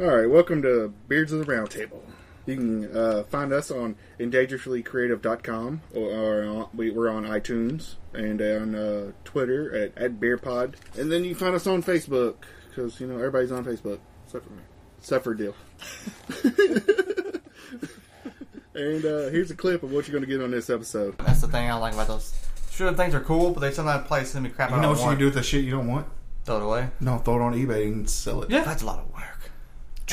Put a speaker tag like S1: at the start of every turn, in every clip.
S1: All right, welcome to Beards of the Roundtable. You can uh, find us on endangeredlycreative.com, or, or on, we, we're on iTunes and on uh, Twitter at, at BeerPod. And then you can find us on Facebook, because, you know, everybody's on Facebook, except for me. Except for Dill. and uh, here's a clip of what you're going to get on this episode.
S2: That's the thing I like about those. Sure, things are cool, but they sometimes play send me crap I
S3: You know
S2: don't
S3: what you
S2: want.
S3: can do with the shit you don't want?
S2: Throw it away.
S3: No, throw it on eBay and sell it.
S4: Yeah.
S2: That's a lot of work.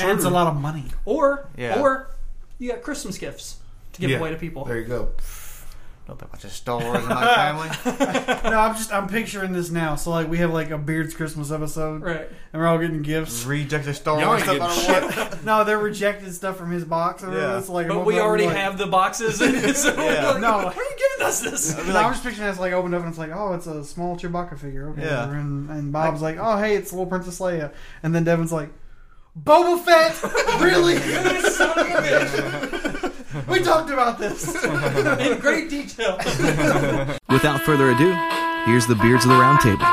S3: And it's a lot of money.
S4: Or
S2: Yeah.
S4: or you got Christmas gifts to give
S3: Yeah.
S4: away to people.
S3: There you go.
S2: Don't pay much of Star Wars in my family.
S5: No, I'm just I'm picturing this now. So like we have like a Beards Christmas episode,
S4: Right.
S5: and we're all getting gifts.
S2: Rejected Star
S3: Y'all
S2: Wars
S3: ain't
S2: stuff
S3: getting
S2: I don't want.
S5: No, they're rejected stuff from his box. Or
S2: Yeah.
S5: it's like,
S4: But we already have the boxes, and so we're
S2: Yeah.
S4: like,
S5: No.
S4: why are you giving us this?
S2: I'd be
S5: No,
S2: like,
S5: I'm just picturing it's like opened up and it's like, oh, it's a small Chewbacca figure. Okay,
S2: Yeah.
S5: and, and Bob's like, oh, hey, it's little Princess Leia, and then Devin's like, Boba Fett, really? You son of a bitch. we talked about this.
S4: In great detail.
S6: Without further ado, here's the Beards of the Round Table.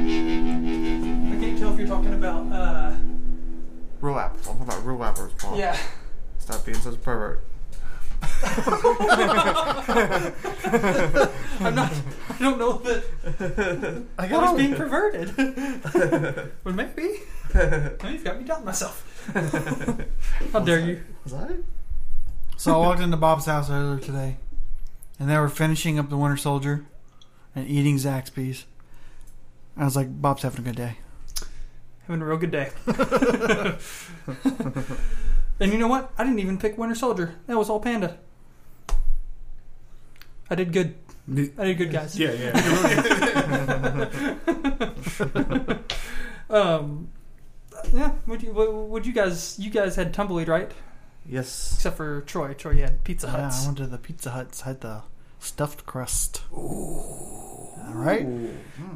S4: I can't tell if you're talking about. uh...
S2: real apples. I'm talking about real apples, Paul.
S4: Yeah.
S2: Stop being such a pervert.
S4: I'm not. I don't know that. I got was being perverted. well, maybe. Now you've got me doubting myself. How dare you?
S2: Was that it?
S5: So I walked into Bob's house earlier today, and they were finishing up the Winter Soldier and eating Zaxby's. I was like, Bob's having a good day.
S4: Having a real good day. and you know what? I didn't even pick Winter Soldier. That was all Panda. I did good. I did good, guys.
S3: Yeah, yeah.
S4: Um, yeah. Would you? Would you guys? You guys had Tumbleweed, right?
S2: Yes.
S4: Except for Troy. Troy had Pizza
S5: Yeah, I
S4: Huts.
S5: went to the Pizza Hut's had the stuffed crust. Ooh. All right.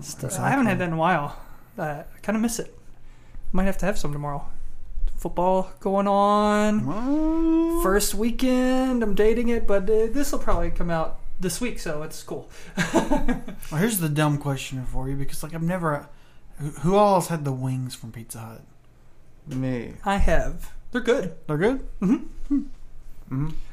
S5: Stuffed
S4: I haven't had that in a while. Uh, I kind of miss it. Might have to have some tomorrow. Football going on. First weekend. I'm dating it, but uh, this will probably come out this week, so it's cool.
S5: Well, here's the dumb question for you because like I've never. Who, who all has had the wings from Pizza Hut?
S2: Me.
S4: I have. They're good.
S5: They're good.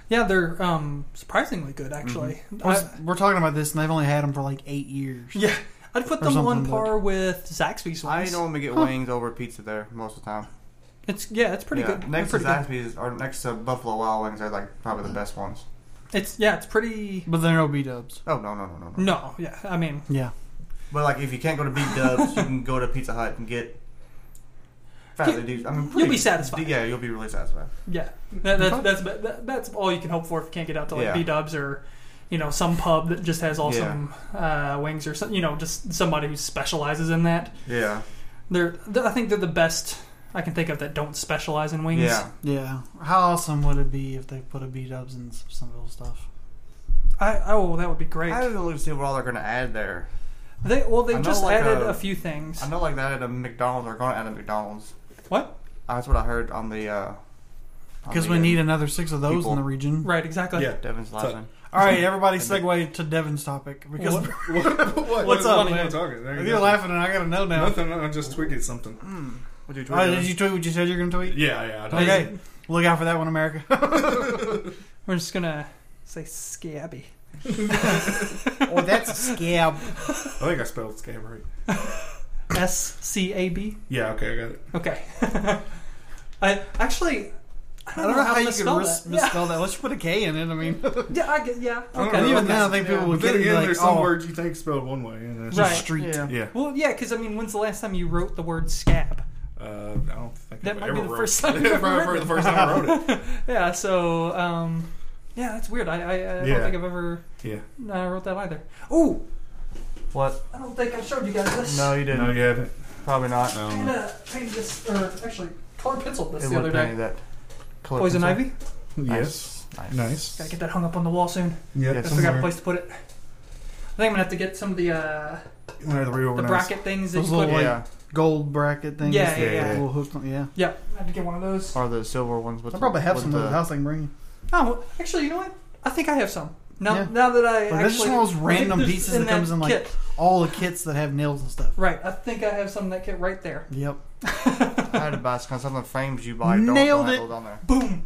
S4: Yeah, they're um, surprisingly good, actually.
S5: We're,
S4: I,
S5: we're talking about this, and they've only had them for like eight years.
S4: yeah, I'd put
S5: Or
S4: them on
S5: something, but-
S4: par with Zaxby's
S2: I
S4: ones.
S2: normally get wings over pizza there most of the time.
S4: It's yeah, it's pretty
S2: Yeah.
S4: good.
S2: Next
S4: They're
S2: to
S4: pretty good.
S2: Zaxby's or next to Buffalo Wild Wings are like probably
S3: Mm.
S2: the best ones.
S4: It's yeah, it's pretty.
S5: But they're no B dubs.
S2: Oh no no no no no.
S4: No, yeah, I mean,
S5: Yeah.
S2: But like if you can't go to B Dubs, you can go to Pizza Hut and get. Fairly decent. I mean,
S4: be
S2: pretty-
S4: satisfied.
S2: Yeah, you'll be really satisfied.
S4: yeah, that, that's that's ba- that, that's all you can hope for if you can't get out to like
S2: Yeah.
S4: B Dubs or you know some pub that just has awesome uh, wings or some, you know just somebody who specializes in that.
S2: Yeah.
S4: They're, th I think they're the best I can think of that don't specialize in wings.
S2: Yeah.
S5: Yeah. How awesome would it be if they put a B dubs in some- some little stuff?
S4: I oh that would be great.
S2: I don't really see what all they're going to add there.
S4: They well
S2: I
S4: they
S2: know,
S4: just
S2: like,
S4: added
S2: uh,
S4: a few things.
S2: I know like they added a McDonald's. They're going to add a McDonald's. Uh,
S4: What?
S2: That's what I heard on the. uh on
S5: Because
S2: the,
S5: we
S2: uh,
S5: need another six of those
S2: people.
S5: in the region.
S4: Right, exactly.
S3: Yeah.
S2: Devin's last name.
S5: All right, everybody, segue to Devin's topic because
S4: What?
S3: what, what,
S4: What's up,
S3: What are
S4: man?
S3: you talking? There you
S5: you're
S3: go.
S5: laughing and I gotta know now.
S3: Nothing. I just tweeted something.
S2: What you
S5: Oh, did you tweet what you said you're gonna tweet?
S3: Yeah, yeah. I don't-
S5: Okay, look out for that one, America.
S4: We're just gonna say scabby.
S5: oh, that's a scab.
S3: I think I spelled scam right.
S4: S C A B.
S3: Yeah. Okay, I got it.
S4: Okay. I actually I
S5: I
S4: don't, know, how, to
S5: you
S4: spell
S5: could
S4: that.
S5: ris- misspell that. Let's just put a K in it. I mean,
S4: Yeah, yeah, I get, yeah.
S3: I don't
S4: Okay.
S3: know.
S5: even
S3: that's-
S5: then, I think people
S3: But
S5: would get
S3: then
S5: it and
S3: again,
S5: be like,
S3: there's some
S5: oh,
S3: words you think spelled one way, and there's
S4: Right.
S5: street.
S2: Yeah.
S3: yeah.
S4: Well, yeah, because I mean, when's the last time you wrote the word scab?
S3: Uh, I don't think
S4: That
S3: I've
S4: might
S3: ever
S4: be the
S3: wrote-
S4: first time you've
S3: Probably
S4: ever
S3: the first time I wrote it.
S4: Yeah, so um, yeah, that's weird. I I, I don't
S3: Yeah.
S4: think I've ever
S3: Yeah.
S4: uh, wrote that either. Oh,
S2: What?
S4: I don't think I showed you guys this.
S2: No, you didn't.
S3: No, you haven't.
S2: Probably not.
S4: I
S3: Um,
S4: kinda painted this, or actually color penciled this
S2: It
S4: the other
S2: would've
S4: day.
S2: been that color
S4: Poison
S2: pencil.
S4: ivy.
S3: yes.
S2: Nice.
S3: Nice.
S4: Gotta get that hung up on the wall soon.
S3: Yeah.
S2: Yes.
S4: I forgot a place to put it. I think I'm gonna have to get some of the uh,
S3: They're the real
S4: the
S3: ones.
S4: bracket things that you
S5: Those
S4: put.
S5: little,
S4: in.
S5: like,
S7: Yeah,
S5: Gold bracket things.
S4: Yeah,
S5: the
S4: yeah, yeah.
S5: Little hooked on, yeah.
S4: Yeah, I had to get one of those.
S7: or the silver ones with.
S5: I probably have
S7: with
S5: some at the house I can bring you.
S4: Oh, well, actually, you know what? I think I have some. Now,
S5: Yeah.
S4: now that I
S5: But
S4: actually,
S5: that's just one of those
S4: I think
S5: random
S4: there's-
S5: pieces that comes in, like-
S4: kit.
S5: All the kits that have nails and stuff.
S4: Right, I think I have some in that kit right there.
S5: Yep.
S7: I had to buy some some of the frames you buy. Don't
S5: Nailed
S7: have
S5: it.
S7: those on there.
S4: Boom.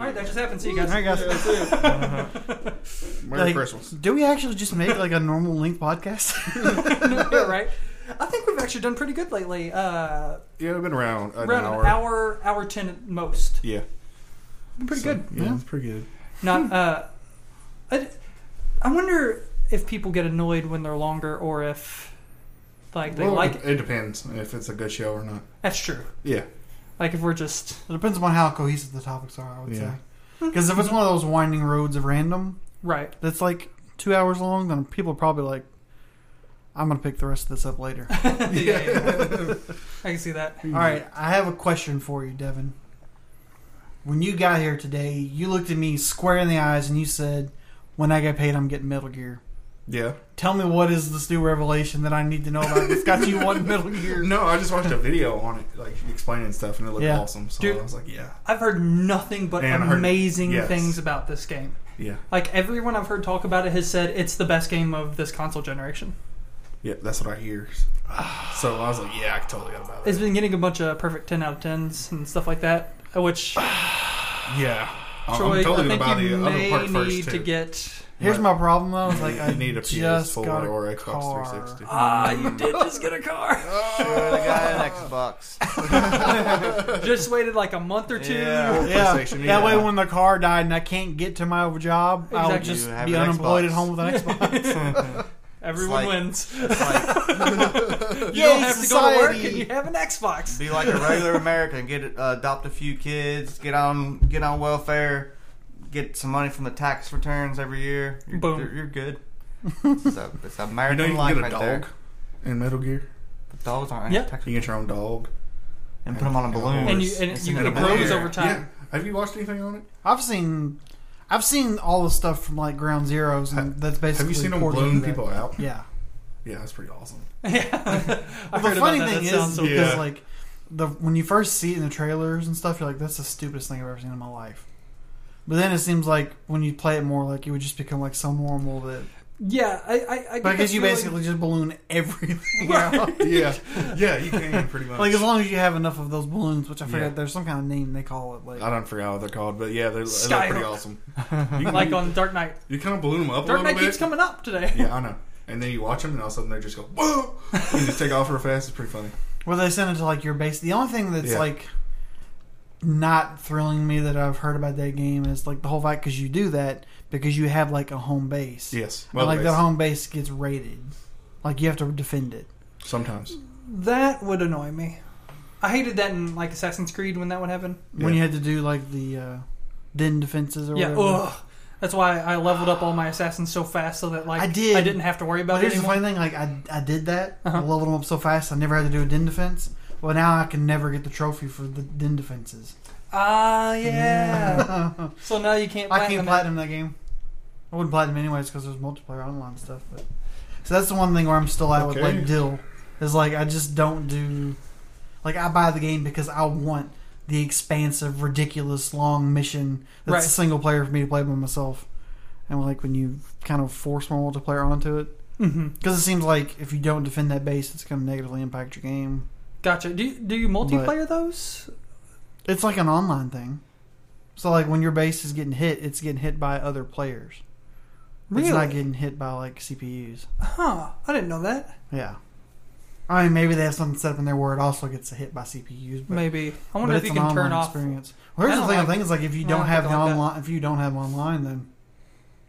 S4: All right, that just happened. See you guys.
S5: All right, guys.
S1: Merry
S5: Like-
S1: Christmas.
S5: Do we actually just make like a normal length podcast?
S4: Yeah, right. I think we've actually done pretty good lately. Uh,
S3: Yeah, we've been around an
S4: around
S3: hour.
S4: an hour, hour ten at most.
S3: Yeah.
S4: Been pretty
S3: So,
S4: good.
S3: Yeah, it's pretty good.
S4: Not. Uh, I, I wonder if people get annoyed when they're longer, or if like they
S3: Well,
S4: like
S3: it,
S4: it.
S3: it depends if it's a good show or not.
S4: That's true.
S3: Yeah.
S4: Like if we're just
S5: It depends upon how cohesive the topics are, I would
S3: Yeah.
S5: say. Because if it's one of those winding roads of random
S4: right.
S5: that's like two hours long, then people are probably like, I'm going to pick the rest of this up later.
S4: yeah, yeah, yeah. I can see that.
S5: All right, I have a question for you, Devin. When you got here today, you looked at me square in the eyes and you said, When I get paid, I'm getting Metal Gear.
S3: Yeah.
S5: Tell me what is this new revelation that I need to know about that's got you wanting Metal Gear?
S3: No, I just watched a video on it, like explaining stuff, and it looked
S5: Yeah.
S3: awesome. So
S4: Dude.
S3: I was like, yeah,
S4: I've heard nothing but
S3: Man, I heard-
S4: amazing
S3: yes.
S4: things about this game.
S3: yeah,
S4: Like everyone I've heard talk about it has said it's the best game of this console generation.
S3: yeah. That's what I hear. So I was like, yeah, I totally got about it.
S4: It's been getting a bunch of perfect ten out of tens and stuff like that. Which
S3: Yeah, I'm-
S4: Troy,
S3: I'm
S4: I
S3: totally
S4: think
S3: about
S4: you
S3: the other
S4: may
S3: part
S4: need
S3: first
S4: to
S3: too.
S4: get.
S5: Here's my problem though. It's like I
S3: You need a
S5: just
S3: PS4
S5: got a
S3: or Xbox
S5: car.
S3: 360.
S4: Ah, you did just get a car.
S7: Should have got an Xbox.
S4: just waited like a month or two.
S7: Yeah.
S5: Yeah,
S3: PlayStation,
S5: that
S3: yeah.
S5: way when the car died and I can't get to my job, I'll
S4: Exactly.
S5: just
S7: You have
S5: be
S7: an
S5: unemployed
S7: Xbox.
S5: at home with an Xbox.
S7: It's
S4: Everyone
S7: like-
S4: wins.
S7: It's like
S4: You don't have to go to work
S5: society.
S4: and you have an Xbox.
S7: be like a regular American. Get uh, adopt a few kids. Get on get on welfare. Get some money from the tax returns every year. You're,
S4: Boom.
S7: You're, you're good. It's a, it's a
S3: You know
S7: American
S3: you can
S7: life
S3: get a
S7: right
S3: dog
S7: there.
S3: in Metal Gear.
S7: But dogs aren't
S4: Yeah.
S7: tax
S3: You can get your own dog.
S7: and put them on a balloon.
S4: And you and
S7: It's
S4: you
S7: in
S4: it
S7: a
S4: grows
S7: bear.
S4: over time.
S3: Yeah. Have you watched anything on it?
S5: I've seen, I've seen all the stuff from like Ground Zeroes, and that's
S3: Have
S5: basically.
S3: you seen them
S5: ported
S3: blown
S5: into that.
S3: people out?
S5: Yeah.
S3: Yeah, that's pretty awesome.
S4: I
S5: Well,
S4: heard
S5: the
S4: about
S5: funny
S4: that.
S5: thing
S4: That
S5: is,
S4: sounds so
S5: because
S3: Yeah.
S5: like the when you first see it in the trailers and stuff, you're like, "That's the stupidest thing I've ever seen in my life." But then it seems like when you play it more, like you would just become like so normal that.
S4: Yeah, I, I, I get
S5: But I guess
S4: the
S5: you
S4: feeling-
S5: basically just balloon everything
S4: Right.
S5: out.
S3: yeah, yeah, you can pretty much.
S5: Like as long as you have enough of those balloons, which I forget
S3: Yeah.
S5: there's some kind of name they call it. Like
S3: I don't forget what they're called, but yeah, they're, they look pretty
S4: Skyhook.
S3: awesome. You, can-
S4: like on Dark Knight.
S3: you kind of balloon them up a
S4: Dark
S3: little
S4: Knight
S3: bit.
S4: keeps coming up today.
S3: Yeah, I know. And then you watch them, and all of a sudden they just go whoa, and just take off real fast. It's pretty funny.
S5: Well, they sent it to like your base. The only thing that's
S3: Yeah.
S5: like not thrilling me that I've heard about that game is like the whole fact because you do that because you have like a home base.
S3: Yes,
S5: And, like that home base gets raided. Like you have to defend it.
S3: sometimes.
S4: That would annoy me. I hated that in like Assassin's Creed when that would happen.
S5: When
S3: Yeah.
S5: you had to do like the uh, den defenses or
S4: Yeah, oh,
S5: whatever.
S4: ugh. That's why I leveled up all my assassins so fast so that like
S5: I did.
S4: I didn't have to worry
S5: But
S4: about it
S5: here's the
S4: anymore.
S5: funny thing: like I, I did that. I
S4: Uh-huh.
S5: leveled them up so fast, I never had to do a den defense. Well, now I can never get the trophy for the den defenses.
S4: Ah, yeah.
S5: I
S4: so now you can't.
S5: can't platinum that game. I wouldn't platinum anyways because there's multiplayer online stuff. But so that's the one thing where I'm still at with
S3: Okay.
S5: like Dill is like I just don't do like I buy the game because I want the expansive, ridiculous, long mission that's
S4: Right.
S5: a single player for me to play by myself. And like when you kind of force more multiplayer onto it,
S4: hmm
S5: because it seems like if you don't defend that base, it's going to negatively impact your game.
S4: Gotcha. Do you, do you multiplayer those?
S5: It's like an online thing. So like when your base is getting hit, it's getting hit by other players.
S4: Really?
S5: It's not getting hit by like CPUs.
S4: huh? I didn't know that.
S5: Yeah. I mean, maybe they have something set up in there where it also gets hit by CPUs. But,
S4: Maybe. I
S5: but
S4: wonder if you
S5: it's an
S4: can
S5: online
S4: turn off.
S5: Experience. Well, here's
S4: I
S5: the
S4: don't
S5: thing.
S4: like-
S5: I think is like if you
S4: I
S5: don't
S4: don't
S5: have the
S4: like that.
S5: online, if you don't have online, then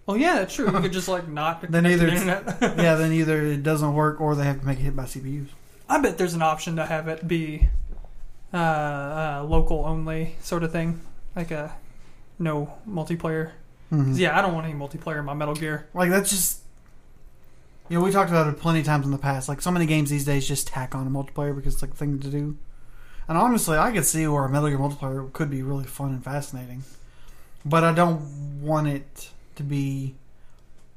S4: Oh yeah, that's true. You could just like not.
S5: Then either-
S4: the internet.
S5: yeah, then either it doesn't work or they have to make it hit by CPUs.
S4: I bet there's an option to have it be uh, uh, local only sort of thing, like a no multiplayer. 'Cause,
S5: Mhm.
S4: Yeah, I don't want any multiplayer in my Metal Gear.
S5: Like that's just you know, we talked about it plenty of times in the past. Like so many games these days just tack on a multiplayer because it's like a thing to do. And honestly, I could see where a Metal Gear multiplayer could be really fun and fascinating. But I don't want it to be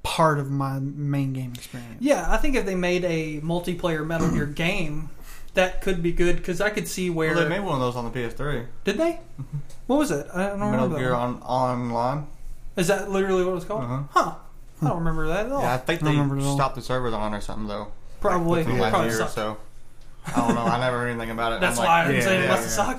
S5: part of my main game experience.
S4: Yeah, I think if they made a multiplayer Metal Gear game, that could be good because I could see where
S7: Well, they made one of those on the PS3.
S4: did they? What was it? I don't
S7: Metal
S4: remember. that
S7: Gear on
S4: one.
S7: Online.
S4: Is that literally what it was called?
S7: Uh-huh.
S4: Huh. I don't remember that at all.
S7: Yeah, I think
S5: I
S7: they
S5: remember it all.
S7: stopped the servers on or something though.
S4: probably.
S7: Within the last
S4: probably
S7: year or
S4: sucked.
S7: so. I don't know. I never heard anything about it.
S4: That's
S7: I'm like,
S4: why I'm
S3: yeah,
S4: saying it
S3: yeah,
S4: must have
S3: yeah.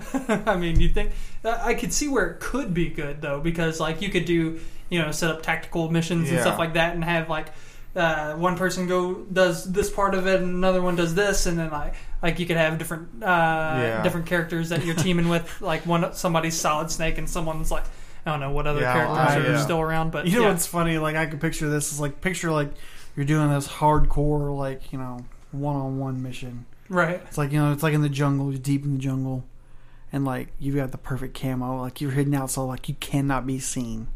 S4: sucked because I mean, you think I I could see where it could be good though because like you could do you know set up tactical missions and
S7: Yeah.
S4: stuff like that and have like uh, one person go does this part of it and another one does this and then like like you could have different uh,
S7: Yeah.
S4: different characters that you're teaming with like one somebody's Solid Snake and someone's like I don't know what other
S7: Yeah,
S4: characters
S7: I-
S4: are
S7: yeah.
S4: still around but
S5: You know
S4: yeah.
S5: what's funny? Like I could picture this is like picture like you're doing this hardcore like you know one on one mission.
S4: right
S5: It's like you know it's like in the jungle, you're deep in the jungle, and like you've got the perfect camo. Like you're hidden out so like you cannot be seen.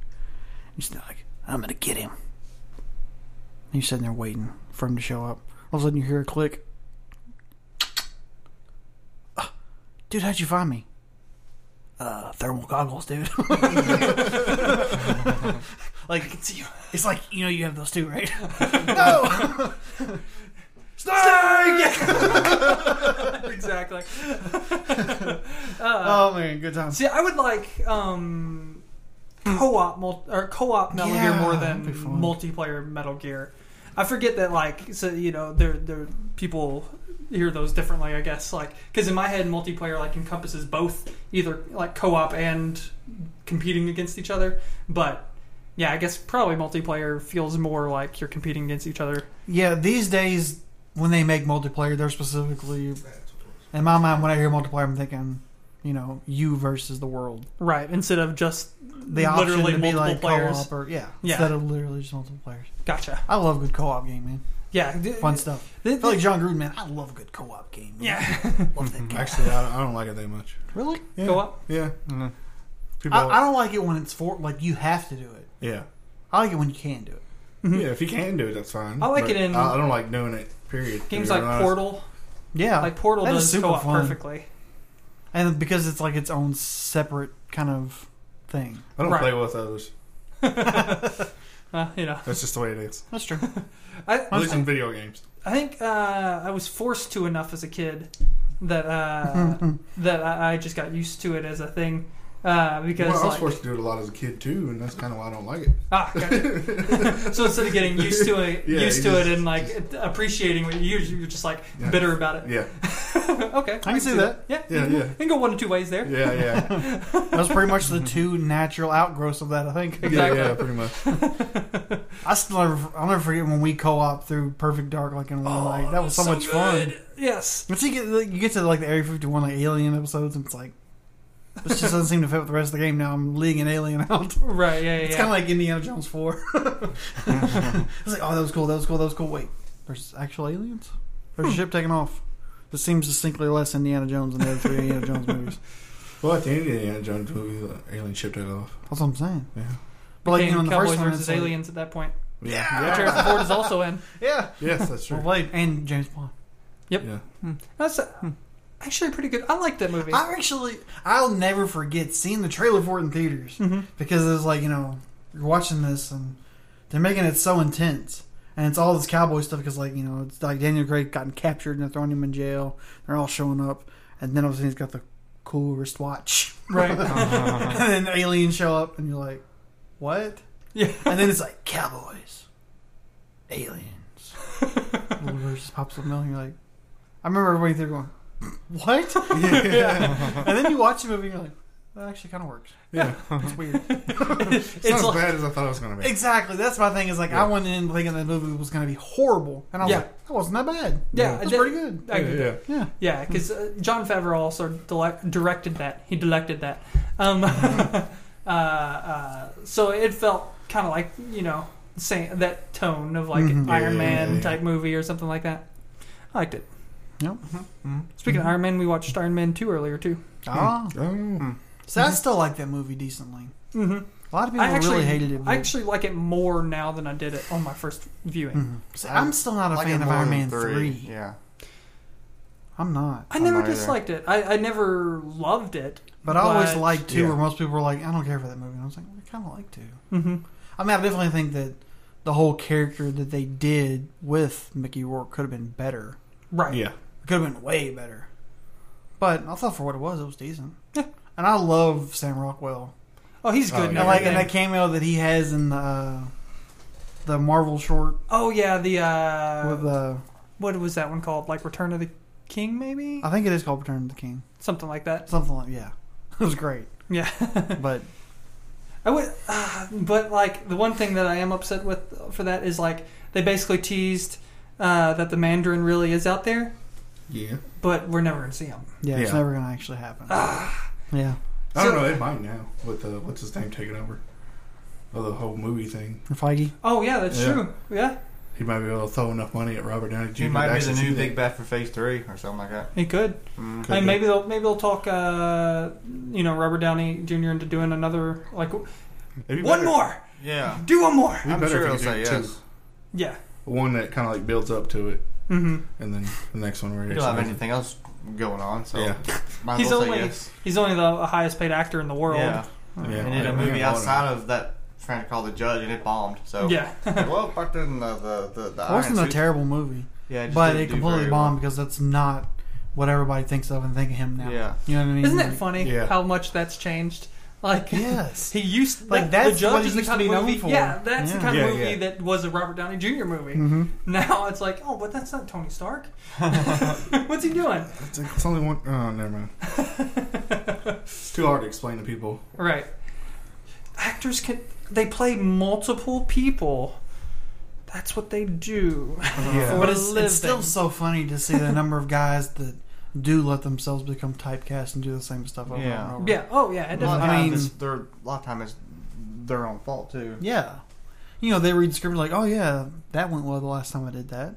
S5: You're just like I'm gonna get him. And you're sitting there waiting for him to show up. All of a sudden you hear a click. Ah, Dude, how'd you find me? Uh, thermal goggles, dude. like it's, you- it's like you know you have those too, right? no,
S4: exactly Uh,
S5: Oh man, good time.
S4: See, I would like um, co-op mul- or co-op Metal Gear
S5: Yeah,
S4: more
S5: that'd
S4: than
S5: be fun.
S4: multiplayer Metal Gear. I forget that, like, so you know, there, there, people hear those differently. I guess, like, because in my head, multiplayer like encompasses both, either like co-op and competing against each other. But yeah, I guess probably multiplayer feels more like you're competing against each other.
S5: Yeah, these days when they make multiplayer, they're specifically in my mind. When I hear multiplayer, I'm thinking, you know, you versus the world.
S4: Right, instead of just
S5: The option
S4: literally
S5: to be
S4: multiple
S5: like
S4: players.
S5: co-op or yeah,
S4: Yeah.
S5: instead of literally just multiple players.
S4: Gotcha.
S5: I love good co-op game, man.
S4: Yeah.
S5: Fun stuff. I feel like John Gruden, man. I love a good co-op game. man.
S4: Yeah.
S5: love that game.
S3: Actually, I don't, I don't like it that much.
S5: Really?
S3: Yeah.
S4: Co-op?
S3: Yeah. People.
S5: I, I don't like it when it's for like you have to do it.
S3: yeah.
S5: I like it when you can do it.
S3: Yeah. If you can do it, that's fine.
S4: Mm-hmm. I like
S3: But
S4: it in-
S3: I, I don't like doing it. Period. to
S4: Games
S3: be
S4: like
S3: honest.
S4: Portal.
S5: Yeah,
S4: Like Portal
S5: that is
S4: does
S5: super
S4: co-op
S5: fun.
S4: perfectly.
S5: and because it's like its own separate kind of thing.
S3: I don't
S4: Right.
S3: play with others.
S4: Uh, you know,
S3: That's just the way it is.
S5: That's true.
S3: At
S4: I,
S3: least in video games.
S4: I think uh, I was forced to enough as a kid that uh, that I, I just got used to it as a thing uh, because
S3: Well, I was
S4: like,
S3: forced to do it a lot as a kid too, and that's kind of why I don't like it.
S4: ah, gotcha. so instead of getting used to it,
S3: Yeah,
S4: used to
S3: you just-
S4: it, and like appreciating what you you're just like
S3: Yeah.
S4: bitter about it.
S3: Yeah,
S4: okay, I
S5: can see that.
S4: Yeah,
S3: yeah, yeah,
S4: I can go one of two ways there.
S3: yeah, yeah,
S5: That's pretty much the two natural outgrowths of that. I think.
S3: yeah,
S4: Exactly.
S3: yeah, pretty much.
S5: I still never, I'll never forget when we co-op through Perfect Dark Oh, like in one night. That was so, much fun.
S4: Oh, Yes.
S5: Once you get like, you get to like the Area 51 like alien episodes, and it's like this just doesn't seem to fit with the rest of the game. Now I'm leading an alien out.
S4: Right. Yeah. Yeah.
S5: It's
S4: yeah.
S5: kind of like Indiana Jones 4. it's like, oh, that was cool. That was cool. That was cool. Wait, there's actual aliens. There's
S4: Hmm.
S5: a ship taking off. This seems distinctly less Indiana Jones than the other three Indiana Jones movies.
S3: Well, at the end of the Indiana Jones movie, the uh, alien shipped it off.
S5: That's what I'm saying.
S3: Yeah.
S5: But like you
S4: Became
S5: know, in the
S4: Cowboys
S5: first one,
S4: versus
S5: it's like-
S4: aliens at that point.
S3: Yeah,
S4: Harrison Ford is also in.
S5: yeah,
S3: yes, that's
S5: well
S3: true.
S5: played, and James Bond.
S3: Yeah,
S4: That's uh, actually pretty good. I like that movie.
S5: I actually, I'll never forget seeing the trailer for it in theaters
S4: Mm-hmm.
S5: because it was like, you know, you're watching this and they're making it so intense. And it's all this cowboy stuff because, like, you know, it's like Daniel Craig gotten captured and they're throwing him in jail. They're all showing up. And then all of a sudden he's got the cool wristwatch.
S4: right.
S5: and then aliens show up and you're like, what?
S4: Yeah.
S5: And then it's like, cowboys, aliens. Little Bird just pops up in the middle and you're like, I remember everybody there going, what?
S3: yeah.
S5: and then you watch the movie and you're like, that actually kind of works.
S3: yeah.
S5: It's weird.
S3: It's, not as bad as I thought it was going to be.
S5: exactly. That's my thing. Is like I went in thinking that movie was going to be horrible, and I was
S4: Yeah.
S5: like, that wasn't that bad.
S4: Yeah,
S5: that's
S4: that-
S5: pretty good.
S4: I agree.
S3: yeah,
S5: Yeah,
S4: Yeah, because uh, John Favreau also dile- directed that. He directed that. Um, uh, uh, so it felt kind of like you know same, that tone of like an
S5: Mhm.
S4: Iron
S3: Yeah,
S4: Man
S3: yeah, yeah.
S4: type movie or something like that. I liked it.
S5: Yep.
S4: Speaking
S5: Mm-hmm.
S4: of Iron Man, we watched Iron Man two earlier too.
S5: ah,
S3: yeah. Oh.
S5: so I still like that movie decently.
S4: hmm
S5: A lot of people
S4: I actually
S5: really hated it.
S4: I
S5: But
S4: actually like it more now than I did it on my first viewing.
S5: Mm-hmm. See, I'm still not a
S7: Like it
S5: fan of
S7: more
S5: Iron
S7: than
S5: Man three.
S7: Yeah.
S5: I'm not,
S4: I
S7: I'm
S4: never
S7: not either.
S4: disliked it. I, I never loved it.
S5: but I always
S4: But-
S5: liked two,
S3: Yeah.
S5: where most people were like, I don't care for that movie. And I was like, I kind of like two.
S4: hmm
S5: I mean, I definitely think that the whole character that they did with Mickey Rourke could have been better.
S4: Right.
S3: Yeah.
S5: It could have been way better. But I thought for what it was, it was decent.
S4: Yeah.
S5: And I love Sam Rockwell.
S4: Oh, he's good.
S3: Oh,
S4: in
S3: yeah.
S5: And like in
S4: everything.
S5: that cameo that he has in the uh, the Marvel short
S4: oh yeah, the uh,
S5: with uh,
S4: what was that one called? Like Return of the King, maybe
S5: I think it is called Return of the King.
S4: something like that.
S5: Something like yeah. It was great.
S4: Yeah.
S5: But
S4: I would, uh, but like the one thing that I am upset with for that is like they basically teased uh, that the Mandarin really is out there,
S3: Yeah.
S4: but we're never gonna see him.
S5: yeah, it's
S3: Yeah.
S5: never gonna actually happen. yeah.
S3: I don't
S4: So-
S3: know. It might now with uh, what's his name taking over. Well, the whole movie thing.
S5: Feige.
S4: Oh yeah, that's
S3: Yeah.
S4: true. Yeah,
S3: He might be able to throw enough money at Robert Downey Jr.
S7: He
S3: to
S7: might be the
S3: actually see
S7: new
S3: that.
S7: big bad for Phase Three or something like that.
S4: he could.
S7: Mm.
S3: Could
S4: I mean,
S3: be.
S4: maybe they'll maybe they'll talk uh, you know Robert Downey Jr. into doing another like
S3: It'd be
S4: one
S3: better-
S4: more,
S7: Yeah,
S4: do one more.
S3: it'd be
S7: I'm
S3: better
S7: sure
S3: if he
S7: he'll
S3: did
S7: say
S3: two.
S7: yes.
S4: Yeah.
S3: One that kind of like builds up to it,
S4: hmm
S3: and then the next one where
S7: he
S3: he
S7: don't have
S3: actually-
S7: anything else going on, so
S3: Yeah.
S7: might
S4: He's
S7: as well say
S4: only-
S7: yes.
S4: He's only the highest paid actor in the world.
S7: Yeah,
S3: Yeah.
S7: and did a
S3: Yeah.
S7: movie
S3: Yeah.
S7: outside of that trying to call the judge, and it bombed. So
S4: Yeah.
S7: well, fuck the the the, the
S5: It
S7: Iron
S5: wasn't a
S7: Suit.
S5: terrible movie.
S7: Yeah, just
S5: But
S7: didn't
S5: it
S7: do
S5: completely
S7: very
S5: bombed because that's not what everybody thinks of and think of him now.
S7: Yeah.
S5: You know what I mean?
S4: Isn't it
S5: Like-
S4: funny
S3: Yeah.
S4: how much that's changed? Like
S5: Yes.
S4: He used
S5: Like,
S4: like
S5: that's
S4: the judge
S5: what he
S4: is the
S5: used
S4: kind
S5: to
S4: of
S5: be known
S4: movie.
S5: for.
S4: Yeah, that's the
S5: Yeah. Mm.
S4: kind of
S3: Yeah,
S4: movie
S3: yeah.
S4: that was a Robert Downey Jr. movie.
S5: mm-hmm.
S4: Now it's like, oh, but that's not Tony Stark. What's he doing?
S3: It's, it's only one. Oh, never mind. it's too hard to explain to people.
S4: Right. Actors can they play multiple people. That's what they do.
S3: Yeah.
S5: But it's,
S4: living.
S5: it's still so funny to see the number of guys that do let themselves become typecast and do the same stuff over
S7: Yeah.
S5: and over.
S4: Yeah. Oh yeah. It
S7: Well. A lot of
S4: doesn't.
S5: I
S7: time
S5: mean-
S7: it's their a lot of time it's their own fault too.
S5: Yeah. You know, they read the script like, oh, yeah, that went well the last time I did that.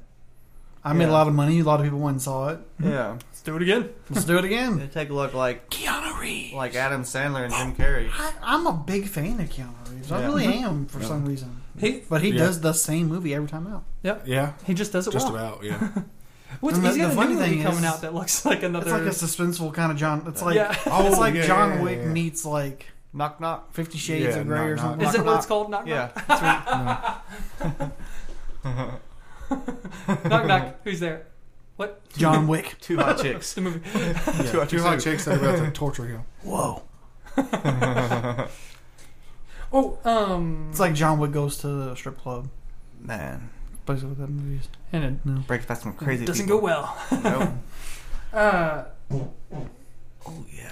S5: I made a
S7: Yeah.
S5: lot of money. A lot of people went and saw it.
S7: Yeah,
S4: Let's do it again.
S5: Let's do it again.
S7: they take a look like
S5: Keanu Reeves.
S7: like Adam Sandler and Jim Carrey.
S5: I, I'm a big fan of Keanu Reeves. I
S7: Yeah.
S5: really
S4: Mm-hmm.
S5: am for some reason.
S4: He
S5: But he
S3: Yeah.
S5: does the same movie every time out.
S3: Yeah,
S4: he just does it
S3: just
S4: well.
S3: about. Yeah,
S4: What's,
S5: And the-
S4: he's got
S5: the
S4: a
S5: funny
S4: new movie
S5: thing
S4: coming
S5: is-
S4: out that looks like another.
S5: It's like a suspenseful kind of John. It's like
S4: yeah.
S3: Oh,
S5: it's like
S3: yeah,
S5: John
S3: yeah, yeah,
S5: Wick
S3: yeah.
S5: meets like
S7: Knock knock.
S5: Fifty Shades
S3: Yeah,
S5: of Grey or
S3: no,
S5: something.
S3: no.
S4: Is it what it's called? Knock knock.
S7: Yeah,
S4: Knock knock. Who's there? What?
S5: John Wick?
S7: two hot chicks.
S4: The movie.
S3: two, two hot chicks that are about to torture him.
S5: Whoa!
S4: Oh, um.
S5: It's like John Wick goes to the strip club.
S7: Man,
S5: Basically, what that movie is.
S4: and it
S7: breaks past some crazy.
S4: doesn't
S7: people.
S4: go well.
S7: Nope.
S4: Uh,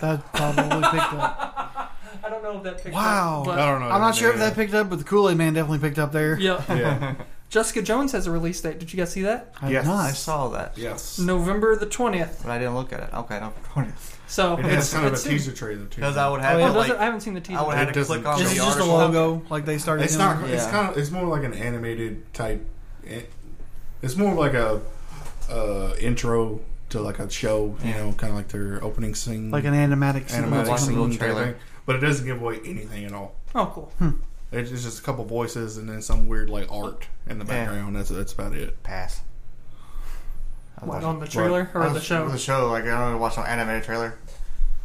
S5: That probably picked up.
S4: I don't know if that picked
S5: Wow.
S4: up.
S3: I don't know.
S5: I'm not sure if
S3: Yeah.
S5: that picked up, but the Kool Aid Man definitely picked up there.
S4: Yeah.
S3: Yeah.
S4: Jessica Jones has a release date. Did you guys see that?
S5: I-
S3: Yes.
S5: no,
S7: I
S5: I saw-
S7: saw that,
S3: yes.
S4: November the twentieth.
S7: but I didn't look at it. Okay, no,
S4: So
S3: It has kind of a
S4: it's soon.
S3: teaser trailer too.
S7: because I would
S4: Oh,
S7: have
S4: it
S7: to,
S4: doesn't-
S7: like
S4: I haven't seen the teaser.
S7: I would
S3: It
S7: have to
S3: doesn't-
S7: click on
S5: Is
S7: the
S5: it just a
S7: article.
S5: logo? Like they started.
S3: It's
S5: doing?
S3: not. It's
S7: Yeah.
S3: kind of. It's more like an animated type. It, it's more like a uh, intro to like a show. You know, kind of like their opening scene,
S5: like an animatic. sequence or
S3: animatic
S7: like a
S5: something.
S7: little
S3: scene type
S7: trailer.
S3: thing. But it doesn't give away anything at all.
S4: Oh, cool.
S5: Hmm.
S3: It's it's just a couple voices and then some weird like art in the
S7: Yeah.
S3: background. That's that's about it.
S7: Pass. I
S4: What
S7: watched-
S4: on the trailer
S7: I
S4: or the
S7: was-
S4: show?
S7: The show. Like I don't even watch no animated trailer.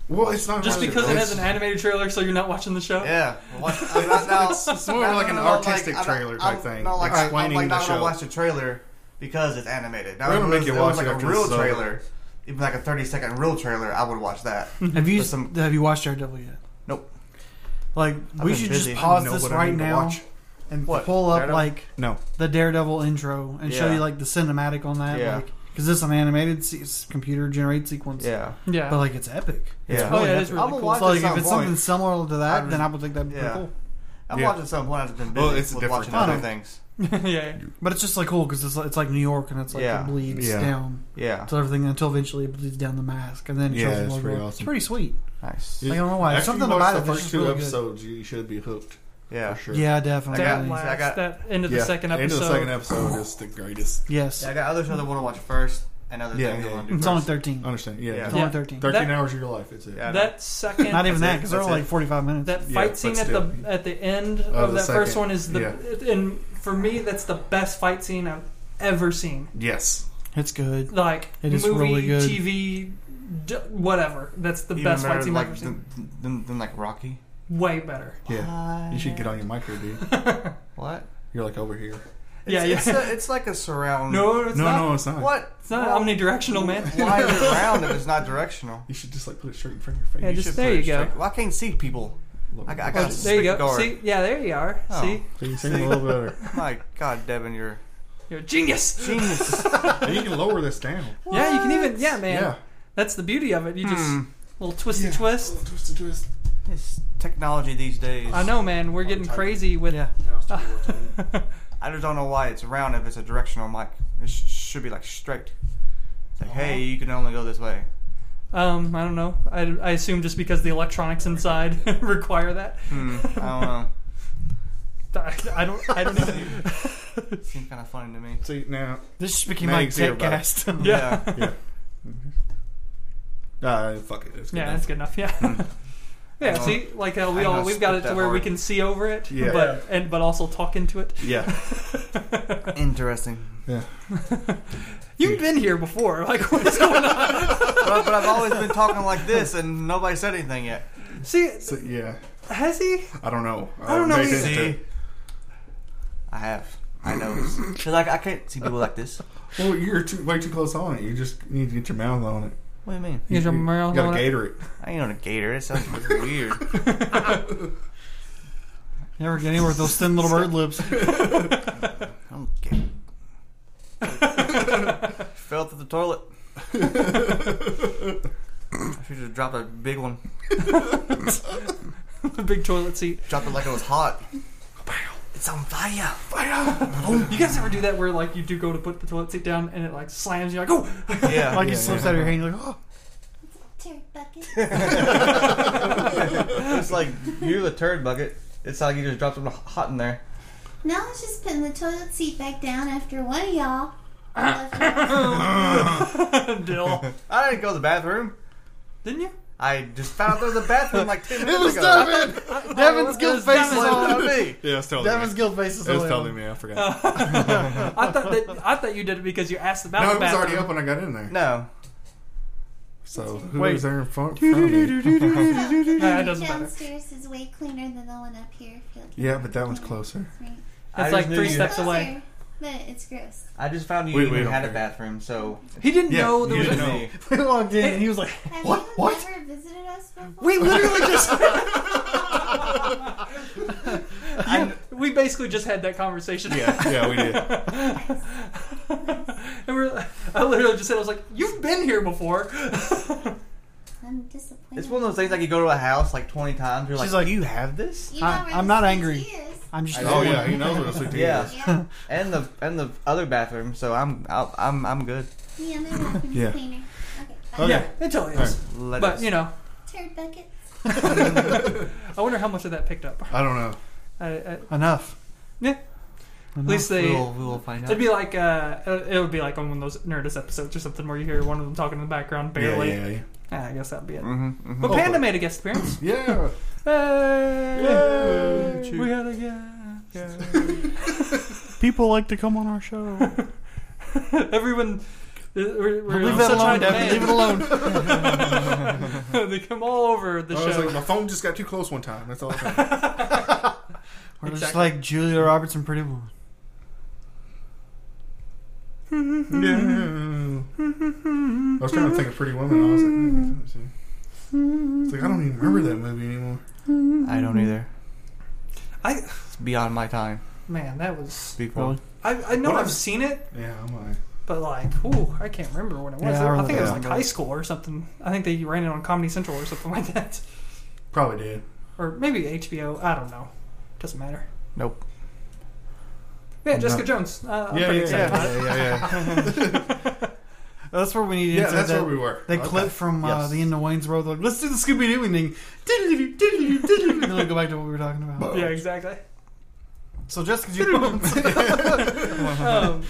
S3: Well, it's not
S4: Just
S3: really-
S4: because it
S3: it's-
S4: has an animated trailer, so you're not watching the show.
S7: Yeah. Watch, I'm not now, it's
S3: more like an artistic trailer type thing,
S7: No, like
S3: explaining
S7: I'm like,
S3: the
S7: not gonna
S3: show.
S7: watch the trailer because it's animated. Now,
S3: We're
S7: if
S3: gonna
S7: it
S3: make
S7: was-
S3: you
S7: it
S3: watch
S7: was like
S3: it
S7: a
S3: after
S7: real
S3: this is over.
S7: trailer, even like a 30 second real trailer. I would watch that.
S5: Have you
S7: With some-
S5: have you watched Daredevil yet?
S7: Nope.
S5: Like we
S7: been
S5: should
S7: busy.
S5: just
S7: I
S5: pause
S3: know
S5: this
S3: what I
S5: right
S3: need to
S5: now
S3: watch.
S5: and
S7: What?
S5: pull up
S7: Daredevil?
S5: like
S3: No.
S5: the Daredevil intro and show
S7: Yeah.
S5: you like the cinematic on that.
S7: Yeah.
S5: Like, because it's an animated se- it's computer generated sequence.
S7: Yeah.
S4: Yeah.
S5: But like it's epic. It's
S7: Yeah.
S4: oh yeah, it
S5: epic.
S4: is really
S7: I'm a
S4: cool.
S7: watch-
S5: So like if
S7: At
S5: it's
S7: some
S5: something
S7: point,
S5: similar to that,
S7: I'd
S5: then
S7: just-
S5: I would think that'd be
S7: Yeah.
S5: pretty cool.
S7: I'm
S3: Yeah.
S7: watching something when I've just been busy
S3: Well, it's a
S7: with
S3: different
S7: watching
S3: kind
S7: other
S3: of-
S7: things.
S4: yeah, yeah.
S5: But it's just like cool because it's like, it's like New York and it's like
S7: Yeah.
S5: it bleeds
S3: Yeah.
S5: down
S7: Yeah.
S5: to everything until eventually it bleeds down the mask and then it
S3: Yeah,
S5: shows the
S3: it's
S5: logo.
S3: pretty
S5: It's
S3: awesome.
S5: pretty sweet.
S7: Nice.
S5: I don't know why.
S3: After
S5: Something
S3: you watch
S5: about
S3: the
S5: it that's
S3: first
S5: just
S3: two
S5: really good.
S3: episodes, you should be hooked.
S7: Yeah.
S3: for sure.
S5: Yeah, definitely.
S4: That
S7: got- I
S4: last,
S7: got-
S4: that end of the second
S3: End
S4: episode.
S3: of the second episode is the greatest.
S5: yes.
S7: Yeah, I got other shows I want to watch first, and other
S3: Yeah,
S7: things
S3: yeah.
S7: I want to do
S5: It's
S7: first.
S5: only thirteen.
S3: Understand? Yeah.
S7: Yeah.
S5: It's
S4: Yeah.
S5: only thirteen.
S3: Thirteen
S4: That-
S3: hours of your life. It's it.
S7: Yeah.
S4: That second,
S5: Not even that
S3: it,
S5: because they're
S3: that's
S5: like
S3: it.
S5: forty-five minutes.
S4: that
S3: Yeah,
S4: fight
S3: but
S4: scene at
S3: still.
S4: the at the end
S3: Oh,
S4: of
S3: the
S4: that first
S3: second.
S4: one is the and for me that's the best fight scene I've ever seen.
S3: Yes.
S5: it's good.
S4: Like
S5: It is
S4: movie,
S5: really good.
S4: TV, d- whatever. That's the
S7: Even
S4: best
S7: better than
S4: fight scene I've
S7: like
S4: ever seen.
S7: than, than, than like Rocky.
S4: Way better. Ah.
S3: Yeah. You should get on your mic here, dude.
S7: What?
S3: You're like over here.
S7: It's,
S4: Yeah, yeah.
S7: It's, a, it's like a surround.
S4: No, it's
S3: no,
S4: not.
S3: no, it's not.
S7: What?
S4: It's not
S7: Well,
S4: omnidirectional, man.
S7: Why is it round if it's not directional?
S3: You should just like put it straight in front of your face.
S4: Yeah,
S3: You
S4: just
S3: should put
S4: there you
S3: it
S4: go.
S3: straight-
S7: Well, I can't see people.
S3: Look,
S7: I, I
S4: Oh,
S7: got
S4: there you go.
S7: Guard.
S4: See, yeah, there you are.
S7: Oh.
S4: See,
S3: Can you sing a little better?
S7: My God, Devin, you're
S4: you're a genius.
S7: genius.
S3: And you can lower this down.
S4: Yeah, you can even. Yeah, man.
S3: Yeah.
S4: That's the beauty of it. You just
S7: Hmm.
S4: little twisty
S3: Yeah.
S4: twist.
S3: Little twist and twist.
S7: It's technology these days.
S4: I know, man. We're getting crazy with.
S7: I just don't know why it's round if it's a directional mic. It sh- should be like straight. It's
S4: Oh.
S7: like, hey, you can only go this way.
S4: Um, I don't know. I, I assume just because the electronics inside require that.
S7: Hmm. I don't know.
S4: I, I don't. I don't even.
S7: Seems kind of funny to me.
S3: See now,
S5: This just became
S3: Now
S5: my
S3: you can see
S5: tech
S3: everybody.
S5: cast.
S4: Yeah. Yeah,
S3: yeah. Uh, fuck it. It's good
S4: that's good enough.
S7: Hmm.
S4: Yeah. Yeah,
S7: Oh.
S4: see, like uh, we
S7: I'm
S4: all
S7: gonna
S4: we've got
S7: split
S4: it to
S7: that
S4: where we
S7: hard.
S4: can see over it,
S3: Yeah.
S4: but and but also talk into it.
S3: Yeah.
S7: Interesting.
S4: You've been here before, like what's going on?
S7: but, but I've always been talking like this, and nobody said anything yet.
S4: See,
S3: So, yeah.
S4: has he?
S3: I don't know. Uh, I,
S4: don't know
S3: haven't paid
S4: either.
S3: attention to-
S7: I have. I know. Because like, I can't see people like this.
S3: Well, you're too, way too close on it. You just need to get your mouth on it.
S7: What do you mean?
S4: Get your
S3: You-
S4: mouth
S3: you gotta
S4: on it.
S3: gator it.
S7: I ain't on a gator. It sounds fucking weird.
S5: Never get anywhere with those thin little bird lips.
S7: I don't get Fell through the toilet. I should have dropped a big one.
S4: A big toilet seat.
S7: Dropped it like it was hot. It's on fire.
S4: Oh, You guys ever do that where like you do go to put the toilet seat down and it like slams you like oh
S7: Yeah.
S5: Like it slips out of your hand. You're like, oh.
S8: Turd bucket.
S7: it's like you're the turd bucket. It's like you just dropped something hot in there.
S8: Now let's just putting the toilet seat back down after one of y'all.
S4: "Oh!" dill
S7: I didn't go to the bathroom.
S4: didn't you?
S7: I just found out there was a bathroom like 10 minutes ago.
S5: Devin's guilt face is
S7: Blame
S5: on.
S7: it on me.
S3: Yeah, it's totally
S5: Devin's guilt face is
S3: It was
S5: on.
S3: totally me. I
S4: Oh.
S3: forgot.
S4: I thought that I thought you did it because you asked about
S3: no,
S4: the
S3: it was
S4: bathroom.
S3: already up when I got in there.
S7: No.
S3: So who
S5: Wait.
S3: was there in front? front of me?
S4: Nah, it
S8: That
S4: doesn't matter.
S8: Downstairs is way cleaner than the one up here. Feel
S3: Yeah, but that one's closer.
S8: right?
S7: I
S4: That's
S7: just
S4: like
S7: knew
S4: three
S7: you-
S4: steps away.
S8: Closer, But it's gross.
S7: I just found you
S3: We- we
S7: even
S3: don't
S7: had a
S3: care.
S7: bathroom, so.
S4: He didn't
S3: Yeah,
S4: know there
S3: you
S4: was.
S3: didn't know.
S5: We walked in and he was like,
S8: Have
S3: What?
S8: you
S3: What?
S8: ever visited us before?
S4: We literally just. Yeah, we basically just had that conversation.
S3: Yeah, yeah, we did.
S4: and we're, I literally just said, I was like, you've been here before.
S8: I'm disappointed.
S7: It's one of those things like you go to a house like 20 times, you're like,
S5: She's like,
S7: you have this?
S8: You know
S5: I-
S8: where
S5: I'm
S8: the
S5: not
S8: sweet
S5: angry.
S8: tea is.
S5: I'm just.
S3: Oh yeah, he knows what a sweet tea
S7: Yeah.
S3: is.
S8: Yeah,
S7: And the and the other bathroom, so I'm I'll, I'm I'm good.
S8: yeah, my bathroom's
S3: Yeah.
S8: cleaner. Okay, bye.
S3: Okay.
S4: Yeah, it totally is.
S7: Let
S4: But,
S7: us-
S4: you know,
S8: Turd bucket.
S4: I wonder how much of that picked up.
S3: I don't know.
S4: I, I, at
S5: Enough.
S4: least they.
S7: we will we will find out.
S4: It'd be like uh, it would be like on one of those Nerdist episodes or something where you hear one of them talking in the background
S3: Yeah,
S4: barely.
S3: yeah, yeah.
S4: Ah, I guess that'd be it.
S7: Mm-hmm,
S4: But Panda made a guest appearance.
S3: Yeah.
S4: Hey!
S3: Yay!
S4: We had a guest.
S5: People like to come on our show.
S4: Everyone, uh, we're, we're
S5: Leave
S4: in
S5: that
S4: such high
S5: alone, Devin.
S4: demand.
S5: Leave it alone.
S4: they come all over the
S3: I was
S4: show.
S3: like, my phone just got too close one time. That's all. I found.
S5: We're just
S4: Exactly.
S5: like Julia Roberts and Pretty Woman.
S3: yeah. I was trying to think of Pretty Woman. I was like, hmm, let me see. it's like I don't even remember that movie anymore.
S7: I don't either.
S4: I-
S7: it's beyond my time.
S4: Man, that was.
S7: Before.
S4: I, I know
S3: What
S4: I've
S3: is-
S4: seen it,
S3: Yeah, I'm like,
S4: but like, ooh, I can't remember when it was.
S5: Yeah, I
S4: I,
S5: remember
S4: think it was
S5: that.
S4: like high school or something. I think they ran it on Comedy Central or something like that,
S3: probably did.
S4: or maybe HBO. I don't know. Doesn't matter.
S7: Nope.
S4: Yeah,
S3: No.
S4: Jessica Jones. Uh, I'm
S3: Yeah,
S4: pretty
S3: yeah,
S4: excited about it.
S3: yeah, yeah, yeah.
S5: That's where we need to
S3: Yeah,
S5: insert
S3: that's
S5: that,
S3: where we were.
S5: that clip from uh,
S7: Yes.
S5: the end of Wayne's World. Like, let's do the Scooby Doo ending. Diddly-doo, diddly-doo, diddly-doo. and then we go back to what we were talking about.
S4: Yeah, exactly.
S5: So Jessica Jones.
S4: Um,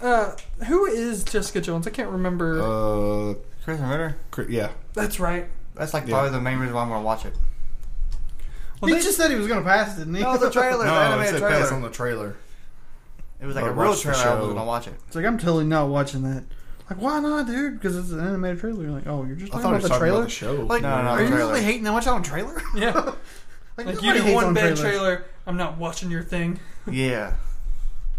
S4: uh, who is Jessica Jones? I can't remember.
S3: Uh,
S7: Chris Ritter.
S3: cr- yeah.
S4: That's right.
S7: That's like
S3: Yeah.
S7: probably the main reason why I'm gonna watch it.
S4: Well,
S5: he
S4: they-
S5: just said he was going to pass it, didn't he?
S7: No, the trailer, the
S3: No, it
S7: animated
S3: said
S7: trailer.
S3: pass on the trailer.
S7: It was like
S3: I
S7: a real
S3: watched the
S7: trailer. I was
S3: show.
S7: gonna watch it.
S5: It's like, I'm totally not watching that. Like, why not, dude? Because it's an animated trailer. You're like, oh, you're just
S3: I
S5: talking
S3: thought it
S5: about
S3: was
S5: the
S3: talking
S5: trailer?
S3: about the show.
S5: Like,
S7: No, no, no,
S5: are you
S7: trailer.
S5: really hating that much on a trailer?
S4: Yeah.
S5: Like,
S4: Like
S5: nobody
S4: you do
S5: hates
S4: one
S5: on
S4: bad
S5: trailers.
S4: trailer. I'm not watching your thing.
S7: Yeah.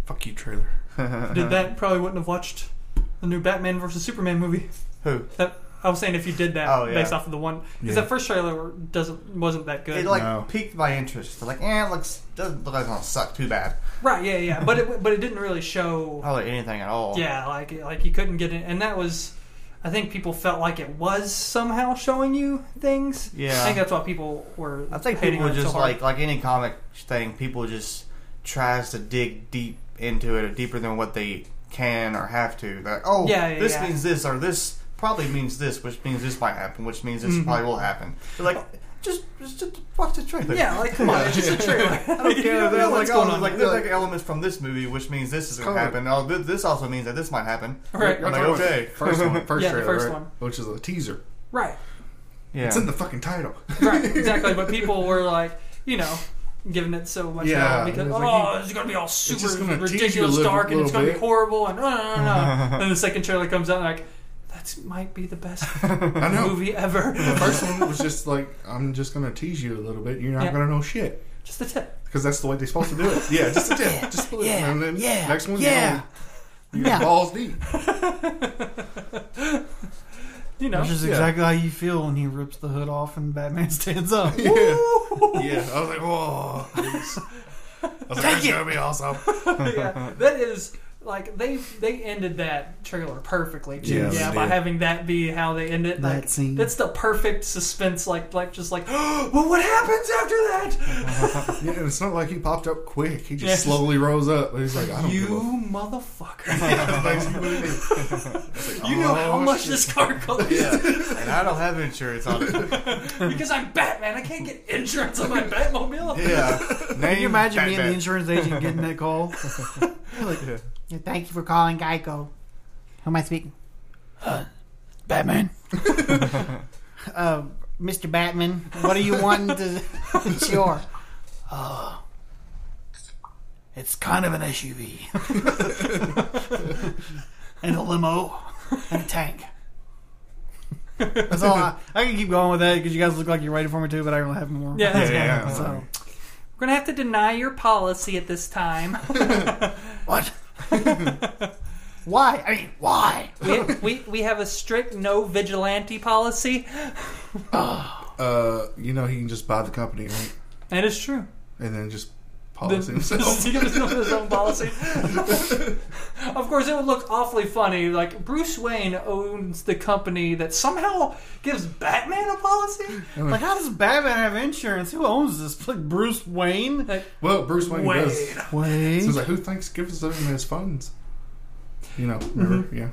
S3: Fuck you, trailer.
S7: Uh-huh.
S4: Did that probably wouldn't have watched the new Batman versus Superman movie.
S7: Who?
S4: That I was saying if you did that
S7: Oh, yeah.
S4: based off of the one because
S3: Yeah.
S4: that first trailer doesn't wasn't that good.
S7: It like
S3: No.
S7: piqued my interest. Like, eh, it looks doesn't look like it's gonna suck too bad.
S4: right? Yeah, yeah. But it but it didn't really show.
S7: Probably anything at all.
S4: Yeah, like like you couldn't get it, and that was, I think people felt like it was somehow showing you things.
S7: Yeah.
S4: I think that's why people were.
S7: I think
S4: hating
S7: people
S4: on it so
S7: just
S4: hard.
S7: like like any comic thing, people just tries to dig deep into it or deeper than what they can or have to. Like, oh,
S4: Yeah, yeah,
S7: this
S4: yeah.
S7: means this or this probably means this, which means this might happen, which means
S4: Mm-hmm.
S7: this probably will happen. They're like, just, just just watch the trailer.
S4: yeah, like come on, it's just a trailer. I
S7: I don't care. They're
S4: know
S7: like,
S4: what's
S7: oh,
S4: going on.
S7: like, there's like elements from this movie, which means this is going to happen. Oh, th- this also means that this might happen.
S4: Right.
S7: I'm like, okay.
S3: First one, first
S4: Yeah, the
S3: trailer,
S4: first
S3: right?
S4: one.
S3: which is a teaser.
S4: right,
S7: Yeah.
S3: It's in the fucking title.
S4: right, exactly. But people were like, you know. Giving it so much
S3: Yeah,
S4: love
S3: it
S4: because
S3: was
S4: oh,
S3: like you-
S4: it's gonna be all super
S3: just gonna tease you a
S4: ridiculous,
S3: little-
S4: dark, and it's
S3: little
S4: gonna be
S3: bit.
S4: horrible, and uh, uh, uh. then the second trailer comes out, and like that might be the best
S3: I know.
S4: movie ever.
S3: The first one was just like, I'm just gonna tease you a little bit. You're not
S4: Yeah.
S3: gonna know shit
S4: just the tip.
S3: because that's the way they're supposed to do it. Yeah, just a tip, just a little.
S5: yeah,
S3: and then
S5: yeah,
S3: next one,
S5: yeah.
S3: you know, you
S5: Yeah.
S3: balls deep.
S4: You know,
S5: Which is
S3: Yeah.
S5: exactly how you feel when he rips the hood off and Batman stands up.
S3: Yeah, yeah. I was like, whoa. please." I was like, that's gonna be awesome.
S4: yeah, that is like they they ended that trailer perfectly too.
S3: Yeah,
S4: Yeah,
S3: they
S4: by
S3: did.
S4: having that be how they end it.
S5: That
S4: like,
S5: scene.
S4: That's the perfect suspense. Like like just like, well, what happens after that?
S3: Yeah, and it's not like he popped up quick. He just
S4: Yeah.
S3: slowly rose up. He's like, I don't give a
S4: You motherfucker!
S3: fuck.
S4: you know how
S3: Oh,
S4: much
S3: shit.
S4: this car costs
S7: and I don't have insurance on it.
S4: because I'm Batman. I can't get insurance on my Batmobile.
S7: Yeah.
S5: Can you imagine
S7: me
S5: being the insurance agent getting that call? Like, Thank you for calling Geico. Who am I speaking? Uh, Batman. uh, Mr. Batman, what are you wanting to insure? Uh, it's kind of an SUV. and a limo. And a tank. That's all. I, I can keep going with that because you guys look like you're waiting for me too, but I don't have more.
S4: Yeah, that's
S3: Yeah,
S4: fine.
S3: yeah.
S5: So,
S4: We're gonna have to deny your policy at this time.
S5: what? why? I mean, why?
S4: we, we we have a strict no vigilante policy.
S3: Uh, you know, he can just buy the company, right?
S4: That is true.
S3: And then just policy himself.
S4: he was doing his own policy. of course, it would look awfully funny. Like Bruce Wayne owns the company that somehow gives Batman a policy.
S5: Like, how does Batman have insurance? Who owns this? Like, Bruce Wayne?
S4: Like,
S3: Well, Bruce Wayne
S4: Wayne.
S3: does. So
S5: Wayne?
S3: he's like, who thinks gives him his funds? You know, remember? Yeah.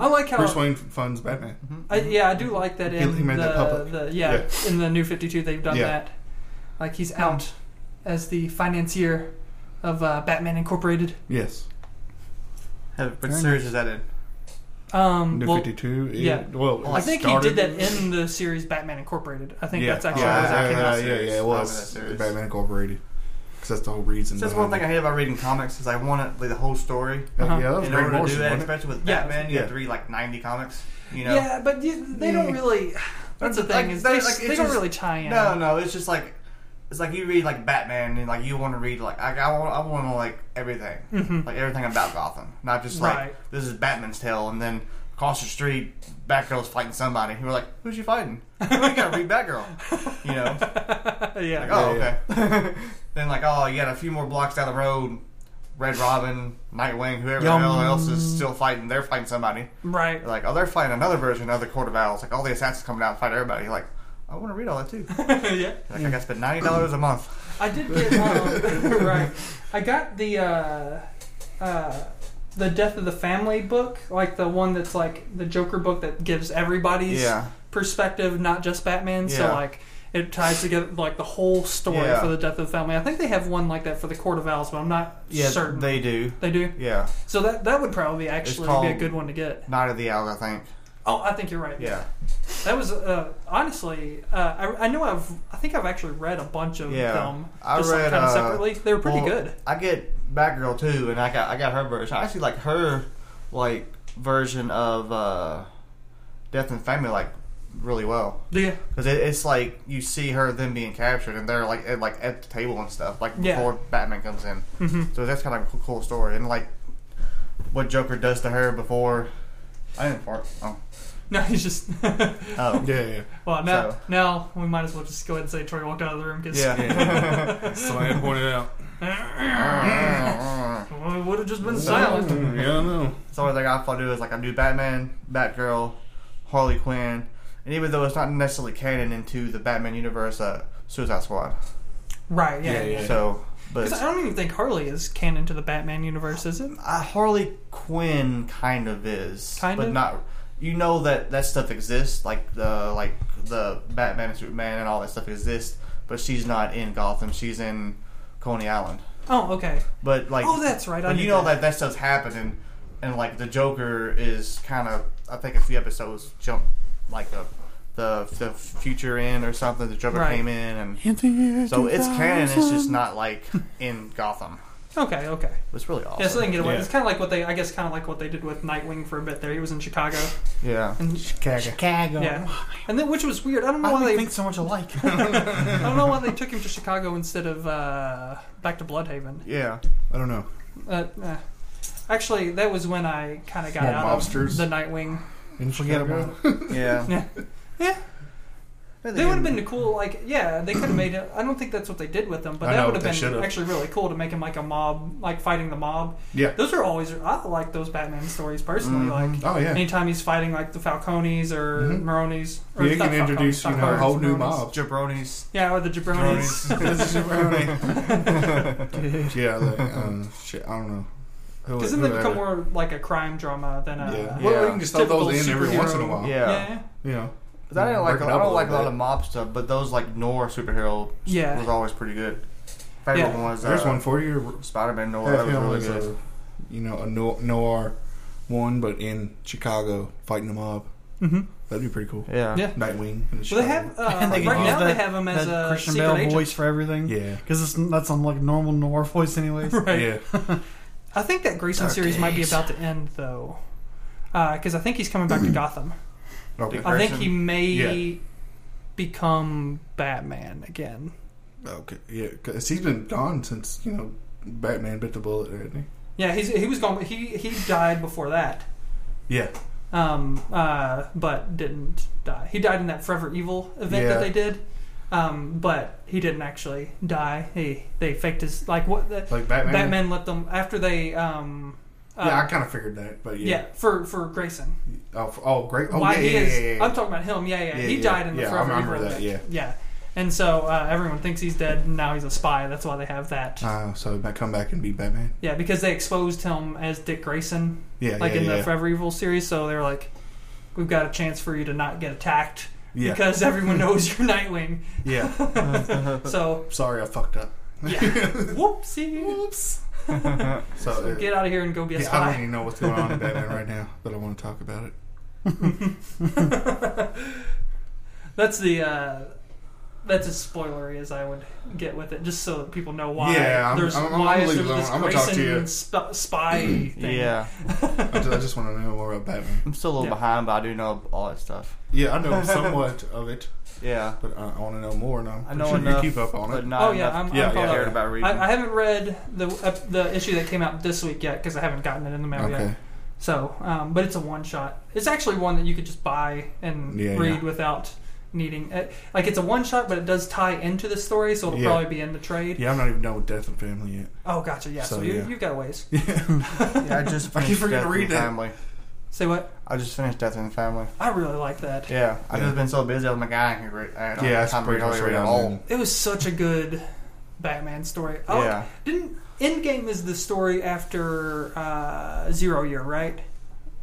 S4: I like how
S3: Bruce Wayne funds Batman.
S4: I, yeah, I do like that in
S3: he made
S4: the,
S3: that public.
S4: the yeah,
S3: Yeah.
S4: in the new Fifty Two they've done
S3: Yeah.
S4: that. Like he's out as the financier of uh, Batman Incorporated.
S3: Yes.
S7: Have, what series is that in?
S4: Um,
S3: New
S4: well,
S3: 52. it-
S4: yeah. Oh,
S3: Well,
S4: I think he did that in the series Batman Incorporated. I think
S3: yeah.
S4: that's actually
S3: yeah,
S4: how
S7: how
S4: that
S7: that
S3: yeah,
S4: came
S7: came
S4: out.
S7: out.
S3: yeah,
S7: Series.
S3: yeah, It
S7: Probably that
S3: was
S7: series.
S3: Batman Incorporated. Because that's the whole reason.
S7: So That's one thing
S3: behind
S7: I hate about reading comics is I want to like, the whole story.
S3: it.
S4: Uh-huh.
S3: Yeah, that was
S7: In
S3: Grant
S7: order to do
S3: Morrison,
S7: that,
S3: wasn't it?
S7: especially with
S4: Yeah.
S7: Batman, you have
S3: Yeah.
S7: to read like 90 comics. You know.
S4: Yeah, but you, they don't really. That's the thing
S7: Like,
S4: is
S7: they-
S4: they,
S7: like, it's
S4: they don't
S7: just-
S4: really tie in.
S7: No, no, it's just like it's like you read like Batman and like you want to read like I I want, I want to like everything, like everything about Gotham, not just like
S4: Mm-hmm. Right.
S7: this is Batman's tale and then across the street Batgirl's fighting somebody. You were like, who's she fighting? I gotta read Batgirl, you know? Like,
S4: yeah.
S7: oh, okay. then like oh, you got a few more blocks down the road. Red Robin, Nightwing, whoever the hell else is still fighting, they're fighting somebody.
S4: Right.
S7: They're like, oh, they're fighting another version of the Court of Owls. Like, all the assassins coming out and fight everybody. You're like, I want to read all that too.
S4: yeah.
S7: Like, I got to spend ninety dollars a month.
S4: I did get um, right. I got the uh, uh, the Death of the Family book, like the one that's like the Joker book that gives everybody's
S7: Yeah.
S4: perspective, not just Batman. So
S7: Yeah.
S4: like it ties together like the whole story
S7: Yeah.
S4: for the Death of the Family. I think they have one like that for the Court of Owls, but I'm not certain
S7: they do.
S4: They do.
S7: Yeah,
S4: So that that would probably actually be a
S7: called-
S4: good one to get.
S7: Night of the Owls, I think.
S4: Oh, I think you're right.
S7: Yeah,
S4: That was uh, honestly, uh, I, I know I've, I think I've actually read a bunch of
S7: Yeah.
S4: them.
S7: I
S4: just like
S7: read,
S4: kinda
S7: uh,
S4: separately. They were pretty
S7: Well,
S4: good.
S7: I get Batgirl too, and I got I got her version. I actually like her like version of uh, Death and Family like really well
S4: Yeah.
S7: because it, it's like you see her then being captured and they're like at, like at the table and stuff like
S4: Yeah. Mm-hmm.
S7: before Batman comes in. So that's kind of a cool, cool story and like what Joker does to her before. I didn't fart. Oh,
S4: No, he's just.
S7: oh.
S3: Yeah, yeah.
S4: well, now,
S7: So-
S4: now we might as well just go ahead and say Troy walked out of the room because
S3: Somebody had pointed out.
S7: yeah.
S4: we would have just been silent.
S3: Mm, Yeah, I know.
S7: so what they got to do is like I do Batman, Batgirl, Harley Quinn, and even though it's not necessarily canon into the Batman universe, uh, Suicide Squad.
S4: Right, yeah.
S3: Yeah, yeah.
S7: So, but
S4: 'Cause
S7: it's-
S4: I don't even think Harley is canon to the Batman universe, is it?
S7: uh, Harley Quinn kind of is,
S4: Kind
S7: but
S4: of?
S7: not. You know that that stuff exists, like the like the Batman and Superman and all that stuff exists, but she's not in Gotham. She's in Coney Island.
S4: Oh, okay.
S7: But like,
S4: Oh, that's right, I
S7: But you
S4: knew
S7: know
S4: that.
S7: that. that stuff's happening, and like the Joker is kind of. I think a few episodes jump like a, the the future in or something. The Joker
S4: Right.
S7: came in, and so it's canon. It's just not like in Gotham.
S4: Okay, okay.
S7: It's really awesome.
S4: Yeah, so they can get away.
S3: Yeah.
S4: It's kind of like what they, I guess, kind of like what they did with Nightwing for a bit there. He was in Chicago.
S7: yeah.
S4: And,
S5: Chicago.
S4: yeah. And then, which was weird. I don't know
S5: Why do
S4: why
S5: we
S4: they,
S5: think so much alike?
S4: I don't know why they took him to Chicago instead of uh, back to Bloodhaven.
S7: Yeah.
S3: I don't know.
S4: Uh, uh, actually, that was when I kind of got
S3: More
S4: out
S3: mobsters.
S4: of the Nightwing.
S3: In
S5: Forget
S3: Chicago?
S5: about
S7: Yeah.
S4: Yeah. Yeah. They would have been cool, like yeah, they could have made it. I don't think that's what they did with them, but
S3: I
S4: that
S3: know,
S4: would have
S3: they
S4: been
S3: should've.
S4: actually really cool to make him like a mob, like fighting the mob.
S3: Yeah.
S4: Those are always I like those Batman stories personally. Like
S3: Oh, yeah.
S4: anytime he's fighting like the Falcones or Maronis, or
S3: You
S4: not
S3: can
S4: Falcones,
S3: introduce, you know, a
S4: Falcones,
S3: whole new
S4: Maronis.
S3: mob.
S7: Oh, jabronis.
S4: Yeah, or the Jabronis.
S3: yeah, like, um, shit, I don't know. Who-
S4: Because then
S3: who
S4: they become
S3: that-
S4: more like like a crime drama than
S3: Yeah.
S4: a
S3: Well,
S7: Yeah.
S3: we can just throw those in
S4: Typical
S3: every once in a
S4: superhero.
S3: while.
S7: Yeah.
S4: yeah.
S3: You know.
S7: 'Cause I didn't like.
S3: Break it
S7: I
S3: up a
S7: don't like a
S3: little
S7: lot of mob stuff, but those like Nor superhero
S4: Yeah.
S7: was always pretty good. Favorite
S4: Yeah.
S7: one was uh,
S3: There's one for you.
S7: Spider Man Noir.
S3: Half
S7: That was
S3: Hill
S7: really
S3: is
S7: good.
S3: a, you know, a no- noir one, but in Chicago, fighting the mob.
S4: Mm-hmm.
S3: That'd be pretty cool.
S7: Yeah.
S4: Yeah.
S3: Nightwing. in
S4: Well,
S3: Chicago.
S4: they have uh,
S5: And they
S4: right
S5: can use
S4: now. They
S5: that-
S4: have him as
S5: that
S4: a
S5: Christian
S4: secret
S5: Bale
S4: agent.
S5: voice for
S4: uh,
S5: everything.
S3: Yeah.
S5: Because that's on like normal noir voice, anyways.
S4: Right.
S3: Yeah.
S4: I think that Grayson
S5: Dark
S4: series might be
S5: days.
S4: about to end though, because I think he's coming
S3: Mm-hmm.
S4: back to Gotham.
S3: Okay.
S4: I think he
S7: Grayson?
S4: may
S3: Yeah.
S4: become Batman again.
S3: Okay. Yeah. Because he's been gone since, you know, Batman bit the bullet, hasn't he?
S4: Yeah, he's he was gone. He he died before that,
S3: Yeah.
S4: um, uh, but didn't die. He died in that Forever Evil event
S3: Yeah.
S4: that they did. Um, but he didn't actually die. He they faked his like what the
S3: Like Batman.
S4: Batman let them after they um uh,
S3: yeah, I kind of figured that, but
S4: yeah
S3: yeah.
S4: for for Grayson
S3: Oh, f- oh, great. Oh,
S4: why
S3: yeah,
S4: he
S3: yeah,
S4: is.
S3: yeah, yeah,
S4: I'm talking about him. Yeah, yeah.
S3: Yeah,
S4: he
S3: yeah.
S4: died in the
S3: Yeah, I
S4: Forever
S3: remember
S4: Evil
S3: that,
S4: event. Yeah. And so uh, everyone thinks he's dead, and now he's a spy. That's why they have that.
S3: Ah, so I come back and be Batman.
S4: yeah, because they exposed him as Dick Grayson,
S3: Yeah,
S4: like
S3: yeah,
S4: in
S3: yeah.
S4: the Forever Evil series. So they're like, "We've got a chance for you to not get attacked
S3: Yeah.
S4: because everyone knows you're Nightwing."
S3: yeah.
S4: So
S3: Sorry, I fucked up.
S4: yeah, whoopsie, whoops.
S3: So, uh,
S4: Get out of here and go be a
S3: yeah, I
S4: spy.
S3: don't even know what's going on in Batman right now, but I want to talk about it.
S4: That's the. Uh, that's as spoilery as I would get with it, just so that people know why.
S3: Yeah, I'm-
S4: there's
S3: I'm- I'm
S4: why
S3: gonna
S4: is
S3: leave
S4: there
S3: it
S4: this
S3: alone. I'm gonna talk to
S4: Grayson
S3: you.
S4: sp- spy thing?
S7: Yeah.
S3: I just, I just want to know more about Batman.
S7: I'm still a little
S4: Yeah.
S7: behind, but I do know all that stuff.
S3: Yeah, I know somewhat of it,
S7: Yeah.
S3: but I, I want to know more. And I'm
S7: I know
S3: sure
S7: enough,
S3: you keep up on
S7: But
S3: it.
S7: not
S4: Oh yeah,
S7: enough
S4: I'm,
S7: to
S4: I'm
S3: Yeah, yeah,
S4: caught
S7: care
S4: up.
S7: about reading.
S4: I, I haven't read the uh, the issue that came out this week yet because I haven't gotten it in the mail
S3: Okay.
S4: yet. So, um, but it's a one shot. It's actually one that you could just buy and
S3: Yeah,
S4: read
S3: yeah.
S4: without needing it. Like it's a one shot, but it does tie into the story, so it'll
S3: Yeah.
S4: probably be in the trade.
S3: Yeah, I'm not even done with Death and Family yet.
S4: Oh, gotcha. Yeah. So,
S3: So,
S4: you,
S3: yeah.
S4: you've got ways.
S7: yeah, I just
S3: I keep
S7: finished Death
S3: forgetting to
S7: in
S3: read
S7: the
S3: that.
S7: Family.
S4: Say what?
S7: I just finished Death in the Family.
S4: I really like that.
S7: Yeah, I've
S3: Yeah.
S7: just been so busy. I'm like, "Ah, I can read. I don't
S3: Yeah,
S7: have
S3: that's
S7: time to read
S3: pretty much
S7: hardly
S3: right
S7: read at
S3: on.
S7: all.
S4: It was such a good Batman story. Oh,
S7: Yeah.
S4: Didn't Endgame is the story after uh, Zero Year, right?
S3: Uh,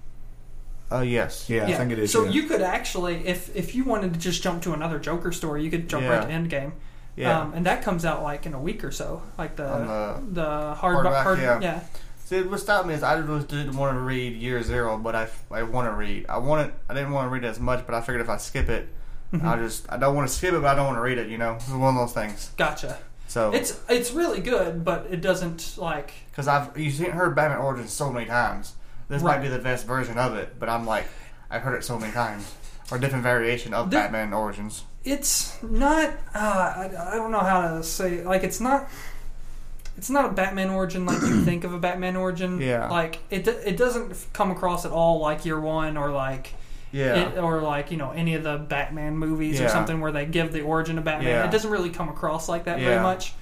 S7: Oh yes.
S3: Yeah, I think it is.
S4: So
S3: yeah.
S4: you could actually, if if you wanted to just jump to another Joker story, you could jump
S7: Yeah.
S4: right to Endgame.
S7: Yeah.
S4: Um, and that comes out like in a week or so, like the
S7: On
S4: the hard,
S7: hard rock,
S4: hard
S7: yeah.
S4: yeah.
S7: See, what stopped me is I just didn't want to read Year Zero, but I, I want to read. I wanted I didn't want to read it as much, but I figured if I skip it,
S3: Mm-hmm.
S7: I just I don't want to skip it, but I don't want to read it. You know, it's one of those things.
S4: Gotcha.
S7: So
S4: It's it's really good, but it doesn't like
S7: because I've you've seen, heard Batman Origins so many times, this
S4: Right.
S7: might be the best version of it. But I'm like I've heard it so many times, or different variation of
S4: There-
S7: Batman origins.
S4: it's not uh, I, I don't know how to say like it's not it's not a batman origin like you think of a batman origin
S7: Yeah.
S4: like it it doesn't come across at all like year one or like
S7: Yeah,
S4: it, or like you know any of the batman movies
S7: Yeah.
S4: or something where they give the origin of batman
S7: Yeah.
S4: it doesn't really come across like that very
S7: Yeah.
S4: much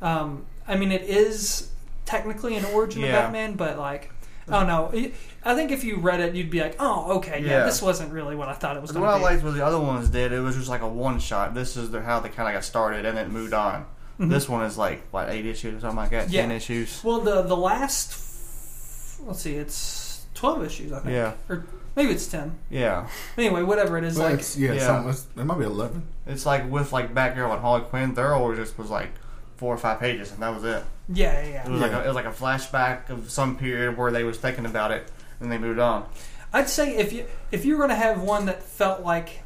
S4: um, i mean it is technically an origin of
S7: Yeah.
S4: batman but like oh, I don't know. I think if you read it, you'd be like, "Oh, okay, yeah,
S7: Yeah.
S4: this wasn't really what I thought it was."
S7: But
S4: going
S7: what I
S4: to be.
S7: liked was the other ones did. It was just like a one shot. This is the, how they kind of got started and it moved on. This one is like what eight issues or something like that.
S4: Mm-hmm. Yeah.
S7: Ten issues.
S4: Well, the the last, f- let's see, it's twelve issues, I think,
S7: Yeah,
S4: or maybe it's ten.
S7: yeah.
S4: Anyway, whatever it is,
S3: Well,
S4: like
S3: it's, yeah,
S7: yeah.
S3: Some, it's, it might be eleven.
S7: It's like with like Batgirl and Harley Quinn. Their origin was like four or five pages, and that was it.
S4: yeah, yeah,
S7: It
S4: yeah.
S7: was like
S3: Yeah.
S7: a, it was like a flashback of some period where they was thinking about it, and they moved on.
S4: I'd say if you if you were going to have one that felt like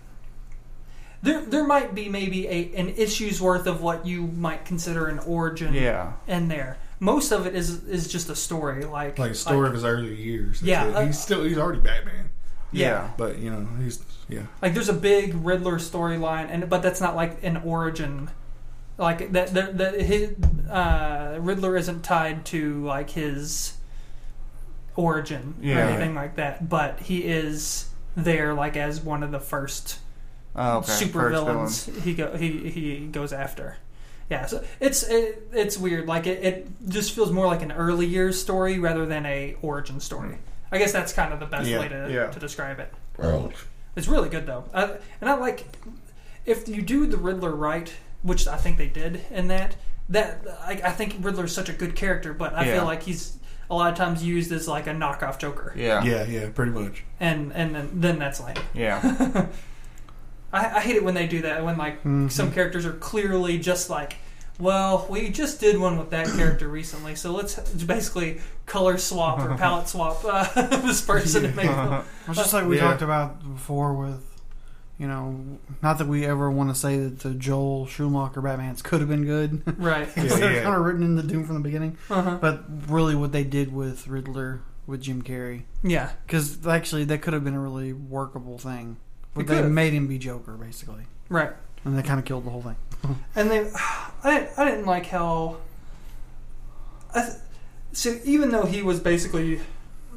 S4: there there might be maybe a an issue's worth of what you might consider an origin
S7: Yeah,
S4: in there. Most of it is is just a story, like
S3: Like a story of his earlier years. That's
S4: Yeah,
S3: it.
S4: uh,
S3: he's still he's already Batman,
S7: yeah,
S3: but you know he's yeah.
S4: like there's a big Riddler storyline, and but that's not like an origin. Like that, that, that his uh, Riddler isn't tied to like his origin or
S7: Yeah.
S4: anything like that, but he is there like as one of the first
S7: Oh, okay.
S4: super
S7: First
S4: villains he go he he goes after. Yeah, so it's it, it's weird. Like it, it just feels more like an early years story rather than a origin story. I guess that's kind of the best
S3: Yeah,
S4: way to
S7: Hmm. yeah.
S4: to describe it. It's really good though, I, and I like if you do the Riddler right, which I think they did in that. That I, I think Riddler's such a good character, but I
S7: Yeah.
S4: feel like he's a lot of times used as like a knockoff Joker,
S7: Yeah, yeah,
S3: Yeah, yeah, pretty much.
S4: and and then, then that's lame.
S7: yeah.
S4: I, I hate it when they do that when like
S3: Mm-hmm.
S4: some characters are clearly just like well we just did one with that character recently so let's basically color swap or palette swap uh, this person to make them
S5: It's just like we
S3: Yeah.
S5: talked about before with, you know, not that we ever want to say that the Joel Schumacher Batman's could have been good.
S4: right
S3: Yeah,
S5: They're
S3: yeah.
S5: kind of written into Doom from the beginning.
S4: uh-huh.
S5: But really, what they did with Riddler with Jim Carrey,
S4: yeah
S5: because actually that could have been a really workable thing.
S4: It
S5: But they
S4: could've.
S5: made him be Joker basically,
S4: right
S5: and they kind of killed the whole thing.
S4: and they I, I didn't like how I th- so even though he was basically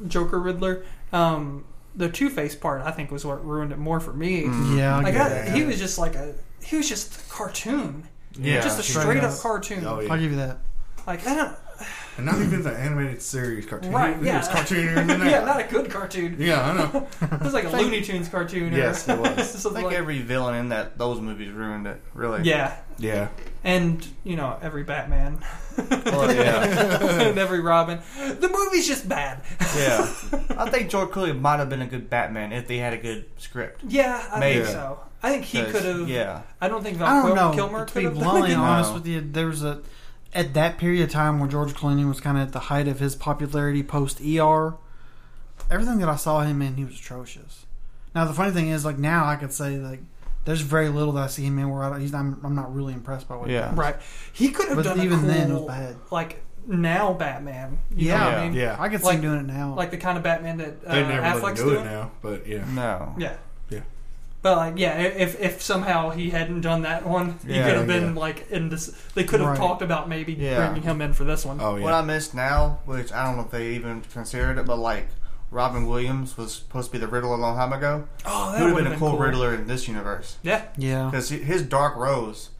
S4: Joker Riddler um, the Two Face part I think was what ruined it more for me
S3: Mm.
S5: Yeah, I
S4: like
S5: get
S4: I,
S5: that.
S4: he was just like a he was just a cartoon
S7: Yeah.
S4: just a
S5: Straight
S4: straight up
S5: up.
S4: cartoon
S3: Oh
S5: I'll
S3: yeah,
S5: give you that.
S4: like I don't
S3: and not even the animated series cartoon.
S4: Right,
S3: It was
S4: yeah.
S3: cartoonier than that.
S4: yeah not a good cartoon
S3: Yeah, I know.
S4: it was like a Looney Tunes cartoon or
S3: Yes, it was.
S7: I
S4: something
S7: think
S4: like
S7: every villain in that those movies ruined it. Really.
S4: yeah
S3: Yeah,
S4: and you know every Batman
S3: Oh,
S7: Well, yeah.
S4: and every Robin the movie's just bad
S7: Yeah. I think George Clooney might have been a good Batman if they had a good script.
S4: yeah I
S7: Maybe.
S4: think so I think he
S7: 'Cause,
S4: could have
S7: Yeah.
S4: I don't think
S5: I
S4: Val
S5: don't know.
S4: Kilmer
S5: to
S4: could
S5: be
S4: have
S5: bluntly
S7: No.
S5: honest with you, there was a at that period of time where George Clooney was kind of at the height of his popularity post ER. Everything that I saw him in, he was atrocious. Now the funny thing is, like now I could say like there's very little that I see him in where I, don't- he's I'm, I'm not really impressed by what. he
S7: Yeah.
S5: does.
S4: right. He could have
S5: But
S4: done
S5: even
S4: a cool,
S5: then, it was bad.
S4: like now Batman. You know
S5: Yeah,
S4: what I
S7: Yeah.
S4: mean?
S3: yeah.
S5: I could see
S4: Like-
S5: him doing it now.
S4: Like the kind of Batman that uh,
S3: they never let him
S4: Affleck's
S3: do
S4: doing.
S3: it now, but yeah,
S7: No.
S4: Yeah.
S3: Yeah.
S4: But like, yeah, i- if if somehow he hadn't done that one, he
S7: Yeah,
S4: could have been
S3: yeah.
S4: like in this. They could have
S5: Right.
S4: talked about maybe
S7: Yeah.
S4: bringing him in for this one.
S3: oh yeah,
S7: What I miss now, which I don't know if they even considered it, but like Robin Williams was supposed to be the Riddler a long time ago.
S4: oh,
S7: He would have been, a cool, Riddler in this universe
S4: Yeah.
S5: yeah,
S7: because his Dark Rose.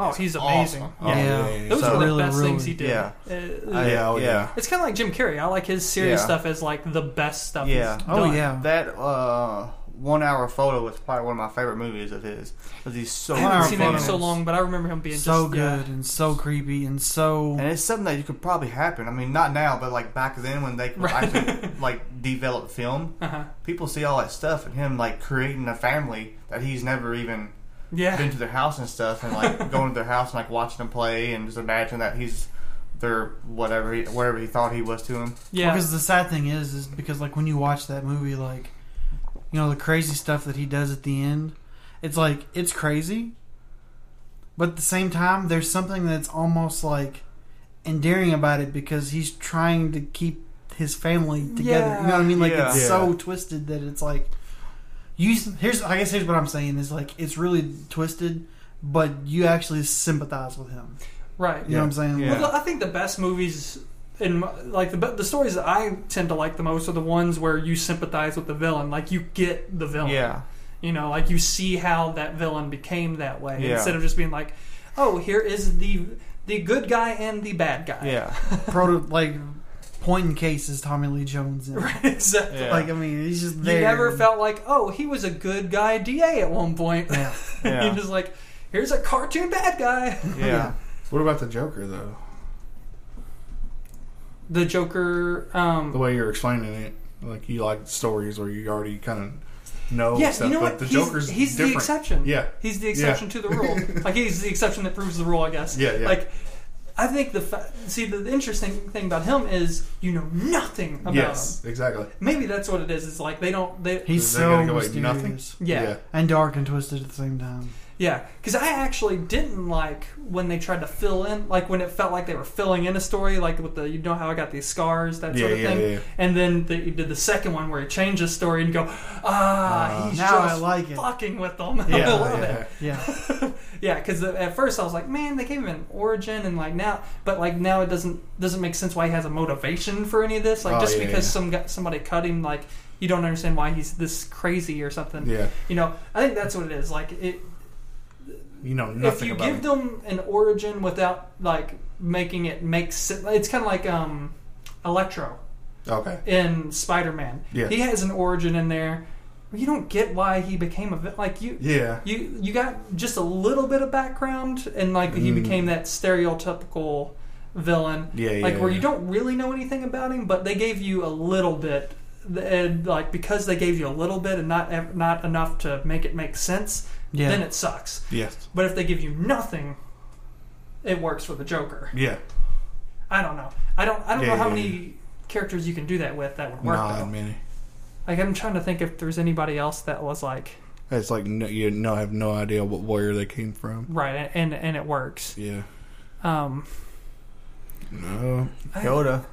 S4: Oh, he's amazing.
S7: awesome.
S3: oh,
S5: yeah.
S4: Those
S7: So-
S4: were the
S5: Really,
S4: best
S5: really,
S4: things he did.
S7: yeah.
S4: Uh,
S7: I-
S3: Yeah, oh, yeah.
S4: it's kind of like Jim Carrey. I like his serious
S7: Yeah.
S4: stuff as like the best stuff. he's
S7: Yeah.
S5: Oh
S4: done.
S5: yeah.
S7: That uh, one hour photo was probably one of my favorite movies of his because he's so.
S4: I haven't
S5: Our
S4: seen that in so
S5: photos.
S4: long, but I remember him being
S5: so
S4: just,
S5: good
S4: yeah.
S5: and so creepy and so
S7: And it's something that you could probably happen. I mean, not now, but like back then when they could
S4: Right.
S7: actually like develop film,
S4: Uh-huh.
S7: people see all that stuff and him like creating a family that he's never even been
S4: Yeah,
S7: to their house and stuff, and like going to their house and like watching them play, and just imagine that he's their whatever he, whatever he thought he was to him.
S4: yeah.
S5: Because the sad thing is, is because like when you watch that movie, like you know the crazy stuff that he does at the end, it's like it's crazy, but at the same time, there's something that's almost like endearing about it because he's trying to keep his family together. You know what I mean? Like
S7: Yeah.
S5: it's
S3: Yeah.
S5: so twisted that it's like You s- here's I guess here's what I'm saying is like it's really twisted, but you actually sympathize with him.
S4: Right.
S5: You know what I'm saying?
S7: Yeah.
S4: Well, I think the best movies, in my- like the be- the stories that I tend to like the most, are the ones where you sympathize with the villain. Like you get the villain.
S7: Yeah.
S4: You know, like you see how that villain became that way
S7: Yeah.
S4: instead of just being like, oh, here is the the good guy and the bad guy.
S7: Yeah.
S5: Proto like point in case is Tommy Lee Jones. In.
S4: Right. Exactly.
S7: Yeah.
S5: Like I mean, he's just
S4: You
S5: there.
S4: never felt like, oh, he was a good guy DA at one point.
S5: Yeah.
S7: Yeah.
S4: You're just like, here's a cartoon bad guy.
S7: Yeah.
S3: What about the Joker though?
S4: The Joker. Um,
S3: The way you're explaining it, like you like stories where you already kind of know.
S4: Yeah,
S3: stuff,
S4: you know
S3: but
S4: what?
S3: The
S4: he's
S3: Joker's
S4: he's
S3: different.
S4: the exception.
S3: Yeah.
S4: he's the exception to the rule. like he's the exception that proves the rule, I guess.
S3: Yeah, yeah.
S4: Like I think the fa- see the, the interesting thing about him is you know nothing about
S3: Yes,
S4: him.
S3: exactly.
S4: Maybe that's what it is. It's like they don't they
S5: He's
S3: Is that
S5: so
S3: gonna go like
S5: mysterious
S3: nothing?
S4: yeah
S5: and dark and twisted at the same time.
S4: yeah because I actually didn't like when they tried to fill in like when it felt like they were filling in a story like with the you know how I got these scars that
S3: Yeah,
S4: sort of
S3: yeah,
S4: thing
S3: yeah, yeah.
S4: and then they did the second one where he changed the story and go ah he's
S5: now I
S4: just
S5: like it.
S4: fucking with them
S3: Yeah,
S4: I love it
S3: yeah.
S5: Yeah,
S4: yeah, because at first I was like, man, they gave him an origin, and like now, but like now it doesn't doesn't make sense why he has a motivation for any of this. Like
S3: Oh,
S4: just
S3: yeah,
S4: because
S3: yeah.
S4: some guy, somebody cut him, like you don't understand why he's this crazy or something.
S3: Yeah.
S4: You know, I think that's what it is. Like it,
S3: You know nothing
S4: if you
S3: about
S4: give
S3: him.
S4: them an origin without like making it make sense, it's kind of like um, Electro
S3: Okay.
S4: in Spider Man.
S3: Yeah.
S4: He has an origin in there. You don't get why he became a vi- like you.
S3: Yeah.
S4: You you got just a little bit of background, and like he became that stereotypical villain.
S3: Mm. Yeah, yeah,
S4: Like where
S3: yeah.
S4: you don't really know anything about him, but they gave you a little bit, and like because they gave you a little bit and not ev- not enough to make it make sense,
S5: Yeah.
S4: then it sucks.
S3: Yes.
S4: But if they give you nothing, it works for the Joker.
S3: Yeah.
S4: I don't know. I don't I don't
S3: Yeah,
S4: know how
S3: yeah,
S4: many characters you can do that with that would work.
S3: Not
S4: though.
S3: many.
S4: Like I'm trying to think if there's anybody else that was like
S3: It's like no, you no have no idea what where they came from.
S4: right and and it works.
S3: Yeah.
S4: Um,
S3: No.
S7: Yoda.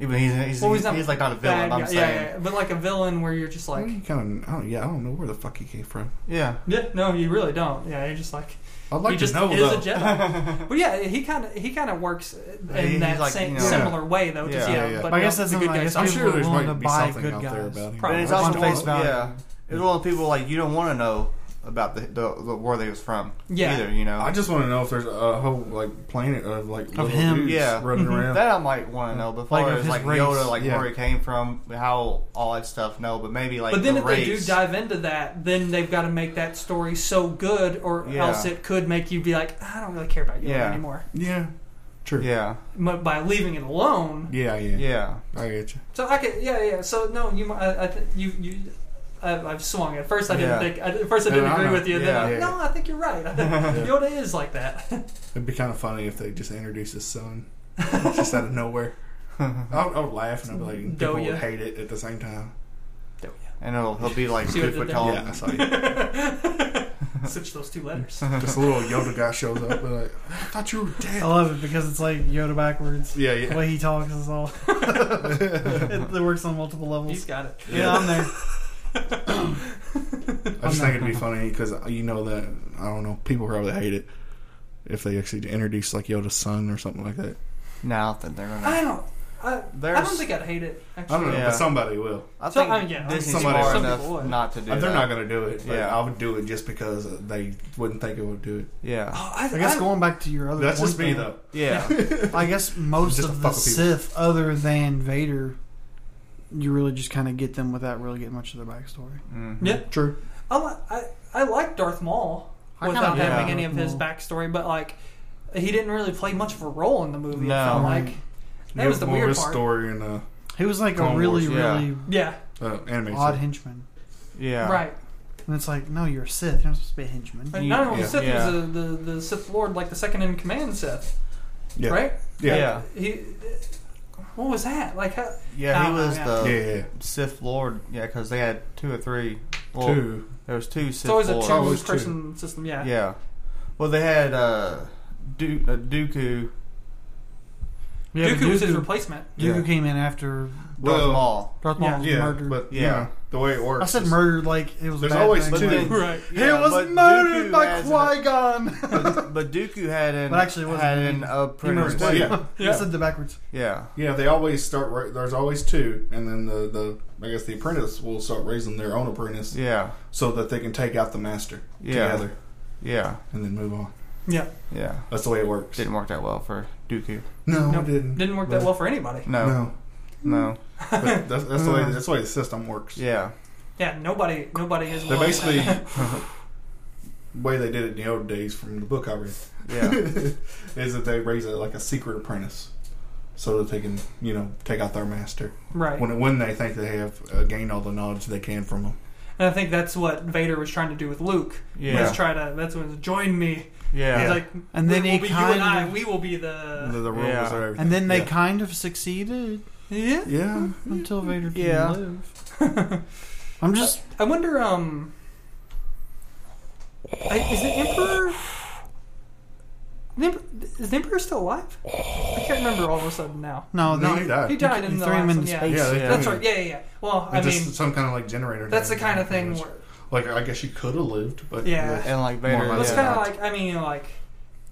S7: Even he's he's,
S4: Well,
S7: he's, like not a villain.
S4: bad
S7: I'm
S4: guy.
S7: saying.
S4: yeah, yeah, yeah, but like a villain where you're just like,
S3: Like, kind of. I don't, yeah. I don't know where the fuck he came from.
S7: Yeah.
S4: yeah, no, you really don't. Yeah, you're just like,
S3: I'd like
S4: he
S3: to
S4: just
S3: know
S4: is
S3: though.
S4: a Jedi. but yeah, he kind of he kind of works in
S7: He-
S4: that
S7: he's like,
S4: same,
S7: you know-
S4: similar way though. Just,
S7: Yeah,
S4: yeah,
S3: yeah, yeah.
S4: But
S5: I guess
S4: no,
S5: that's
S4: the good
S5: I
S4: guys.
S5: guess
S3: I'm
S5: people
S3: sure
S5: are
S3: there's
S5: willing to
S3: might be
S5: buy
S3: something
S5: good
S3: out
S5: guys.
S3: there about him.
S4: Probably.
S7: But it's
S4: Probably.
S7: also
S5: Probably.
S7: face value. Yeah. It's one of the people like you don't want to know about the, the, the where they was from.
S4: Yeah.
S7: Either you know.
S3: I just want to know if there's a whole like planet of like little
S5: him.
S3: dudes
S7: Yeah. Mm-hmm.
S3: running
S4: Mm-hmm.
S3: around.
S7: that I might want to know, but like,
S5: Like, of
S7: as,
S5: his
S7: like
S5: race.
S7: Yoda, like
S3: Yeah.
S7: where he came from, how all that stuff. No, but maybe like.
S4: But then
S7: the
S4: if
S7: race.
S4: they do dive into that, then they've got to make that story so good, or
S7: Yeah.
S4: else it could make you be like, I don't really care about Yoda
S7: Yeah.
S4: anymore.
S3: yeah. True.
S7: Yeah,
S4: But by leaving it alone,
S3: Yeah. Yeah.
S7: yeah,
S3: I get you.
S4: So I could, yeah, yeah. So no, you, mi- I, I think you, you, I, I've swung. At first, I didn't
S7: Yeah.
S4: think. I, at first, I
S3: No,
S4: didn't
S3: no,
S4: agree
S3: no.
S4: with you. Then,
S7: Yeah.
S4: I'm like,
S3: Yeah.
S4: no, I think you're right. I think Yoda is like that.
S3: It'd be kind of funny if they just introduced his son just out of nowhere. I would, I would laugh and I'd be like, people
S4: Doja.
S3: would hate it at the same time.
S7: and he'll he'll be like
S4: See
S7: two
S4: what I did
S7: foot
S4: there?
S7: tall.
S3: Yeah, I saw you.
S4: Switch those two letters.
S3: Just a little Yoda guy shows up. be Like, I thought you were
S5: I
S3: dead.
S5: love it because it's like Yoda backwards.
S3: Yeah,
S5: The
S3: yeah.
S5: way Oh. he talks is all. it, it works on multiple
S4: He's
S5: levels.
S4: got it.
S5: Yeah, I'm there.
S3: I just think it'd be funny because you know that I don't know people probably hate it if they actually introduce like Yoda's son or something like that.
S7: No, I don't think they're gonna.
S4: I don't. I, I
S7: There's-
S4: don't think I'd hate it.
S3: I don't know,
S4: Actually,
S7: Yeah.
S3: but somebody will.
S7: I
S4: So,
S7: think
S4: I mean, yeah,
S7: Disney's
S3: somebody-
S7: smart
S4: some
S7: enough
S4: people would.
S7: not to do.
S3: Uh, They're
S7: that.
S3: not gonna do it.
S7: Yeah.
S3: yeah, I would do it just because they wouldn't think it would do it.
S7: Yeah,
S4: Oh, I,
S5: I guess going back to your other.
S3: That's
S5: point
S3: just me
S5: though.
S3: though.
S7: yeah,
S5: I guess most
S3: Just to
S5: of the
S3: fuck with people.
S5: Sith, other than Vader, you really just kind of get them without really getting much of their backstory.
S7: Mm-hmm.
S4: Yeah.
S3: True.
S4: I, li- I, I like Darth Maul
S5: I kinda
S4: without
S7: like
S4: having
S5: Darth
S4: any of his
S5: Maul.
S4: backstory, but like he didn't really play much of a role in the movie. I
S7: No.
S4: felt like that was the
S3: more
S4: weird
S3: his
S4: part.
S3: story and uh,
S5: He was like
S3: Clone
S5: a really,
S7: Wars, yeah.
S5: really
S4: Yeah,
S3: uh, animated.
S5: odd henchman,
S7: yeah.
S4: right.
S5: and it's like, no, you're a Sith. You're not supposed to be a henchman.
S4: And not only
S3: Yeah.
S4: Sith,
S7: Yeah.
S4: he was a, the the Sith Lord, like the second in command Sith,
S3: yeah.
S4: right?
S3: Yeah.
S7: Yeah,
S4: He, what was that? Like, how,
S7: Yeah, he
S4: Uh,
S7: was
S4: yeah.
S7: the
S3: Yeah, yeah, yeah.
S7: Sith Lord. Yeah, because they had two or three. Well,
S3: Two.
S7: There was two Sith
S4: it's always a
S7: Lords.
S3: Oh, it was two.
S4: two-person system. Yeah.
S7: Yeah. Well, they had uh, du- uh, Dooku.
S5: Yeah,
S4: Dooku
S5: but
S4: was his
S5: Dooku-
S4: replacement.
S5: Dooku
S3: Yeah.
S5: came in after
S7: Darth
S3: Well,
S7: Maul.
S5: Darth Maul
S4: Yeah.
S5: was
S3: yeah,
S5: murdered.
S3: but
S7: Yeah.
S3: yeah, the way it works.
S5: I said
S3: is-
S5: murdered like it was. a
S3: There's
S5: bad
S3: always
S5: thing.
S3: two.
S7: then-
S4: Right.
S7: Yeah,
S5: he was
S7: but
S5: murdered
S7: Dooku
S5: by
S7: has
S5: Qui
S7: an-
S5: Gon.
S7: But, but Dooku had an
S5: But actually it wasn't
S7: had
S5: him.
S7: an apprentice.
S5: murdered
S3: Yeah.
S5: I said the backwards.
S7: Yeah.
S3: Yeah, they always start. Ra- there's always two, and then the, the I guess the apprentice will start raising their own apprentice
S7: Yeah.
S3: so that they can take out the master
S7: Yeah.
S3: together
S7: Yeah.
S3: and then move on.
S4: Yeah,
S7: Yeah.
S3: That's the way it works.
S7: Didn't work that well for Dooku.
S3: no,
S4: No,
S3: it didn't.
S4: didn't work that well for anybody.
S7: No. No.
S3: No, but that's, that's the way that's the way the system works.
S7: Yeah.
S4: Yeah, nobody, nobody is.
S3: They
S4: one.
S3: basically way they did it in the old days from the book I read
S7: Yeah.
S3: is that they raise a, like a secret apprentice so that they can you know take out their master
S4: right.
S3: when when they think they have uh, gained all the knowledge they can from him.
S4: And I think that's what Vader was trying to do with Luke.
S7: Yeah.
S4: Let's try to. That's when join me.
S7: Yeah.
S4: He's like,
S5: And then
S4: we
S5: he
S4: will be you and I.
S5: kind of-
S4: We will be
S3: The,
S4: the.
S3: the rules
S7: Yeah.
S3: are everything.
S5: And then they
S3: yeah.
S5: kind of succeeded
S4: Yeah.
S3: yeah.
S5: until Vader didn't
S7: Yeah.
S5: live. I'm just
S4: I wonder. Um. I, is the emperor? The emperor, is the emperor still alive? I can't remember. All of a sudden now.
S5: no. They,
S3: No, he died.
S4: He died in
S5: You
S4: the
S5: threw
S4: last
S5: him
S4: one.
S5: into
S4: yeah.
S5: space.
S3: Yeah, they
S4: That's
S3: threw
S4: right. Yeah, yeah, yeah. Well, I
S3: It's just
S4: mean,
S3: some kind of like generator.
S4: that's the
S3: thing.
S4: kind of thing where
S3: Like I guess you could have lived, but
S4: Yeah.
S7: and like
S3: More
S7: Vader.
S3: like
S4: Well, it's
S7: yeah.
S4: kind of like I mean, like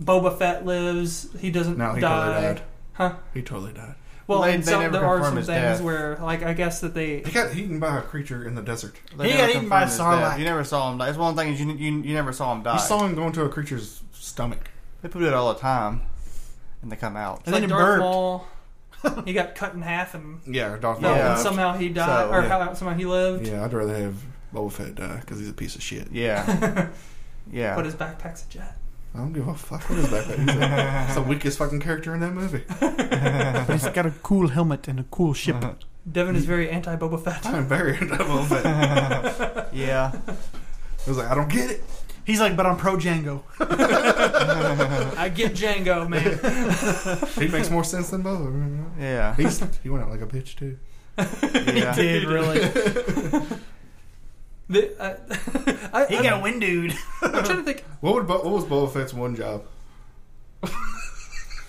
S4: Boba Fett lives. He doesn't
S3: no, he
S4: die.
S3: totally died.
S4: Huh?
S3: He totally died.
S4: Well,
S7: They-
S4: and
S7: they
S4: some,
S7: never
S4: there are
S7: confirm
S4: some things
S7: his death.
S4: where, like, I guess that they.
S3: He got eaten by a creature in the desert.
S7: They
S5: He
S7: never
S5: got eaten by
S7: confirmed his death.
S5: Sarlacc.
S7: You never saw him die. It's one thing is you, you you never saw him die.
S3: You saw him go into a creature's stomach.
S7: They put it all the time, and they come out.
S4: It's
S5: And then
S4: like
S5: it
S4: Darth
S5: burped.
S4: Maul. he got cut in half and,
S3: Yeah, Darth
S4: fell,
S3: Maul.
S7: Yeah.
S4: and somehow he died,
S7: So,
S4: or
S3: yeah.
S4: how, somehow he lived.
S3: Yeah, I'd rather have Boba Fett die because he's a piece of shit.
S7: Yeah. Yeah.
S4: But his backpack's a jet.
S3: I don't give a fuck what his backpack. He's, the- he's the weakest fucking character in that movie.
S5: but he's got a cool helmet and a cool ship.
S4: Devin is very anti Boba Fett.
S3: I'm very into Boba Fett. I
S7: yeah.
S3: was like, I don't get it.
S5: He's like, but I'm pro Django.
S4: I get Django, man.
S3: He makes more sense than Boba.
S7: Yeah.
S3: He's, he went out like a bitch too.
S7: Yeah.
S5: Dude, really?
S4: The- uh, I,
S5: he
S4: I'm,
S5: got windowed.
S4: I'm trying to think.
S3: What would Bo- what was Boba Fett's one job?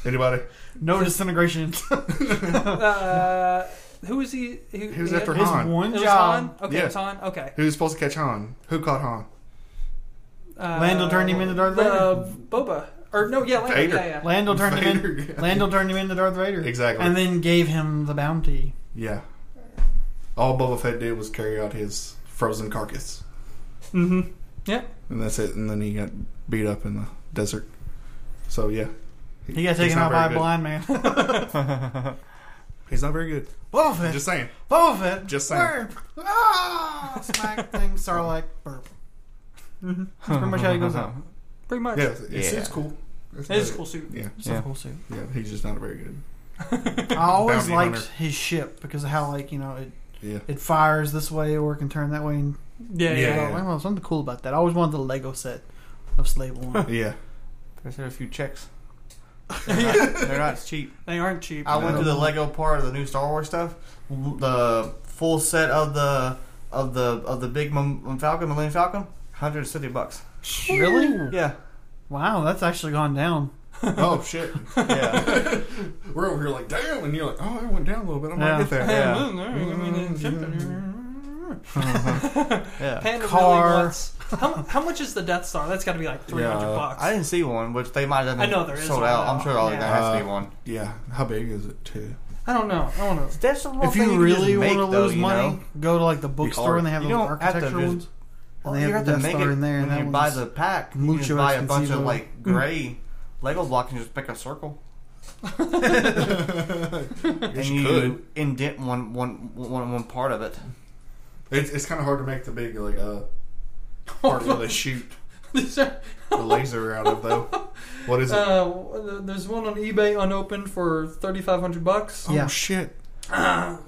S3: Anybody?
S5: No disintegration.
S4: Uh, who was he? Who,
S3: He was
S4: he
S3: after
S4: had-
S5: His
S3: Han.
S5: one
S4: It was
S5: job.
S4: Han? Okay,
S3: Yeah.
S4: it was Han? Okay.
S3: Who was supposed to catch Han? Who caught Han?
S4: Uh,
S5: Lando turned him into Darth
S4: the Boba. Or, no, yeah, Lando.
S3: Vader.
S4: Yeah, yeah.
S5: Lando turned him
S3: Vader.
S5: in. Lando turned him into Darth Vader.
S3: Exactly.
S5: And then gave him the bounty.
S3: yeah. All Boba Fett did was carry out his frozen carcass,
S4: Mm-hmm. Yeah.
S3: and that's it. And then he got beat up in the desert. So yeah,
S5: He got
S3: He's
S5: taken
S3: not
S5: out by
S3: very
S5: a
S3: good.
S5: blind man.
S3: He's not very good.
S5: Boba Fett.
S3: Just saying.
S5: Boba Fett.
S3: Just saying.
S5: burp. Ah, smack thing. Sarlacc. Burp. That's pretty much how he goes out.
S4: Mm-hmm. Pretty much.
S3: Yeah, it's, it's,
S7: Yeah.
S3: it's cool. It's
S4: It is a
S3: good.
S4: cool suit.
S3: Yeah,
S5: It's
S7: Yeah.
S5: a cool suit.
S3: yeah. He's just not very good.
S5: I always
S3: Bounty
S5: liked
S3: hunter.
S5: his ship because of how like you know it,
S3: Yeah.
S5: it fires this way or it can turn that way. And
S4: Yeah, yeah.
S3: Yeah.
S5: I don't know, something cool about that. I always wanted the Lego set of Slave One.
S3: Yeah.
S7: There's a few checks. They're not, they're not cheap.
S4: They aren't cheap.
S7: I went
S4: No.
S7: through the Lego part of the new Star Wars stuff. The full set of the of the of the big Mil- Falcon, Millennium Falcon, 150 bucks.
S5: really?
S7: Yeah.
S5: Wow, that's actually gone down.
S3: oh shit.
S7: Yeah.
S3: We're over here like damn, and you're like, oh, I went down a little bit. I'm
S5: Yeah.
S3: gonna get there.
S7: Yeah. Yeah.
S4: Panda
S5: Car.
S4: really wants. How, mu- how much is the Death Star? That's got to be like three hundred
S3: Yeah.
S4: bucks.
S7: I didn't see one, which they might have been
S4: I know there is
S7: sold
S4: one
S7: out.
S4: now.
S7: I'm sure all
S4: Yeah.
S7: there has to be
S3: Uh,
S7: one.
S3: Yeah. How big is it too?
S4: I don't know. I don't know.
S7: That's the one
S5: if you really want to lose money,
S7: you,
S5: go to like the bookstore
S3: are-
S5: and they have
S7: you
S5: the
S7: don't have to
S5: architectural
S7: just-
S5: ones.
S7: know?
S5: And they
S7: You
S5: have
S7: have
S5: the
S7: to
S5: Death
S7: make it
S5: Star in there, and
S7: when
S5: that
S7: you buy
S5: one's
S7: the pack. You
S5: mucho
S7: just buy a bunch of
S5: expensivo.
S7: like gray Lego blocks and just pick a circle. and you
S3: could.
S7: indent one, one, one, one part of it.
S3: It's it's kind of hard to make the big like
S4: Oh,
S3: uh part where they shoot the laser out of though. What is it?
S4: Uh, there's one on eBay unopened for thirty five hundred bucks.
S5: yeah.
S3: Oh shit.
S4: Uh,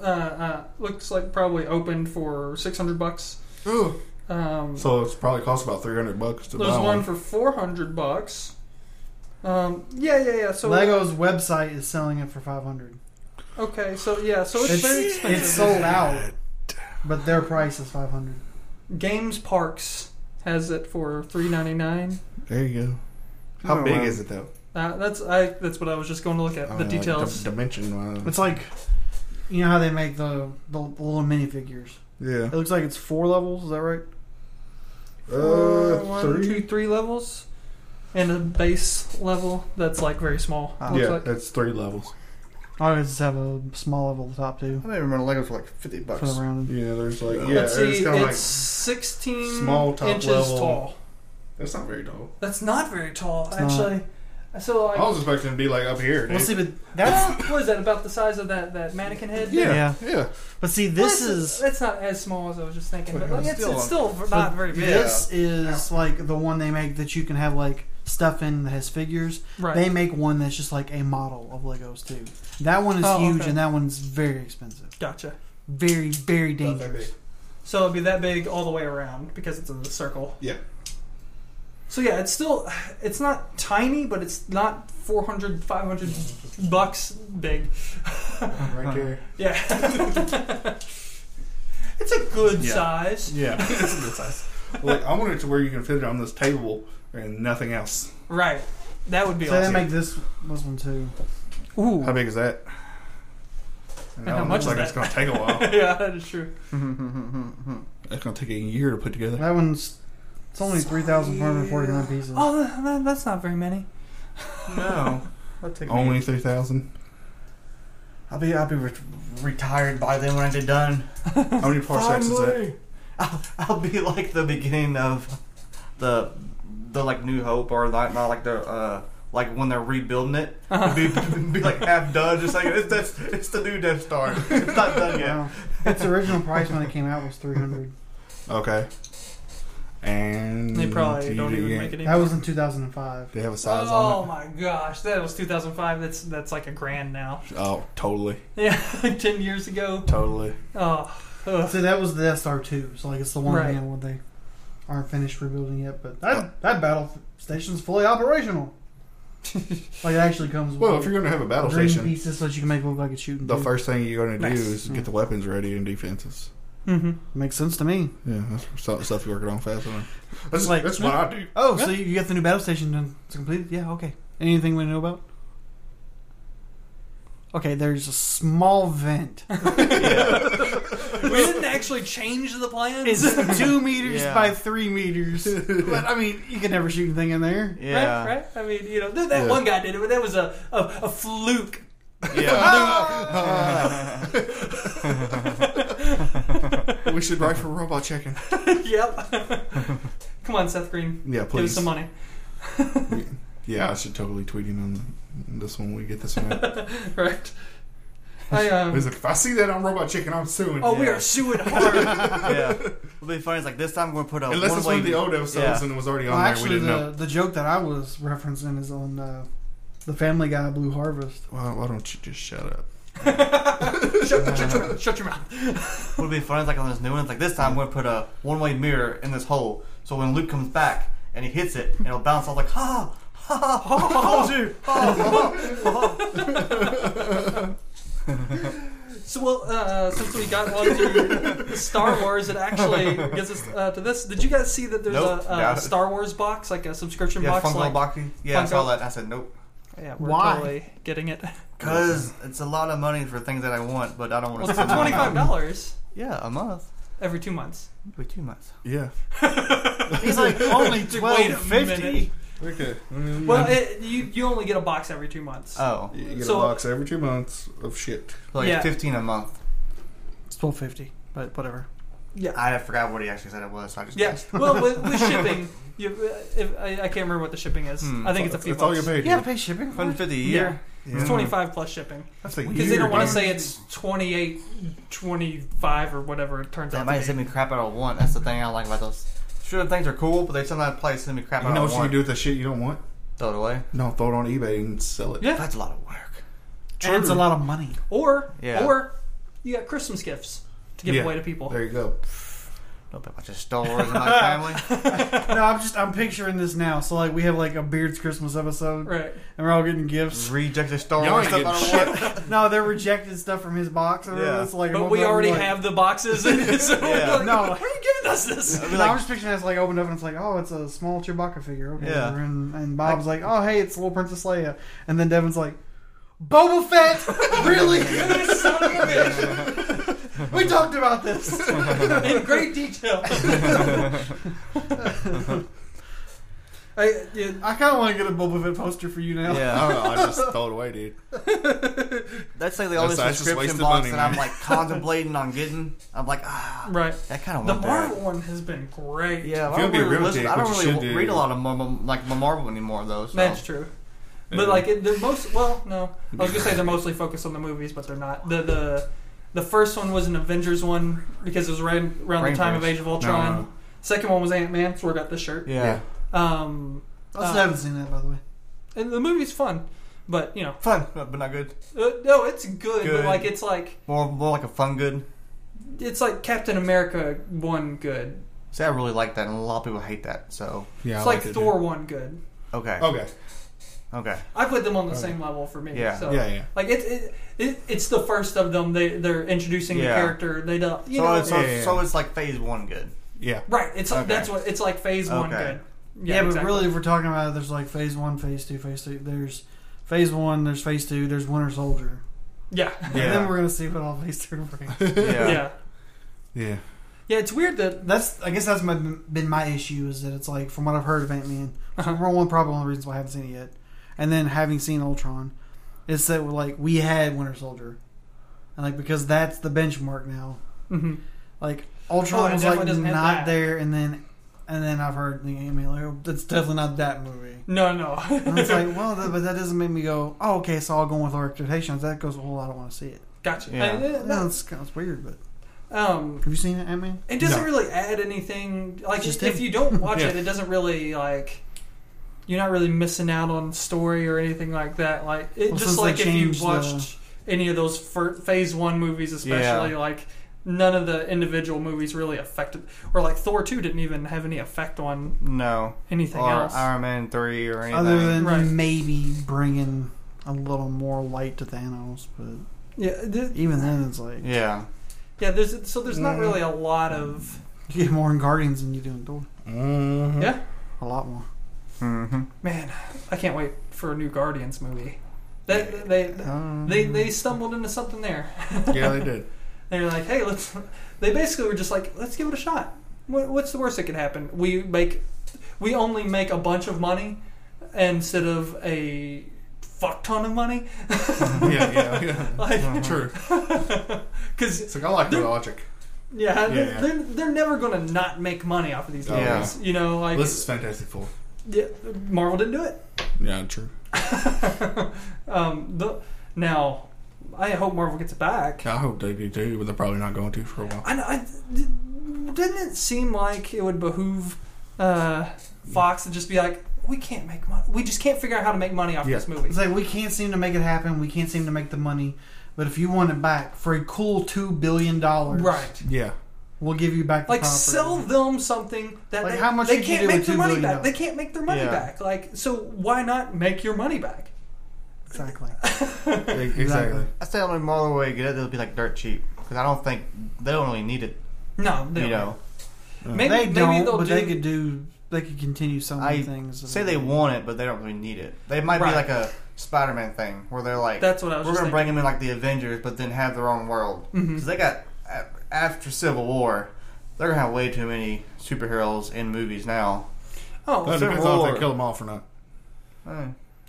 S4: uh, looks like probably opened for six hundred bucks.
S3: Ugh.
S4: Um,
S3: So it's probably cost about three hundred bucks to
S4: there's
S3: buy
S4: one,
S3: one.
S4: for four hundred bucks. Um, yeah, yeah, yeah. So
S5: Lego's website is selling it for five hundred.
S4: Okay, so yeah, so it's,
S5: It's,
S4: very expensive.
S5: it's sold out, but their price is five hundred.
S4: Games Parks has it for three ninety nine.
S3: There you go. How
S7: Oh,
S3: big
S7: wow.
S3: is it though?
S4: Uh, that's I. That's what I was just going to look at.
S3: I
S4: the
S3: mean, Oh, like,
S4: details.
S3: dim- dimension. wise.
S5: It's like, you know how they make the the, the little minifigures.
S3: yeah.
S5: It looks like it's four levels. Is that right?
S3: Uh,
S4: Four, one,
S3: three.
S4: two, three levels, and a base level that's like very small.
S5: Ah.
S4: it looks
S3: yeah,
S4: like.
S3: that's three levels.
S5: I always Oh, just have a small level at the top too
S7: I don't even remember Legos for like fifty
S5: for the
S7: bucks.
S5: rounded.
S3: Yeah, there's like yeah,
S4: Let's see,
S3: it's
S4: it's
S3: kind of like
S4: sixteen
S3: small top
S4: inches
S3: level.
S4: tall.
S3: that's not very tall.
S4: That's not very tall,
S5: It's not.
S4: actually. So like,
S3: I was expecting it to be like up here.
S5: Well,
S3: dude.
S5: see, but that's
S4: that's what is that about the size of that that mannequin head?
S3: yeah,
S4: Well,
S3: yeah,
S5: yeah. but see this is
S4: it's not as small as I was just thinking, but
S3: Well,
S4: like, it's,
S7: still-
S4: it's still not very big.
S5: This is like the one they make that you can have like stuff in that has figures.
S4: Right.
S5: They make one that's just like a model of Legos too. That one is
S4: Oh,
S5: huge
S4: okay.
S5: and that one's very expensive.
S4: gotcha.
S5: Very, very
S3: Not that
S5: dangerous.
S3: big.
S4: So it'd be that big all the way around because it's a circle.
S3: Yeah.
S4: So yeah, it's still it's not tiny, but it's not 400 500 bucks big. Uh-huh.
S3: right there.
S4: Yeah. it's a good
S3: Yeah.
S4: size.
S3: Yeah, it's a good size. Like I want it to where you can fit it on this table and nothing else.
S4: Right. That would be
S5: So they
S4: awesome.
S5: make this this one too.
S4: Ooh.
S3: How big is that? And
S4: how
S3: one
S4: much
S3: looks like
S4: is
S3: it's gonna take a while.
S4: yeah, that is true.
S3: it's gonna take a year to put together.
S5: That one's it's only three thousand four hundred forty nine pieces.
S4: Oh, that, that- that's not very many.
S7: No, That'd take me-
S3: Only three thousand.
S7: I'll be I'll be re- retired by then when I get done.
S3: How many parsecs is that?
S7: I'll, I'll be like the beginning of the the like New Hope or like not like the uh like when they're rebuilding it. Be, be like half done, just like it's that's it's the new Death Star. It's not done yet.
S5: Wow. Its original price when it came out was three hundred.
S3: Okay. And
S4: They probably
S3: you
S4: don't
S3: do-
S4: even
S3: yeah.
S4: make it.
S5: That was in two thousand and five.
S3: They have a size
S4: Oh
S3: on
S4: my gosh, that was 2005. That's that's like a grand now.
S3: it. Oh, totally,
S4: Yeah, 10 years ago.
S3: totally.
S4: Oh. ugh.
S5: So that was the Death Star two. So like it's the one
S4: Right.
S5: right. where they aren't finished rebuilding yet. But that that battle station's fully operational. like it actually comes.
S3: Well, if
S5: with
S3: you're gonna have a battle
S5: green
S3: station,
S5: pieces so that you can make it look like it's shooting.
S3: the
S5: too.
S3: first thing you're gonna do
S4: Nice.
S3: is get the weapons ready and defenses.
S4: Mhm.
S5: makes sense to me.
S3: Yeah, that's stuff, stuff you're working on fast enough. That's
S5: Like-
S3: that's what I do.
S5: Oh, so you got the new battle station done? It's completed. Yeah, okay. Anything we know about? Okay, there's a small vent.
S4: We didn't actually change the plans.
S5: It's two meters
S7: Yeah.
S5: by three meters. But I mean, you can never shoot anything in there.
S7: Yeah,
S4: Right, right? I mean, you know, th- that
S3: Yeah.
S4: one guy did it, but that was a, a, a fluke.
S3: we should write for robot checking.
S4: yep. Come on, Seth Green.
S3: Yeah,
S4: Give us
S3: please.
S4: some money.
S3: Yeah, I should totally tweet him on this one. when We get this one. Out.
S4: Right. I, um,
S3: He's like, if I see that on robot chicken, I'm suing.
S4: oh, we
S7: Yeah.
S4: are suing hard.
S7: yeah. It'll be funny. It's like this time I'm gonna put a
S3: Unless
S7: one
S3: it's
S7: way.
S3: one of the old episodes
S7: Yeah.
S3: and it was already on
S5: Well,
S3: there, we
S5: actually,
S3: didn't
S5: the,
S3: know.
S5: the joke that I was referencing is on uh, the Family Guy Blue Harvest.
S3: Why, why don't you just shut up?
S4: shut, shut your mouth. Shut your mouth.
S7: Would be funny. It's like on this new one. It's like this time I'm gonna put a one way mirror in this hole. So when Luke comes back and he hits it, and it'll bounce off like ha. Ha ha ha! ha, dude. Ha, ha, ha, ha.
S4: So, well, uh, since we got onto Star Wars, it actually gets us uh, to this. Did you guys see that there's
S7: Nope,
S4: a, a
S7: doubt it.
S4: Star Wars box, like a subscription
S7: Yeah,
S4: box?
S7: Funko
S4: like,
S7: Boxy. Yeah, I saw
S4: Funko.
S7: that. I said nope.
S4: Yeah, we're
S5: Why?
S4: totally getting it.
S7: Cause it's a lot of money for things that I want, but I don't want
S4: Well,
S7: to
S4: it's
S7: spend. money on
S4: twenty-five
S7: it.
S4: dollars
S7: Yeah, a month.
S4: every two months.
S7: Wait, two months.
S3: Yeah.
S5: He's like only
S4: Dude,
S5: twelve
S4: wait a
S5: fifty.
S4: minute.
S3: Okay.
S4: Well, it, you you only get a box every two months.
S7: Oh,
S3: You get
S4: So-
S3: a box every two months of shit.
S7: so like
S4: Yeah.
S7: fifteen a month.
S5: It's twelve fifty, but whatever.
S4: yeah,
S7: I forgot what he actually said it was. So I just
S4: yeah.
S7: guessed.
S4: Well, with, with shipping, you, if, I, I can't remember what the shipping is.
S7: Hmm.
S4: I think it's a few
S3: That's all
S4: bucks.
S3: you paid.
S5: You gotta pay shipping. for it?
S7: 150 a
S4: yeah.
S7: year.
S4: it's twenty-five plus shipping
S3: That's a
S4: because they don't
S3: year,
S4: want to
S3: dude.
S4: say it's 28, 25 or whatever it turns
S7: They
S4: out.
S7: might
S4: To
S7: send
S4: be.
S7: me crap I don't want. That's the thing I don't like about those. Sure, things are cool, but they sometimes play send me crap
S3: You
S7: I
S3: know
S7: don't
S3: what you
S7: want.
S3: can do with the shit you don't want?
S7: Throw it away.
S3: No, throw it on eBay and sell it.
S4: Yeah.
S7: That's a lot of work.
S5: And it's a lot of money.
S4: Or
S7: Yeah.
S4: or you got Christmas gifts to give
S3: Yeah.
S4: away to people.
S3: There you go.
S7: Don't bet much of Star Wars in my family.
S5: No, I'm just I'm picturing this now. So like we have like a Beards Christmas episode,
S4: Right.
S5: and we're all getting gifts.
S7: Rejected Star
S3: Y'all
S7: Wars
S3: ain't
S7: stuff I don't
S3: getting
S7: want.
S5: No, they're rejected stuff from his box. Or
S7: Yeah.
S5: it's like,
S4: But
S5: we'll
S4: we
S5: be like-
S4: already
S5: like-
S4: have the boxes. And so we're
S7: Yeah.
S4: like,
S5: No.
S4: Where are you does this?
S7: I'd be
S5: No,
S7: like,
S5: I'm just picturing it as like opened up and it's like, oh, it's a small Chewbacca figure. Okay.
S7: Yeah.
S5: whatever. And, and Bob's like, oh, hey, it's little Princess Leia. And then Devin's like, Boba Fett? really?
S4: Son of a bitch.
S5: we talked about this.
S4: in great detail. I, yeah,
S5: I kind of want to get a Boba Fett poster for you now.
S7: yeah.
S3: I don't know. Oh, I just throw it away, dude.
S7: That's like the only
S3: That's- that's just
S7: subscription
S3: wasted
S7: box
S3: money,
S7: that
S3: man.
S7: I'm like contemplating on getting. I'm like, ah,
S4: right.
S7: I kind of
S4: The
S7: want that.
S4: Marvel one has been great.
S7: Yeah,
S3: If
S7: I don't
S3: you'll be a
S7: really,
S3: real
S7: listen,
S3: dick,
S7: I don't
S3: what you
S7: really
S3: should
S7: read
S3: do-
S7: a lot of Mar- Mar- like Marvel anymore though. So.
S4: That's true. But like it, they're most well, no. I was gonna say they're mostly focused on the movies, but they're not. The the the first one was an Avengers one because it was right around the
S7: Rain
S4: time of
S7: Forest.
S4: Age of Ultron.
S3: No, no.
S4: Second one was Ant Man, so I got the shirt.
S7: Yeah.
S3: Yeah.
S4: Um,
S5: I still
S4: Uh,
S5: haven't seen that, by the way.
S4: and the movie's fun, but you know,
S7: fun, but but not good.
S4: uh, no, it's good, But
S7: Good.
S4: like it's like
S7: More more like a fun good.
S4: it's like Captain America one good.
S7: See, I really like that, and a lot of people hate that. So
S3: Yeah,
S4: It's
S3: I
S4: like
S3: liked it,
S4: Thor one good.
S7: okay,
S4: Oh.
S3: dude. Okay.
S7: okay,
S4: I put them on the same level for me.
S7: Yeah.
S4: So.
S3: Yeah, yeah.
S4: Like it, it, it, it's the first of them. They they're introducing
S7: Yeah.
S4: the character. They don't. You
S7: so
S4: know,
S7: it's, so,
S3: Yeah, yeah, yeah.
S7: so it's like phase one good.
S3: Yeah.
S4: Right. It's like
S7: Okay.
S4: that's what it's like phase one
S7: Okay.
S4: good.
S5: Yeah, but really, if we're talking about it, there's like phase one, phase two, phase three. There's phase one, there's phase two, there's Winter Soldier.
S4: Yeah.
S5: And
S7: Yeah.
S5: then we're going to see what all phase three brings.
S4: yeah.
S7: Yeah.
S4: Yeah.
S3: Yeah.
S4: It's weird that
S5: that's, I guess that's my, been my issue is that it's like, from what I've heard of Ant Man,
S4: Uh-huh.
S5: number one, probably one of the reasons why I haven't seen it yet. And then having seen Ultron, it's that like, we had Winter Soldier. And like, because that's the benchmark now.
S4: mhm.
S5: Like,
S4: Oh,
S5: Ultron
S4: it
S5: was
S4: definitely
S5: like
S4: doesn't have that.
S5: not there, and then, and then I've heard the Ant Man, like, oh, that's definitely not that movie.
S4: no, no,
S5: And it's like, well, that, but that doesn't make me go, oh, okay, so I'll go with lower expectations. That goes, well, I don't want to see it.
S4: gotcha.
S7: Yeah.
S4: And, uh,
S5: No, it's, it's weird, but
S4: um,
S5: have you seen it, Ant Man?
S4: it doesn't
S3: No.
S4: really add anything. Like
S5: It's just
S4: if
S5: him.
S4: you don't watch
S3: Yeah.
S4: it, it doesn't really like. You're not really missing out on story or anything like that. Like it
S5: Well, since
S4: just
S5: they
S4: like if you
S5: changed the-
S4: watched any of those fir- phase one movies, especially like none of the individual movies really affected, or like Thor two didn't even have any effect on
S7: No,
S4: anything
S7: or
S4: else.
S7: Iron Man three or anything.
S5: Other than
S4: Right.
S5: maybe bringing a little more light to Thanos, but
S4: yeah, th-
S5: even then, it's like,
S7: yeah,
S4: yeah. There's so there's
S5: Mm.
S4: not really a lot of
S5: you get more in Guardians than you do in Thor.
S3: Mhm.
S4: yeah.
S5: A lot more.
S7: mm-hmm.
S4: Man, I can't wait for a new Guardians movie. They they
S5: Um.
S4: they, they stumbled into something there.
S3: Yeah, they did.
S4: They're like, hey, let's. They basically were just like, let's give it a shot. What, what's the worst that could happen? We make, we only make a bunch of money instead of a fuck ton of money.
S3: Yeah, yeah, yeah.
S4: like,
S3: True.
S4: because
S3: It's like I like the logic.
S4: yeah, they're,
S3: Yeah.
S4: They're, they're never gonna not make money off of these
S3: Oh,
S4: movies.
S7: yeah.
S4: You know, like
S3: This is Fantastic Four.
S4: yeah, Marvel didn't do it.
S3: Yeah, true.
S4: um, the, now, I hope Marvel gets it back.
S3: I hope they do too, but they're probably not going to for a while.
S4: I, I, didn't it seem like it would behoove uh, Fox to just be like, we can't make money. We just can't figure out how to make money off
S3: Yeah.
S4: this movie.
S5: It's like, we can't seem to make it happen. We can't seem to make the money. But if you want it back for a cool $2 billion,
S4: Right.
S3: Yeah.
S5: we'll give you back the
S4: Like
S5: property.
S4: sell them something that
S5: Like,
S4: they,
S5: how much
S4: they
S5: could you
S4: can't
S5: do
S4: make
S5: with
S4: their
S5: $2
S4: money
S5: billion?
S4: back. They can't make their money
S7: Yeah.
S4: back. Like so, why not make your money back?
S5: Exactly.
S3: Exactly.
S7: I say the only Marvel way to get it, it'll be like dirt cheap because I don't think they don't really need it.
S4: No, they
S7: you
S4: don't.
S7: know,
S4: maybe,
S5: they
S4: maybe
S5: don't,
S4: they'll
S5: but
S4: do.
S5: they could do. They could continue some of the
S7: I
S5: things. that
S7: say
S5: they
S7: they want it, but they don't really need it. They might
S4: Right.
S7: be like a Spider Man thing where they're like,
S4: That's what I was
S7: We're
S4: just
S7: gonna bring them in like the Avengers, but then have their own world because they got a- after Civil War, they're gonna have way too many superheroes in movies now.
S4: oh,
S3: That
S4: so-
S3: depends on if they kill them off or not.
S7: Eh.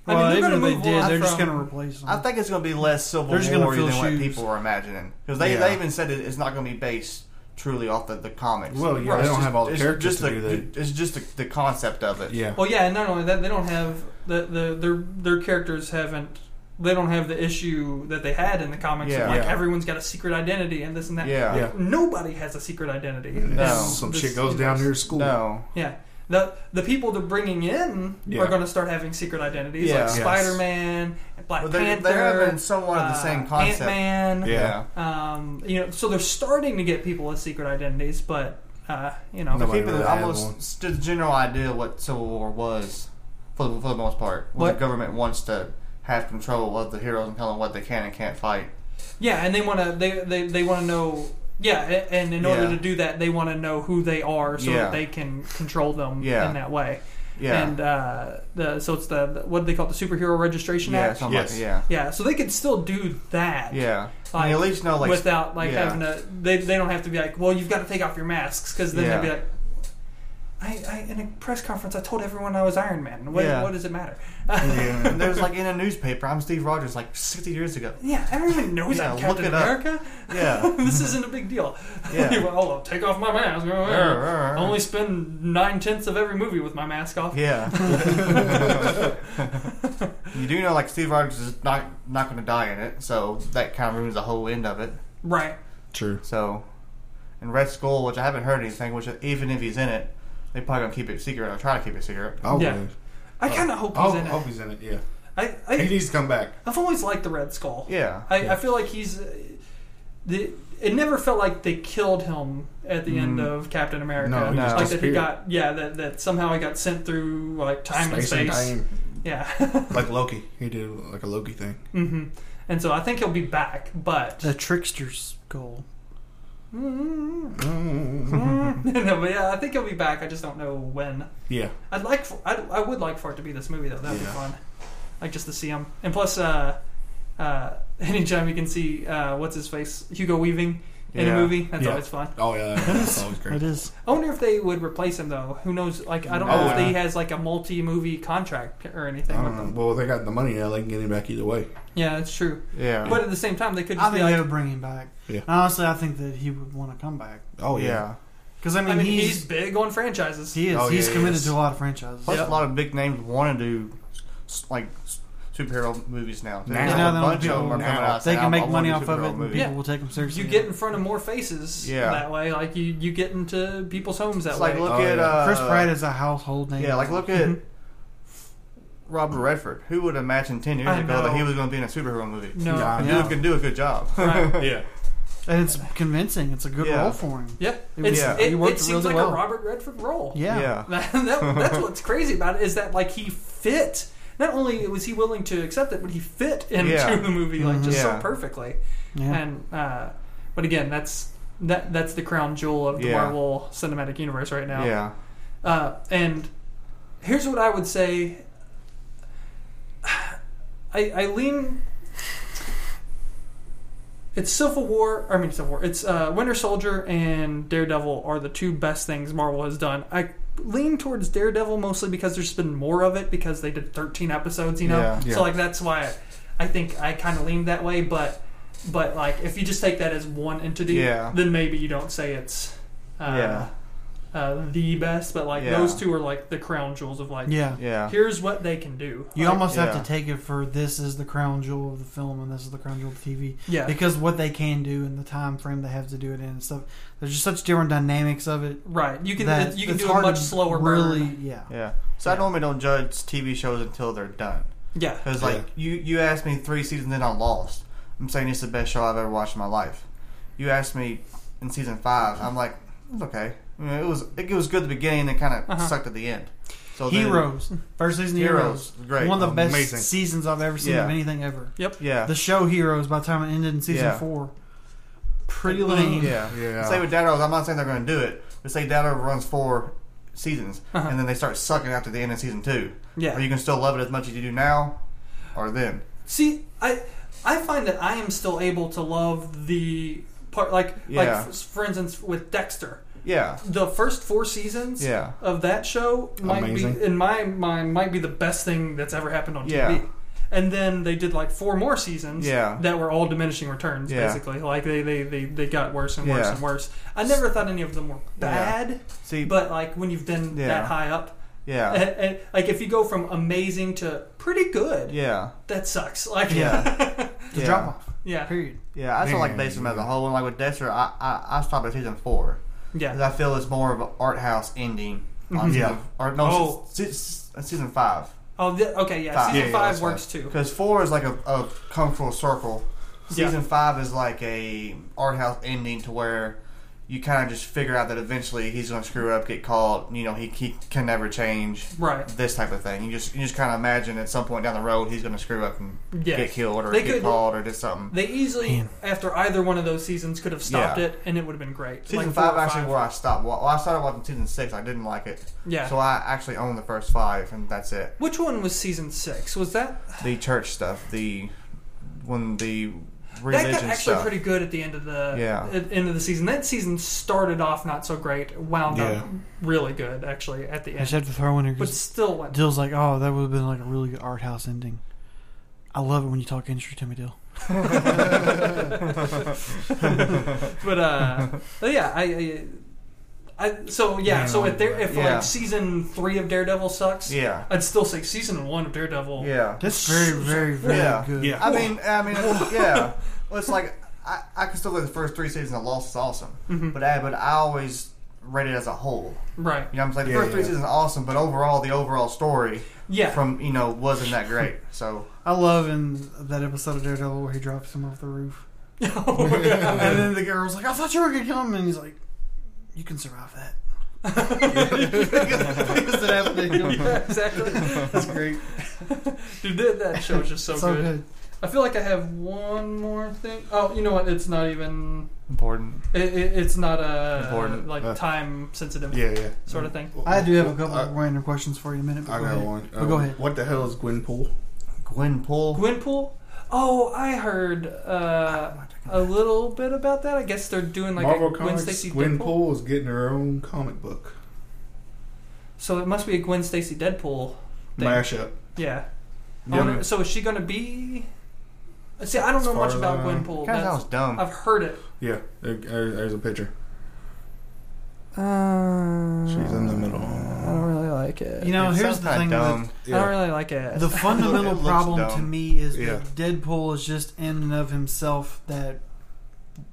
S4: I
S5: Well,
S4: mean, they're
S5: even
S4: gonna
S5: if they
S4: move
S5: did,
S4: on
S5: they're just
S4: from-
S5: going to replace them.
S7: I think it's going to be less Civil
S5: They're just gonna
S7: War than
S5: fill
S7: what
S5: shoes.
S7: people are imagining because they,
S3: Yeah.
S7: they even said it, it's not going to be based truly off the, the comics.
S3: Well, yeah,
S4: Right,
S3: they
S7: It's
S3: don't
S7: just-
S3: have all the
S7: it's
S3: characters
S7: just
S3: to
S7: the,
S3: do that.
S7: It's just the, the concept of it.
S3: Yeah.
S4: Well, yeah, and not only that, they don't have the, the their their characters haven't they don't have the issue that they had in the comics. of,
S7: Yeah.
S4: like
S3: Yeah.
S4: everyone's got a secret identity and this and that.
S7: Yeah.
S3: Yeah.
S4: Nobody has a secret identity.
S7: No.
S3: Some
S4: This-
S3: shit goes down here at school.
S7: No.
S4: Yeah. The, the people they're bringing in
S3: Yeah.
S4: are going to start having secret identities
S7: Yeah.
S4: like
S7: Yes.
S4: Spider Man, Black
S7: But they're-
S4: Panther.
S7: they're having somewhat of the same concept.
S4: Ant Man.
S3: Yeah.
S4: Um, you know, so they're starting to get people with secret identities, but uh, you know,
S3: Nobody
S7: People
S3: really
S7: that
S3: had
S7: almost
S3: one.
S7: st- the general idea of what Civil War was for the, for the most part. What
S4: What?
S7: the government wants to have control of the heroes and tell them what they can and can't fight.
S4: Yeah, and they want to they, they, they want to know Yeah, a- and in order
S7: Yeah.
S4: to do that, they want to know who they are so
S7: Yeah.
S4: that they can control them
S7: Yeah.
S4: in that way.
S7: Yeah.
S4: And uh, the, so it's the, the what do they call it, the superhero registration
S7: yeah,
S4: act?
S7: something like-
S3: Yes.
S7: yeah.
S4: Yeah, so they can still do that.
S7: Yeah.
S4: Like,
S7: and you at least know like
S4: without like
S7: yeah.
S4: having to, they, they don't have to be like, well, you've got to take off your masks because then
S7: Yeah.
S4: they'd be like, I, I in a press conference I told everyone I was Iron Man. What,
S7: Yeah.
S4: what does it matter?
S7: And there's like in a newspaper, I'm Steve Rogers, like 60 years ago.
S4: yeah, everyone knows
S7: Yeah,
S4: I'm
S7: look
S4: Captain
S7: it up.
S4: America.
S7: Yeah.
S4: this isn't a big deal.
S7: Yeah.
S4: well, I'll take off my mask.
S7: Arr, arr.
S4: Only spend nine tenths of every movie with my mask off.
S7: Yeah. you do know, like Steve Rogers is not not going to die in it, so that kind of ruins the whole end of it.
S4: Right.
S3: True.
S7: So, and Red Skull, which I haven't heard anything, which even if he's in it, they probably gonna keep it secret or try to keep it secret.
S3: I would.
S4: Yeah.
S7: Oh.
S4: I kind of hope
S3: I
S4: he's
S3: hope,
S4: in
S3: I hope
S4: it.
S3: he's in it. Yeah,
S4: I,
S3: he
S4: I,
S3: needs to come back.
S4: I've always liked the Red Skull.
S7: Yeah.
S4: I,
S3: Yeah.
S4: I feel like he's. uh, The, it never felt like they killed him at the end of Captain America.
S3: Mm. No, he
S7: just
S4: like that he
S3: disappeared.
S4: got yeah that, that somehow he got sent through like time and space. Yeah.
S3: like Loki. He did like a Loki thing.
S4: hmm And so I think he'll be back, but
S5: The trickster's goal.
S4: Mm-hmm. no, but yeah, I think he'll be back. I just don't know when.
S3: Yeah,
S4: I'd like, for, I'd, I would like for it to be this movie though. That'd be
S3: Yeah.
S4: fun. Like just to see him. And plus, uh, uh, anytime you can see uh, what's his face, Hugo Weaving in a
S7: Yeah.
S4: movie, that's
S3: Yeah.
S4: always fun.
S3: Oh yeah, that's always great.
S5: It is.
S4: I wonder if they would replace him though. Who knows? Like I don't know
S3: Oh,
S4: if
S3: yeah.
S4: he has like a multi-movie contract or anything
S3: I
S4: with
S7: Um,
S3: don't
S4: them.
S3: know. Well, they got the money now. They can get him back either way.
S4: Yeah, that's true.
S7: Yeah.
S4: But at the same time, they could
S5: I
S4: just be
S5: think they
S4: like,
S5: would bring him back.
S3: Yeah.
S5: And honestly, I think that he would want to come back
S3: Oh
S7: yeah.
S5: because I mean,
S4: I mean,
S5: he's,
S4: he's, big on franchises.
S5: he is
S3: Oh,
S5: he's
S3: yeah, he
S5: committed
S3: is.
S5: to a lot of franchises.
S7: Plus,
S4: Yep.
S7: a lot of big names want to do s- like s- superhero movies now. There's a
S3: Now.
S5: You know,
S7: bunch
S5: people,
S7: of them are coming out.
S5: they
S7: saying, I-
S5: can
S7: I
S5: make
S7: wanna
S5: money
S7: do
S5: off of it.
S7: superhero
S5: And
S7: movies.
S5: people
S4: Yeah.
S5: will take them seriously.
S4: you get in front of more faces
S7: Yeah.
S4: that way. Like you, you get into people's homes that
S7: It's
S4: way.
S7: like look
S3: Oh,
S7: at
S3: yeah.
S7: uh,
S5: Chris Pratt is Mm-hmm. a household name.
S7: Yeah, like look at Robert Redford. Who would imagine ten years
S4: I
S7: ago that
S4: know.
S7: he was going to be in a superhero movie?
S4: no,
S3: Yeah.
S7: And
S5: Yeah.
S7: dude can do a good job.
S4: Right.
S3: yeah.
S5: and it's convincing. It's a good
S7: Yeah.
S5: role for him.
S4: Yeah,
S5: It
S4: it's,
S7: was-
S4: it,
S5: he
S4: it,
S5: worked
S4: seems
S5: really
S4: like a
S5: well.
S4: Robert Redford role.
S5: Yeah.
S4: that, that- that's what's crazy about it is that like he fit. Not only was he willing to accept it, but he fit into
S7: Yeah.
S4: the movie like just
S7: Yeah.
S4: so perfectly.
S5: Yeah.
S4: And uh, but again, that's that that's the crown jewel of the
S7: Yeah.
S4: Marvel Cinematic Universe right now.
S7: Yeah.
S4: Uh, and here's what I would say. I, I lean. It's Civil War. I mean, Civil War. It's uh, Winter Soldier and Daredevil are the two best things Marvel has done. I lean towards Daredevil mostly because there's been more of it because they did 13 episodes. You know,
S7: Yeah.
S3: Yeah.
S4: so like that's why I, I think I kind of lean that way. But but like if you just take that as one entity,
S7: Yeah.
S4: then maybe you don't say it's uh,
S7: Yeah.
S4: uh, the best, but like
S7: Yeah.
S4: those two are like the crown jewels of like,
S5: Yeah.
S7: Yeah.
S4: here's what they can do.
S5: You
S4: Like,
S5: almost have
S7: yeah.
S5: to take it for this is the crown jewel of the film and this is the crown jewel of the TV.
S4: yeah,
S5: Because what they can do and the time frame they have to do it in and stuff. There's just such different dynamics of it.
S4: right. You can
S5: that
S4: you can
S5: it's
S4: do a
S5: hard to
S4: much slower
S5: really,
S4: burn.
S5: Yeah.
S7: Yeah. So I normally don't judge TV shows until they're done.
S4: Yeah,
S7: Because
S3: Yeah.
S7: like you, you asked me three seasons in on Lost. I'm saying it's the best show I've ever watched in my life. You asked me in season five. I'm like, it's okay. I mean, it was it was good at the beginning and kind of
S4: Uh-huh.
S7: sucked at the end. So then-
S5: Heroes. First season of
S7: Heroes,
S5: Heroes.
S7: great.
S5: One of the best
S3: Amazing.
S5: seasons I've ever seen
S7: Yeah.
S5: of anything ever.
S7: yeah.
S5: The show Heroes by the time it ended in season
S7: Yeah.
S5: four. Pretty lame.
S7: yeah.
S3: Yeah.
S7: Say with Dad Rose, I'm not saying they're going to do it, but say Dad Rose runs four seasons
S4: Uh-huh.
S7: and then they start sucking after the end of season two.
S4: yeah.
S7: Are you can still love it as much as you do now or then?
S4: See, I I find that I am still able to love the part like like
S7: Yeah.
S4: f- for instance with Dexter,
S7: Yeah.
S4: the first four seasons
S7: Yeah.
S4: of that show might
S3: Amazing.
S4: be in my mind might be the best thing that's ever happened on
S7: Yeah.
S4: TV. And then they did like four more seasons
S7: Yeah.
S4: that were all diminishing returns,
S7: Yeah.
S4: basically. Like they, they, they, they got worse and worse
S7: Yeah.
S4: and worse. I never thought any of them were bad,
S7: See,
S4: but like when you've been
S7: Yeah.
S4: that high up,
S7: yeah.
S4: and, and, like if you go from amazing to pretty good,
S7: Yeah.
S4: that sucks. Like
S7: Yeah.
S5: The
S7: yeah.
S5: drop off.
S4: yeah,
S5: Period.
S7: Yeah, I still like
S3: Man.
S7: Basement as a whole. And like with Dexter, I, I, I stopped at season four.
S4: yeah.
S7: Because I feel it's more of an art house ending. On season,
S3: Yeah.
S7: Or no,
S4: Oh.
S7: se- se- se- season five.
S4: Oh, th- okay, yeah.
S7: Five.
S4: Season
S7: Yeah,
S3: yeah,
S4: five
S3: that's
S4: works too.
S7: Because four is like a, a come full circle. Season
S4: Yeah.
S7: five is like a art house ending to where you kind of just figure out that eventually he's going to screw up, get caught. You know, he, he can never change.
S4: Right.
S7: This type of thing. You just you just kind of imagine at some point down the road he's going to screw up and
S4: Yes.
S7: get killed or
S4: They
S7: get
S4: could-
S7: caught or do something.
S4: They easily, after either one of those seasons, could have stopped
S7: Yeah.
S4: it, and it would have been great.
S7: Season
S4: Like, four
S7: five
S4: or
S7: actually where I stopped. Well, I started watching season six. I didn't like it.
S4: Yeah.
S7: So I actually owned the first five, and that's it.
S4: Which one was season six? Was that
S7: The church stuff, the when the
S4: that
S7: religion
S4: got actually
S7: stuff.
S4: pretty good at the end of the
S7: Yeah.
S4: at end of the season? That season started off not so great, wound up really good actually at the
S5: I just
S4: end,
S5: have to throw in here
S4: but
S5: 'cause
S4: still went.
S5: Dill's like, oh, that would have been like a really good art house ending. I love it when you talk industry to me, Dill.
S4: But uh, but yeah, I. I I, so yeah, so if, there, if
S7: Yeah.
S4: like season three of Daredevil sucks,
S7: Yeah.
S4: I'd still say season one of Daredevil.
S7: Yeah.
S5: That's very, very, very
S7: Yeah.
S5: good.
S3: Yeah.
S7: I mean, I mean, it's- yeah. Well, it's like I, I can still look at the first three seasons of Lost is awesome,
S4: Mm-hmm.
S7: but I, but I always rate it as a whole.
S4: right.
S7: You know, what I'm saying the
S3: Yeah,
S7: first three
S3: yeah.
S7: seasons are awesome, but overall, the overall story
S4: Yeah,
S7: from you know wasn't that great. So
S5: I love in that episode of Daredevil where he drops him off the roof. And then the girl's like, I thought you were going to kill him. And he's like, you can survive that. Because it happened to him.
S4: yeah, exactly.
S5: That's great.
S4: Dude, that, that show is just so,
S5: so
S4: good.
S5: good.
S4: I feel like I have one more thing. Oh, you know what? It's not even.
S7: important.
S4: It, it, it's not a
S7: Important.
S4: like
S3: Uh,
S4: time sensitive
S3: Yeah, yeah.
S4: sort of thing.
S5: I do have a couple
S3: I,
S5: random questions for you in a minute. but
S3: I
S5: go
S3: got
S5: ahead.
S3: one. Um,
S5: But go ahead.
S3: What the hell is Gwenpool?
S7: Gwenpool.
S4: Gwynpool. Oh, I heard uh, a little bit about that. I guess they're doing like
S3: Marvel
S4: a Gwen
S3: Comics.
S4: Stacy
S3: Gwenpool
S4: Deadpool.
S3: is getting her own comic book
S4: So it must be a Gwen Stacy Deadpool. Thing.
S3: mashup.
S4: Yeah. I
S3: Yeah.
S4: wonder- so is she going to be? See, I don't
S3: As
S4: know
S3: far
S4: much
S3: as
S4: about
S3: I know.
S4: Gwenpool.
S7: Guys, that
S4: That's-
S7: was dumb.
S4: I've heard it.
S3: Yeah, there, there- there's a picture.
S4: Uh,
S3: She's in the middle.
S4: I don't really like it.
S5: You know,
S7: It
S5: here's
S7: sounds
S5: the
S7: kinda
S5: thing.
S7: dumb.
S5: That
S4: I don't really like it.
S5: the fundamental
S7: It looks
S5: problem
S7: dumb.
S5: to me is
S3: Yeah.
S5: that Deadpool is just in and of himself that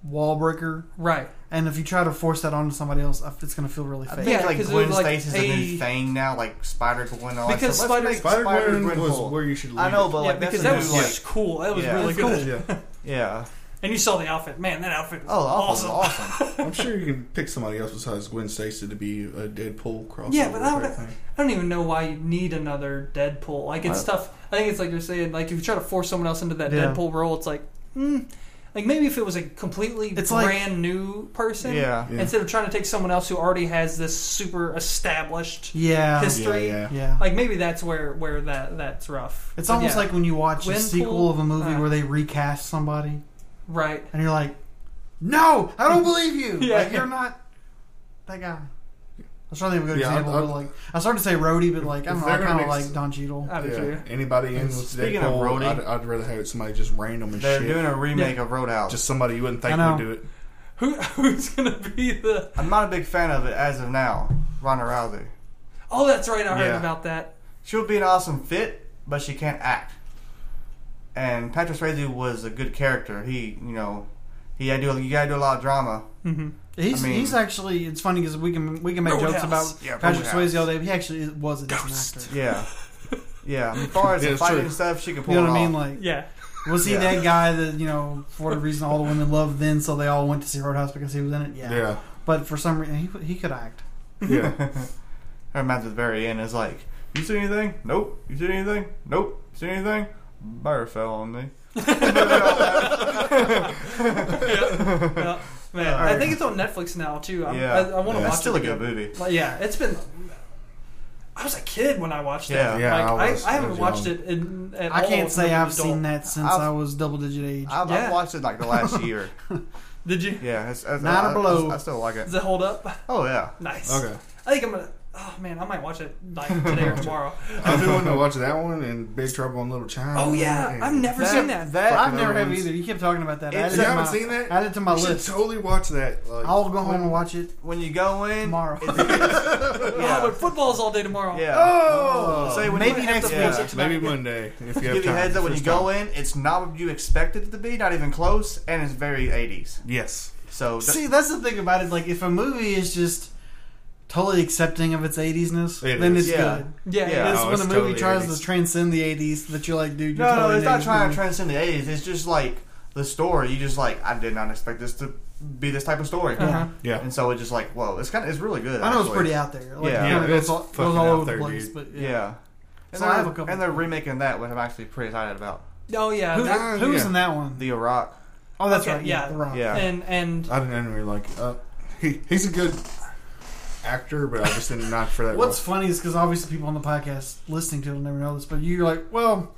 S5: wall breaker.
S4: right.
S5: And if you try to force that onto somebody else, I- it's going to feel really
S7: I
S5: fake.
S7: think
S4: Yeah,
S7: like
S4: 'cause it
S7: Gwen
S4: was like
S7: Stacy's a,
S4: a-
S7: new thing now, like Spider Gwen. All
S4: Because
S7: that stuff. Let's
S4: Spider-
S7: make
S3: Spider Gwen was
S7: Gwenpool.
S3: where you should. Leave
S7: I know,
S3: it.
S7: but
S4: yeah,
S7: like that's
S4: because
S7: a
S4: that
S7: new,
S4: was
S7: like,
S4: just cool. That was
S7: Yeah.
S4: really
S7: It's
S4: cool.
S3: yeah,
S7: yeah.
S4: And you saw the outfit. Man, that outfit was
S7: Oh, awesome!
S4: awesome.
S7: Awesome.
S3: I'm sure you can pick somebody else besides Gwen Stacy to be a Deadpool crossover.
S4: Yeah, but I
S3: type
S4: don't,
S3: thing.
S4: I don't even know why you need another Deadpool. Like, it's tough. I think it's like you're saying, like, if you try to force someone else into that
S5: Yeah.
S4: Deadpool role, it's like, mm, like maybe if it was a completely
S5: It's like-
S4: brand new person,
S7: Yeah.
S3: Yeah.
S4: instead of trying to take someone else who already has this super established
S5: yeah.
S4: history,
S3: Yeah, yeah.
S5: yeah.
S4: like maybe that's where where that that's rough.
S5: It's
S4: But
S5: almost
S4: yeah,
S5: like when you watch a
S4: Gwenpool,
S5: sequel of a movie
S4: uh,
S5: where they recast somebody,
S4: right.
S5: and you're like, "No, I don't believe you.
S4: Yeah.
S5: Like, you're not that guy." I was trying to think of a good
S3: Yeah,
S5: example,
S3: I'm-
S5: but
S3: I'm-
S5: like I started to say Rhodey, but like I don't
S3: If
S5: know,
S3: they're
S5: I
S3: gonna
S5: kind of
S3: make
S5: like
S3: s-
S5: Don Cheadle.
S4: Out of
S3: Yeah.
S4: here.
S3: Anybody in with
S7: Speaking of
S3: Deadpool,
S7: Rhodey-
S3: I'd, I'd rather have it somebody just random as
S7: They're
S3: shit.
S7: doing a remake of Roadhouse.
S3: just somebody you wouldn't think
S5: I
S3: would
S5: know.
S3: do it.
S4: Who, who's gonna be the?
S7: I'm not a big fan of it as of now. Ronda Rousey.
S4: Oh, that's right. I heard
S7: Yeah.
S4: about that.
S7: She would be an awesome fit, but she can't act. And Patrick Swayze was a good character. He, you know, he had to do you gotta do a lot of drama.
S5: He's
S7: I mean-
S5: he's actually it's funny because we can we can make jokes
S4: Roadhouse.
S5: about
S7: Yeah,
S5: Patrick
S7: Roadhouse.
S5: Swayze all day. But he actually is- was a decent actor.
S7: Yeah, yeah. As far as
S3: Yeah,
S7: the
S3: it's
S7: fighting
S3: true.
S7: and stuff, she could pull
S5: You know
S7: it
S5: what I mean?
S7: off.
S5: Like,
S4: Yeah.
S5: was he
S7: Yeah.
S5: that guy that you know for whatever reason all the women loved then, so they all went to see Roadhouse because he was in it? Yeah.
S3: Yeah,
S5: But for some reason, he he could act.
S3: yeah.
S7: I remember at the very end is like, you see anything? Nope. You see anything? Nope. You see anything? Bear fell on me.
S4: Yeah. Man, I think it's on Netflix now too. I'm,
S7: Yeah,
S4: I, I want
S7: yeah.
S4: to watch.
S7: That's still
S4: it
S7: a good
S4: again.
S7: movie.
S4: Like, yeah, it's been. I was a kid when I watched
S7: Yeah.
S4: that.
S3: Yeah,
S4: like,
S3: I
S4: I,
S3: was-
S4: I
S3: I
S4: haven't
S3: was
S4: watched
S3: young.
S4: it in. At
S5: I
S4: all
S5: can't
S4: as
S5: say
S4: an
S5: I've
S4: adult.
S5: seen that since
S7: I've-
S5: i was double digit age.
S7: I've,
S4: Yeah.
S7: I've watched it like the last year.
S4: Did you?
S7: Yeah, it's, it's,
S5: Not a
S7: I-
S5: blow.
S7: I still like it.
S4: Does it hold up?
S7: Oh yeah.
S4: Nice.
S3: Okay,
S4: I think I'm gonna. Oh man, I might watch it like today or tomorrow.
S3: I've been wanting to watch that one and Big Trouble in Little China.
S4: Oh yeah, I've
S3: and-
S4: never seen that.
S5: But I've
S3: Fucking
S5: never have
S3: Owens.
S5: either. You kept talking about that. I
S7: It's-
S5: added
S3: You
S5: it to
S3: haven't
S5: my-
S3: seen that?
S5: Add it to my
S3: You should
S5: list.
S3: totally watch that. Like,
S5: I'll go home and watch it
S7: When you go in,
S5: tomorrow.
S4: Oh,
S7: yeah,
S4: but football's all day tomorrow.
S7: yeah.
S3: Oh,
S7: Say when
S5: Maybe
S7: you-
S5: next
S7: yeah.
S5: week.
S3: maybe Monday if you have
S7: Give you
S3: time.
S7: a heads up when you
S3: First
S7: go
S3: time.
S7: in, it's not what you expected it to be, not even close, and it's very 80s.
S3: Yes.
S7: So th-
S5: See, that's the thing about it. Like, if a movie is just totally accepting of its 80s-ness,
S3: It
S5: then
S3: is.
S5: it's
S7: Yeah.
S5: good.
S4: yeah,
S7: Yeah.
S5: It's
S3: Oh,
S5: when
S3: it's
S5: a movie
S3: totally
S5: tries
S3: 80s.
S5: to transcend the 80s that you're like, dude, you're
S7: no, no,
S5: totally
S7: it's not
S5: an
S7: trying
S5: 80s
S7: to transcend the 80s. It's just like the story. You just like I did not expect this to be this type of story.
S4: Uh-huh.
S3: Yeah.
S7: And so it's just like, whoa, it's kind of it's really good.
S5: I know it's
S7: actually.
S5: pretty out there. Like,
S7: Yeah.
S5: it
S7: Yeah,
S5: goes
S3: it's
S5: all, goes
S3: fucking
S5: all
S3: out
S5: over
S3: there,
S5: the place.
S3: dude.
S5: But
S7: Yeah.
S5: yeah.
S7: And,
S5: So I
S7: they're,
S5: have a couple-
S7: and they're remaking that, which I'm actually pretty excited about.
S4: Oh yeah,
S5: Who,
S4: that-
S5: who was
S3: yeah.
S5: in that one?
S7: The Iraq.
S5: oh, that's
S4: okay,
S5: right. Yeah,
S4: yeah.
S5: The Rock.
S7: Yeah.
S4: and and
S3: I didn't know you were like, uh, he, he's a good actor, but I just didn't not for that.
S5: What's funny is because obviously people on the podcast listening to it will never know this, but you're like, well,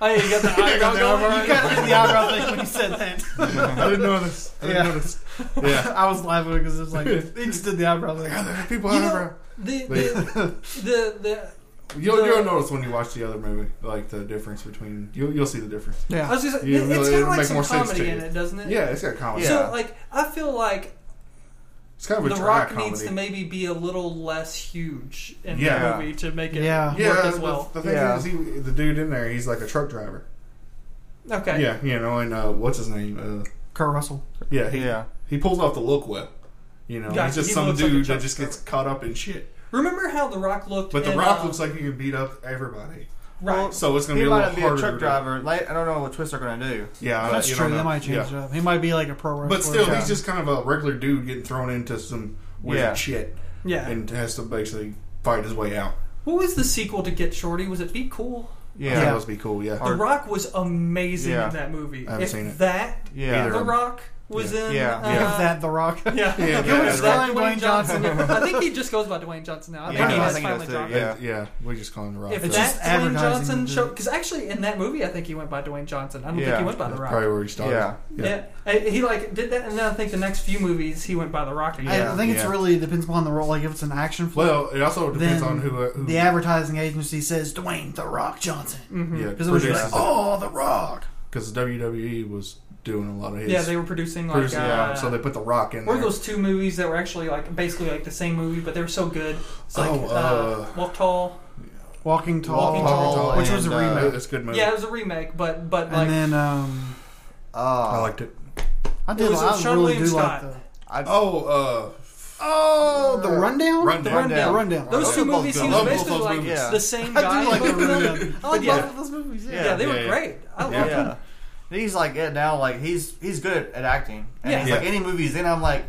S4: oh, yeah, you got the eyebrow
S3: the
S4: going.
S3: eyebrow.
S5: you got to do the eyebrow thing when you said that.
S3: role. I didn't know this. I didn't
S5: Yeah.
S3: know this. Yeah.
S5: I was laughing because it was like, he just did the eyebrow thing.
S3: God, there are people
S4: You
S3: out
S4: know-
S3: there.
S4: The,
S3: Wait.
S4: the, the, the
S3: You'll,
S4: the-
S3: you'll notice when you watch the other movie, like the difference between you'll you'll see the difference.
S4: I
S5: Yeah.
S4: was just,
S3: You
S4: it,
S3: really-
S4: it's kind
S3: it'll
S4: of like
S3: make
S4: some
S3: more sense
S4: comedy
S3: to
S4: in
S3: you.
S4: it, doesn't it?
S3: Yeah, it's got comedy.
S7: Yeah.
S4: So like, I feel like
S3: It's kind of
S4: The
S3: a dry
S4: Rock
S3: comedy.
S4: needs to maybe be a little less huge in
S3: Yeah.
S4: the movie to make it
S5: Yeah.
S4: work
S3: yeah,
S4: as
S3: the-
S4: well.
S3: The, thing
S7: Yeah.
S3: is, he, the dude in there, he's like a truck driver.
S4: okay.
S3: Yeah, you know, and uh, what's his name? Uh,
S5: Kurt Russell.
S3: yeah, he,
S7: Yeah.
S3: he pulls off the look well. You know,
S4: Gotcha,
S3: he's just
S4: he
S3: some
S4: looks like a
S3: dude
S4: truck
S3: that just
S4: driver.
S3: gets caught up in shit.
S4: Remember how The Rock looked?
S3: But The
S4: in,
S3: Rock
S4: uh,
S3: looks like he can beat up everybody.
S4: right.
S3: So it's gonna
S7: He
S3: be a
S7: might
S3: little
S7: not be a
S3: harder.
S7: truck
S3: to-
S7: driver. Like, I don't know what twists are going to do.
S3: Yeah,
S5: That's
S3: Uh, you
S5: true.
S3: don't know.
S5: That might change
S3: Yeah.
S5: it up. He might be like a pro wrestler.
S3: But still,
S5: Yeah.
S3: he's just kind of a regular dude getting thrown into some weird
S7: Yeah.
S3: shit
S4: yeah.
S3: and has to basically fight his way out.
S4: what was the sequel to Get Shorty? Was it Be Cool?
S7: Yeah.
S3: That
S7: Yeah.
S3: must be cool. Yeah,
S4: The Rock was amazing
S7: Yeah.
S4: in that movie.
S3: I haven't
S4: if
S3: seen it.
S4: that
S7: Yeah.
S3: Either.
S4: The Rock was in,
S7: Yeah.
S4: uh,
S5: If that The Rock.
S4: yeah,
S3: Yeah,
S4: If
S3: yeah,
S4: that
S5: that's right.
S4: Dwayne Johnson. I think he just goes by Dwayne Johnson now. I
S7: Yeah,
S4: think he
S3: I
S4: has
S7: think he
S4: finally
S7: does too,
S4: dropped
S7: yeah.
S3: yeah. we just call him the Rock.
S4: If
S3: That's
S4: that
S5: just
S4: Dwayne
S5: advertising
S4: Johnson
S5: to-
S4: show, because actually in that movie, I think he went by Dwayne Johnson. I don't think
S7: Yeah.
S4: he went by The
S3: that's
S4: Rock.
S3: probably where he started.
S7: Yeah.
S4: Yeah, I- he like did that, and then I think the next few movies he went by The Rock again.
S5: I, I think it's
S3: Yeah.
S5: really depends upon the role. Like if it's an action flick,
S3: Well, it also depends
S5: then
S3: on who, uh, who
S5: the advertising agency says Dwayne The Rock Johnson.
S3: yeah,
S5: Because it was
S3: produces
S5: like,
S3: it.
S5: oh, The Rock.
S3: because WWE E was doing a lot of his.
S4: yeah, they were producing like
S3: producing,
S4: uh,
S3: yeah, so they put the Rock in
S4: what
S3: there.
S4: were those two movies that were actually like basically like the same movie, but they were so good. It's like
S3: Oh,
S4: uh,
S3: uh,
S4: Walk Tall.
S5: Walking Tall,
S4: Walking Tall
S5: which was a
S7: and, uh,
S5: remake.
S3: Uh, it's a good movie.
S4: Yeah, it was a remake, but but like
S5: and then um,
S7: Uh,
S3: I liked it.
S5: I
S4: It
S5: did.
S4: was
S5: I
S4: with Sean
S5: really
S4: William
S5: do
S4: Scott.
S5: like the
S3: Oh, uh,
S7: Ah.
S5: oh the rundown.
S3: Rundown.
S5: The
S4: Rundown.
S5: rundown. rundown.
S4: those
S7: Those
S4: two
S7: are both
S4: movies,
S7: good.
S4: he
S7: I
S4: was
S3: love both
S4: basically
S3: those
S4: like
S7: movies.
S4: the same
S5: I
S4: guy.
S5: do like
S4: in both
S5: the
S4: of them.
S5: rundown. I like
S4: But yeah.
S5: both of those movies. Yeah.
S4: Yeah, they
S7: Yeah,
S4: were
S3: yeah.
S4: great. I love
S7: yeah.
S4: them.
S7: He's like it now. Like he's he's good at acting. And
S4: Yeah.
S7: he's like
S3: Yeah.
S7: any movies. Then I'm like,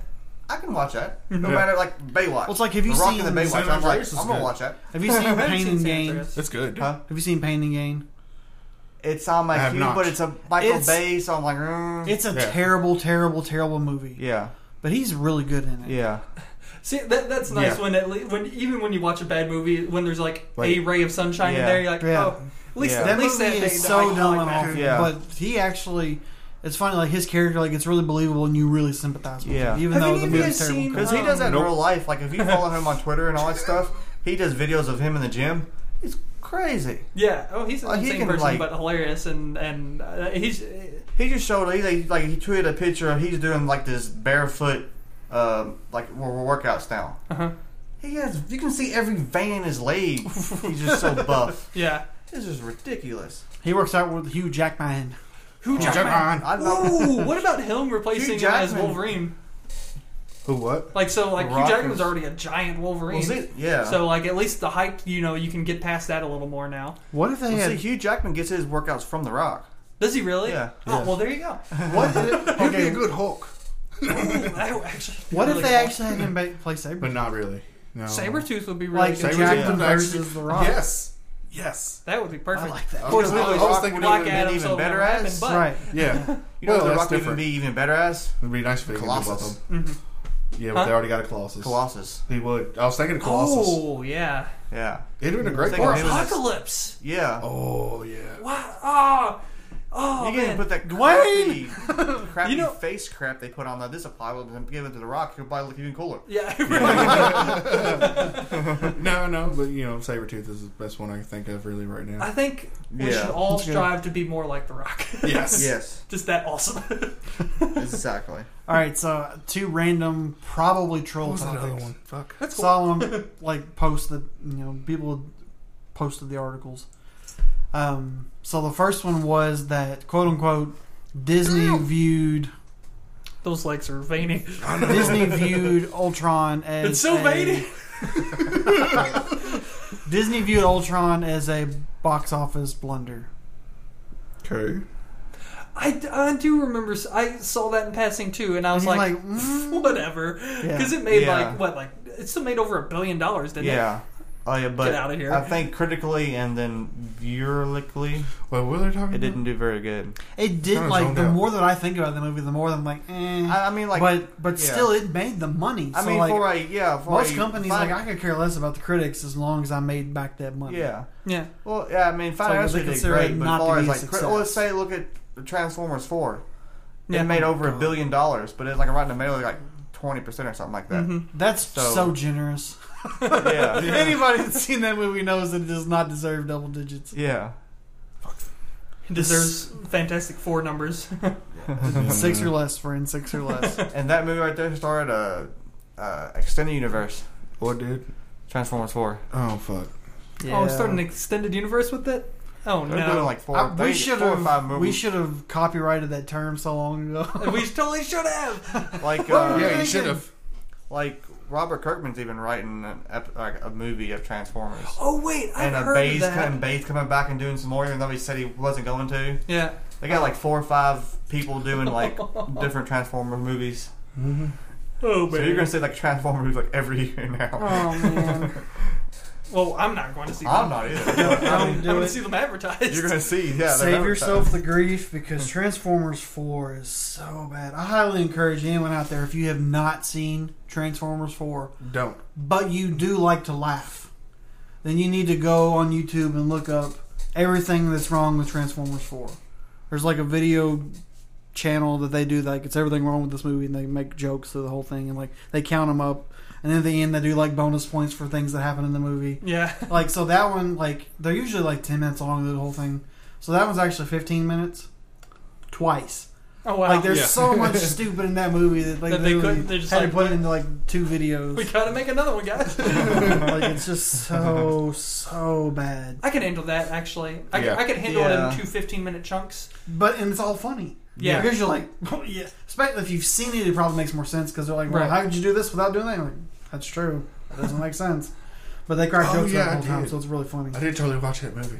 S7: I can watch that. No matter like Baywatch.
S5: Mm-hmm. Well, it's like, have you
S7: the Rock
S5: seen
S7: and the Baywatch?
S3: Santa
S7: I'm like,
S3: Andreas is
S7: I'm gonna
S3: good.
S7: watch that.
S5: Have you seen
S4: I haven't
S5: Pain
S4: seen
S5: and
S4: San
S5: Gain?
S4: Andreas.
S3: it's good.
S7: Huh?
S5: Have you seen Pain and Gain?
S7: It's on
S3: I
S7: my
S3: have
S7: queue,
S3: not.
S7: but it's a Michael
S5: It's-
S7: Bay. So I'm like, mm.
S5: It's a
S3: Yeah.
S5: terrible, terrible, terrible movie.
S7: yeah,
S5: But he's really good in it.
S7: yeah,
S4: See, that, that's nice
S3: Yeah.
S4: when at least when even when you watch a bad movie, when there's like,
S3: Like-
S4: a ray of sunshine in
S7: Yeah.
S4: there, you're like,
S5: Yeah.
S4: oh, at least
S7: Yeah.
S5: That
S4: at least
S5: movie
S4: that
S5: is
S4: they-
S5: so
S4: I
S5: dumb
S4: like
S5: and
S4: that.
S5: awful.
S7: Yeah.
S5: But he actually, it's funny. Like his character, like it's really believable, and you really sympathize with
S7: Yeah.
S5: him, even
S4: Have
S5: though
S4: any
S5: the
S4: of you
S5: movie's
S4: guys
S5: terrible.
S4: seen-
S7: because he does that in
S3: Nope.
S7: real life. Like if you follow him on Twitter and all that stuff, he does videos of him in the gym. He's crazy.
S4: Yeah. Oh, he's an
S7: Uh, he
S4: insane
S7: can,
S4: person,
S7: like-
S4: but hilarious, and and uh, he's
S7: He just showed he like, like he tweeted a picture of he's doing like this barefoot um, like wor- wor- workouts now.
S4: uh
S7: He has you can see every vein in his leg. he's just so buff.
S4: yeah.
S7: This is ridiculous.
S5: He works out with Hugh Jackman.
S4: Who
S3: Jack- Jackman.
S7: I know.
S4: Ooh, what about him replacing him as
S7: Jackman.
S4: Wolverine?
S3: Who? What?
S4: Like so, like Hugh
S7: Rock
S4: Jackman was
S7: is-
S4: already a giant Wolverine.
S7: Well, see, yeah.
S4: So like at least the hype, you know, you can get past that a little more now.
S5: What if they
S7: Well, see,
S5: had?
S7: Hugh Jackman gets his workouts from The Rock.
S4: Does he really?
S7: Yeah.
S4: Oh, well, there you go.
S3: What? He'd be a good Hulk,
S4: Ooh, that would actually,
S5: What if
S4: really
S5: they
S4: cool.
S5: actually had him ba- play Saber?
S3: but not really. No.
S4: Sabretooth would be really
S5: Like
S4: good.
S3: Sabretooth
S5: Jackman
S3: would actually-
S5: versus The Rock.
S3: Yes. Yes.
S4: That would be perfect.
S5: I like that.
S3: Of
S4: course,
S3: course,
S4: we
S3: I
S4: always
S3: was
S4: rock-
S3: thinking it
S4: rock at
S3: would've
S4: him.
S7: even
S4: so it
S7: better
S4: never happened,
S7: as?
S4: but
S5: Right.
S3: been- Yeah.
S7: You know,
S3: Well,
S7: The
S3: that's
S7: Rock would even
S3: different.
S7: be even better as
S3: It'd be nice if they could do both
S7: Colossus.
S3: of them. Yeah, but
S4: Huh?
S3: they already got a Colossus.
S7: Colossus.
S3: He would. I was thinking Colossus.
S4: oh yeah,
S7: Yeah,
S3: It'd have been a great
S7: Thinking
S4: or
S7: maybe that's-
S4: Apocalypse.
S7: yeah.
S3: Oh yeah.
S4: Wow.
S5: Ah.
S4: Oh, oh
S7: you can
S4: man.
S7: put that
S5: Dwayne!
S7: crappy, crappy
S4: You know-
S7: face crap they put on the, this Apollo and give it to The Rock. He'll probably look even cooler.
S4: yeah.
S3: No, no, but you know, Sabretooth is the best one I can think of really right now.
S4: I think we
S7: Yeah.
S4: should all
S5: That's good.
S4: strive to be more like The Rock.
S3: yes.
S7: Yes,
S4: Just that awesome.
S7: exactly.
S5: All right, so two random, probably troll
S3: What was
S5: topics.
S3: another one? Fuck.
S5: Saw them like post the you know people posted the articles. Um, so the first one was that quote unquote Disney viewed
S4: Those legs are veiny.
S5: Disney viewed Ultron as
S4: It's so
S5: a-
S4: veiny.
S5: Disney viewed Ultron as a box office blunder.
S3: Okay.
S4: I, I do remember. s- I saw that in passing too, and I was
S5: you're
S4: like,
S5: like, mm.
S4: whatever,
S5: Yeah.
S4: because it made
S7: Yeah.
S4: like what like it still made over a billion dollars, didn't it?
S7: Yeah. Oh yeah, but
S4: outta here.
S7: I think critically and then viewerlically,
S4: Mm-hmm.
S3: Wait, what are they talking
S7: it
S3: about?
S7: didn't do very good.
S5: It did
S3: Kinda
S5: like
S3: zoned
S5: the
S3: out.
S5: more that I think about the movie, the more that I'm like, eh.
S7: I, I mean, like,
S5: but but
S7: yeah.
S5: still, it made the money.
S7: I
S5: So,
S7: mean,
S5: like,
S7: for a yeah, for
S5: most
S7: a
S5: companies,
S7: fine-
S5: like I could care less about the critics as long as I made back that money.
S7: yeah.
S4: Yeah,
S7: Well, yeah, I mean,
S5: they
S7: financially did
S5: consider it
S7: great, but as
S5: not to
S7: far
S5: be
S7: as
S5: a
S7: like, cri-
S5: success.
S7: well, let's say look at Transformers Four.
S4: Yeah.
S7: It made over a
S5: God.
S7: billion dollars, but it's like around the middle, like twenty percent or something like that.
S4: Mm-hmm.
S5: that's so,
S7: So-
S5: generous.
S7: Yeah,
S5: Anybody that's seen that movie knows that it does not deserve double digits.
S7: yeah.
S4: it deserves Fantastic Four numbers.
S5: Six or less, friend. Six or less.
S7: And that movie right there started a uh, uh, extended universe,
S3: What did?
S7: Transformers Four.
S3: Oh fuck!
S4: Oh, it's starting an extended universe with it. Oh
S7: They're
S4: no,
S7: doing like four.
S5: I-
S7: they-
S5: we should
S7: four or five
S5: have.
S7: movies.
S5: We should have copyrighted that term so long ago.
S4: we totally should have.
S7: like uh,
S3: yeah, you should have.
S7: like Robert Kirkman's even writing an ep- like a movie of Transformers.
S4: Oh wait, I've
S7: and a
S4: heard
S7: Baze
S4: that.
S7: coming, Baze coming back and doing some more, even though he said he wasn't going to.
S4: Yeah,
S7: They got like four or five people doing like different Transformer movies.
S4: Oh,
S7: So you're gonna see like Transformer movies like every year now.
S5: Oh man,
S4: well, I'm not going to see.
S7: I'm
S4: them.
S7: not either.
S5: Don't
S4: I'm
S5: do
S4: going to
S5: it.
S4: see them advertised.
S7: you're gonna see, yeah. they're
S5: Save
S7: advertised.
S5: yourself the grief because Transformers 4 is so bad. I highly encourage anyone out there if you have not seen Transformers 4,
S3: Don't.
S5: but you do like to laugh, then you need to go on YouTube and look up everything that's wrong with Transformers 4. There's like a video channel that they do like it's everything wrong with this movie and they make jokes through the whole thing and like they count them up and then at the end they do like bonus points for things that happen in the movie
S4: Yeah.
S5: like so that one like they're usually like 10 minutes long the whole thing so that one's actually 15 minutes twice
S4: Oh wow.
S5: like there's
S3: Yeah.
S5: so much stupid in that movie that like
S4: That they
S5: literally
S4: couldn't- they're just
S5: had
S4: like,
S5: to put
S4: "What?"
S5: it into like two
S4: we
S5: videos
S4: gotta make another one, guys.
S5: like it's just so so bad
S4: I can handle that actually. I,
S3: Yeah.
S4: I could handle it
S7: Yeah.
S4: in two 15 minute chunks.
S5: but and it's all funny
S4: Yeah.
S5: because you're like yeah especially if you've seen it it probably makes more sense because they're like well
S4: Right.
S5: how could you do this without doing that I'm like, that's true that doesn't make sense but they crack
S3: Oh,
S5: jokes
S3: yeah,
S5: that
S3: I
S5: whole time
S3: did.
S5: so it's really funny
S3: I did totally watch that movie.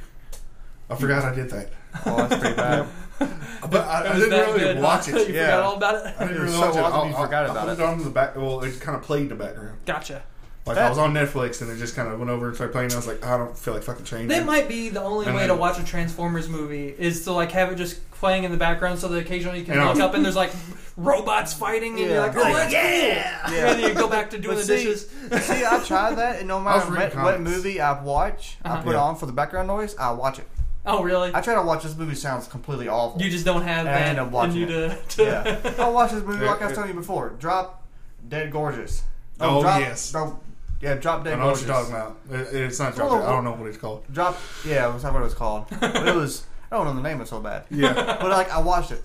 S3: I forgot I did that,
S7: Oh, that's pretty bad.
S3: but I, I
S4: was
S3: didn't
S4: that
S3: really
S4: good,
S3: watch
S4: huh?
S3: it.
S4: you
S7: yeah.
S4: forgot all about it.
S3: I didn't
S7: It was
S3: really
S7: so
S3: watch it.
S7: awesome
S3: I,
S7: you
S3: I-
S7: forgot
S3: I
S7: about
S3: put
S7: it.
S3: it on the back. Well, it kind of played in the background.
S4: Gotcha.
S3: Like I
S7: That-
S3: was on Netflix and it just kind of went over and started playing. And I was like, I don't feel like fucking changing.
S4: That might be the only
S3: And
S4: way
S3: then-
S4: to watch a Transformers movie is to like have it just playing in the background so that occasionally you can
S3: And
S4: look
S3: I'll-
S4: up and there's like robots fighting and you're
S7: Yeah.
S4: like, oh, that's
S7: yeah.
S4: cool. And then you go back to doing the
S7: But see-
S4: dishes.
S7: See, I tried that, and no
S3: I was
S7: matter
S3: reading
S7: what, what
S3: comics. Uh-huh.
S7: movie I watch, I put it
S3: Yeah.
S7: on for the background noise. I watch it.
S4: Oh, really?
S7: I try to watch this movie. Sounds completely awful.
S4: You just don't have
S7: And I
S4: that
S7: end up watching
S4: in you to, to
S7: yeah. I watched this movie like I
S3: Yeah.
S7: was telling you before. Drop Dead Gorgeous.
S3: Oh,
S7: drop,
S3: yes.
S7: Don't, yeah, drop Dead
S3: I know what
S7: Gorgeous.
S3: you're talking about. It- it's not
S7: Well,
S3: Drop Dead. I don't know what it's called.
S7: Drop. Yeah, that's not what it was called. But it was. I don't know the name. It's so bad.
S3: Yeah.
S7: But like, I watched it.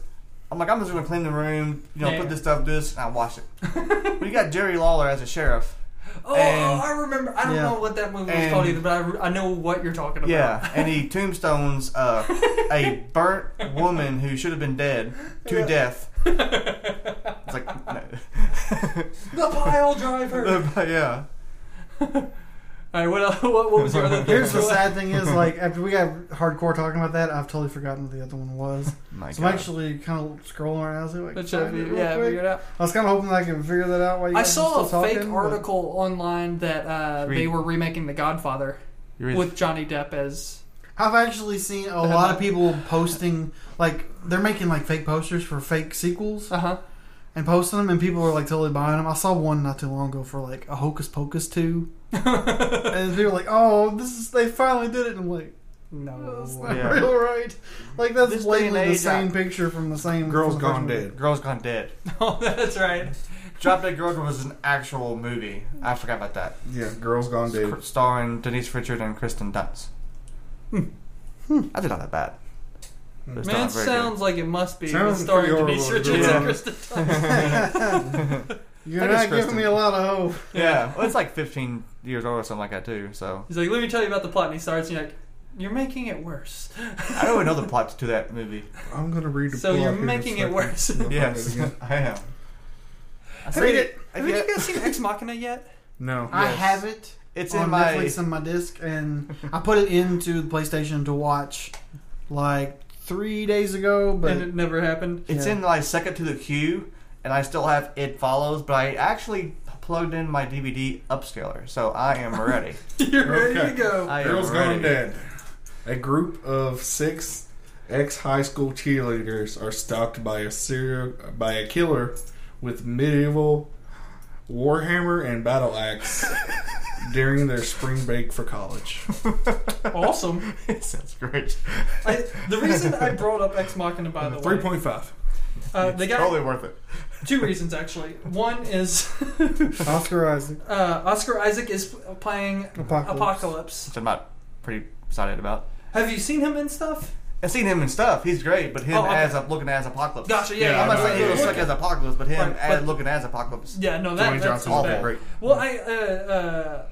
S7: I'm like, I'm just gonna clean the room. You know,
S4: Yeah.
S7: put this stuff, do this, and I watched it. we got Jerry Lawler as a sheriff.
S4: Oh,
S7: And-
S4: I remember. I don't
S5: Yeah.
S4: know what that movie was
S7: And-
S4: called either, but I, re- I know what you're talking about.
S7: Yeah, and he tombstones uh, a burnt woman who should have been dead to death. It's like, no.
S4: The pile driver. All
S7: But, yeah.
S4: right, what, el- what, what was your other
S5: Here's the
S4: thing?
S5: sad thing is, like, after we got hardcore talking about that, I've totally forgotten what the other one was.
S7: My
S5: So I'm actually kind of scrolling around. I was, like,
S4: That should
S5: find
S4: be-
S5: it real
S4: yeah,
S5: quick.
S4: figure it out.
S5: I was kind of hoping that I could figure that out while you
S4: I
S5: guys were
S4: saw a
S5: still
S4: fake
S5: talking, but-
S4: article online that uh,
S7: Read.
S4: they were remaking The Godfather
S7: You're-
S4: with Johnny Depp as.
S5: I've actually seen a lot of people posting, like, they're making, like, fake posters for fake sequels
S4: Uh huh.
S5: and posting them, and people are, like, totally buying them. I saw one not too long ago for, like, a Hocus Pocus 2. and people are like, oh, this is, they finally did it. And I'm like,
S4: No.
S5: that's not
S7: Oh, Yeah.
S5: real right. Like, that's
S7: This day and
S5: blatantly the
S7: age,
S5: same
S7: I-
S5: picture from the same.
S3: Girls
S5: from the first
S3: Gone
S5: movie.
S3: Dead.
S7: Girls Gone Dead.
S4: Oh, that's right.
S7: Drop Dead Girls was an actual movie. I forgot about that.
S3: Yeah, Girls Gone Dead.
S7: Cr- Starring Denise Richard and Kristen Dunst. Hmm. I did not that bad. But it's
S4: Man,
S7: not
S4: it
S7: very
S4: sounds like it must be.
S3: Sounds
S4: It's starring
S3: pretty
S4: Denise
S3: horrible,
S4: Richards and
S7: yeah.
S4: Kristen Dunst.
S5: You're
S7: That is
S5: not giving
S7: Kristen.
S5: me a lot of hope.
S7: good. Yeah, well, it's like 15 years old or something like that too. So
S4: He's like, let me tell you about the plot, and he starts, and you're like, you're making it worse.
S7: I don't even know the plot to that movie.
S3: I'm gonna read the.
S4: So
S3: plot
S4: you're
S3: here in a
S4: making it
S3: second.
S4: worse.
S3: No,
S7: Yes,
S3: fuck it again.
S7: I am. I
S4: Have
S7: read
S4: you-
S7: it.
S4: Have
S7: Yeah.
S4: you guys seen Ex Machina yet?
S3: No.
S5: I
S7: Yes.
S5: have it.
S7: It's
S5: on
S7: in my.
S5: Netflix on my disc, and I put it into the PlayStation to watch like three days ago, but
S4: and it never happened.
S7: It's
S5: Yeah.
S7: in like second to the queue, and I still have it follows, but I actually plugged in my DVD upscaler, so I am ready.
S4: You're ready
S3: Okay.
S4: to go.
S7: I am
S3: Girls
S7: ready.
S3: Gone Dead. A group of six ex high school cheerleaders are stalked by a serial by a killer with medieval warhammer and battle axe during their spring break for college.
S4: Awesome.
S7: It sounds great.
S4: I, the reason I brought up Ex Machina, by the
S3: Three
S4: way,
S3: point five.
S4: uh, they got
S7: Totally worth it.
S4: two reasons actually. One is
S5: Oscar Isaac,
S4: uh, Oscar Isaac is playing
S5: Apocalypse.
S4: Apocalypse.
S7: Which I'm not pretty excited about.
S4: Have you seen him in stuff?
S7: I've seen him and stuff. He's great, but him
S4: Oh, okay.
S7: as a, looking as Apocalypse.
S4: Gotcha. Yeah,
S7: I'm not
S4: yeah,
S7: saying he
S4: yeah,
S7: looks
S4: yeah.
S7: like as Apocalypse, but him
S4: Right,
S7: as,
S4: but-
S7: looking as Apocalypse.
S4: Yeah, no, that,
S3: Tony
S4: that's
S3: Johnson's
S4: awful.
S3: been
S7: bad.
S3: great.
S4: Well, I, uh, uh,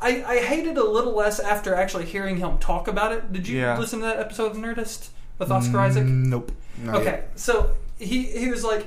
S4: I I hated a little less after actually hearing him talk about it. Did you
S7: Yeah.
S4: listen to that episode of Nerdist with Oscar Isaac?
S3: Mm, Nope. Not
S4: okay,
S3: yet.
S4: so he he was like,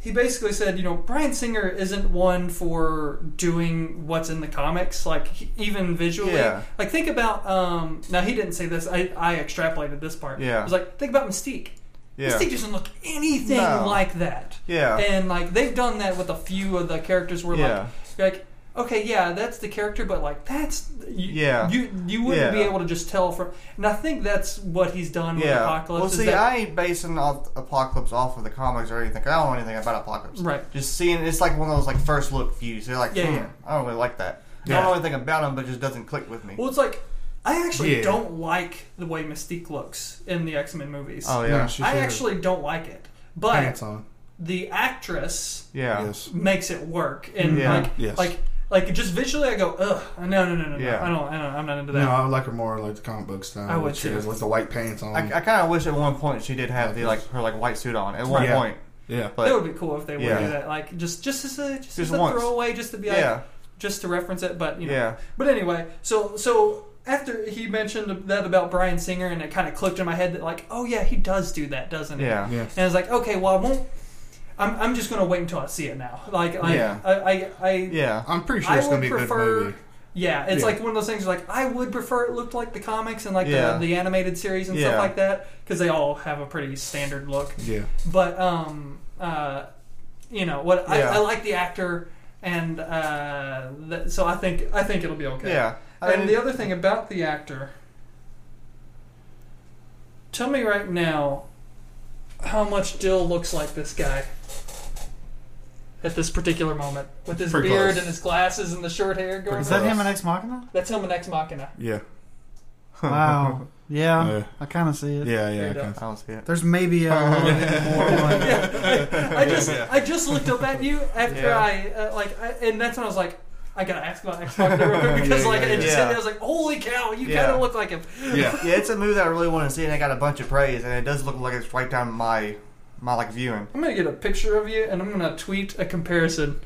S4: he basically said, you know, Brian Singer isn't one for doing what's in the comics, like he- even visually.
S7: Yeah.
S4: Like think about um. Now he didn't say this. I I extrapolated this part.
S7: Yeah.
S4: It was like think about Mystique.
S7: Yeah.
S4: Mystique doesn't look anything
S7: No.
S4: like that.
S7: Yeah.
S4: And like they've done that with a few of the characters where
S7: Yeah.
S4: like you're like okay yeah that's the character but like that's you,
S7: Yeah.
S4: you you wouldn't be
S7: Yeah.
S4: able to just tell from and I think that's what he's done with
S7: Yeah.
S4: Apocalypse.
S7: Well,
S4: is
S7: see,
S4: that-
S7: I ain't basing off Apocalypse off of the comics or anything. 'cause I don't know anything about Apocalypse.
S4: Right.
S7: Just seeing it's like one of those like first look views. You're like,
S4: Yeah,
S7: yeah,
S4: yeah.
S7: I don't really like that. I don't know anything about him, but it just doesn't click with me.
S4: Well, it's like I actually
S3: Yeah.
S4: don't like the way Mystique looks in the X Men movies.
S7: oh
S3: No,
S7: yeah,
S3: she
S4: I
S3: should have
S4: actually don't like it, but
S3: pants on.
S4: the actress
S7: yeah.
S3: Yes.
S4: makes it work, and
S7: Yeah.
S4: like,
S3: Yes.
S4: like, like just visually, I go, ugh, no, no, no, no, no.
S7: Yeah.
S4: I don't, I don't, I'm not into that.
S3: No, I like her more like the comic book style.
S4: I would
S3: which she
S4: too.
S3: has, With the white pants on.
S7: I, I kind of wish at one point she did have the like her like white suit on at one
S3: Yeah.
S7: point,
S3: yeah.
S7: but
S4: That would be cool if they would
S7: Yeah.
S4: do that, like just just as a just, as
S7: Just
S4: a
S7: once.
S4: throwaway, just to be like,
S7: yeah,
S4: just to reference it, but you know.
S7: Yeah.
S4: But anyway, so so after he mentioned that about Brian Singer, and it kind of clicked in my head that like, oh yeah, he does do that, doesn't he?
S7: yeah,
S3: Yeah.
S4: And I was like, okay, well, I won't. I'm, I'm just gonna wait until I see it now. Like, like
S7: Yeah.
S4: I, I, I,
S7: yeah.
S3: I'm pretty sure
S4: I
S3: it's
S4: would
S3: gonna be a good
S4: prefer.
S3: movie.
S4: Yeah, it's
S3: Yeah.
S4: like one of those things. Like, I would prefer it looked like the comics and like
S7: Yeah.
S4: the, the animated series and
S7: Yeah.
S4: stuff like that because they all have a pretty standard look.
S3: Yeah.
S4: But um, uh, you know what?
S7: Yeah.
S4: I, I like the actor, and uh, th- so I think I think it'll be okay.
S7: Yeah. I
S4: And
S7: mean,
S4: the other thing about the actor, tell me right now how much Dill looks like this guy at this particular moment with his
S3: Pretty
S4: beard
S3: close.
S4: and his glasses and the short hair going.
S5: is
S4: on.
S5: that him in Ex Machina?
S4: That's him in Ex Machina.
S3: Yeah.
S5: Wow, yeah,
S3: Yeah.
S5: I kind of see it.
S3: Yeah,
S4: Fair
S3: yeah. I
S4: enough.
S7: I don't see it.
S5: There's maybe a little bit more. Like,
S4: Yeah, I, I just I just looked up at you after
S7: Yeah.
S4: I uh, like I, and that's when I was like. I gotta ask about Ex Machina real quick because
S3: Yeah,
S4: like
S3: yeah,
S4: it just hit
S7: yeah.
S4: me. I was like, "Holy cow, you
S7: Yeah.
S4: kind of look like him."
S3: Yeah.
S7: Yeah, it's a movie that I really want to see, and I got a bunch of praise, and it does look like it's right down my my like viewing.
S4: I'm gonna get a picture of you and I'm gonna tweet a comparison.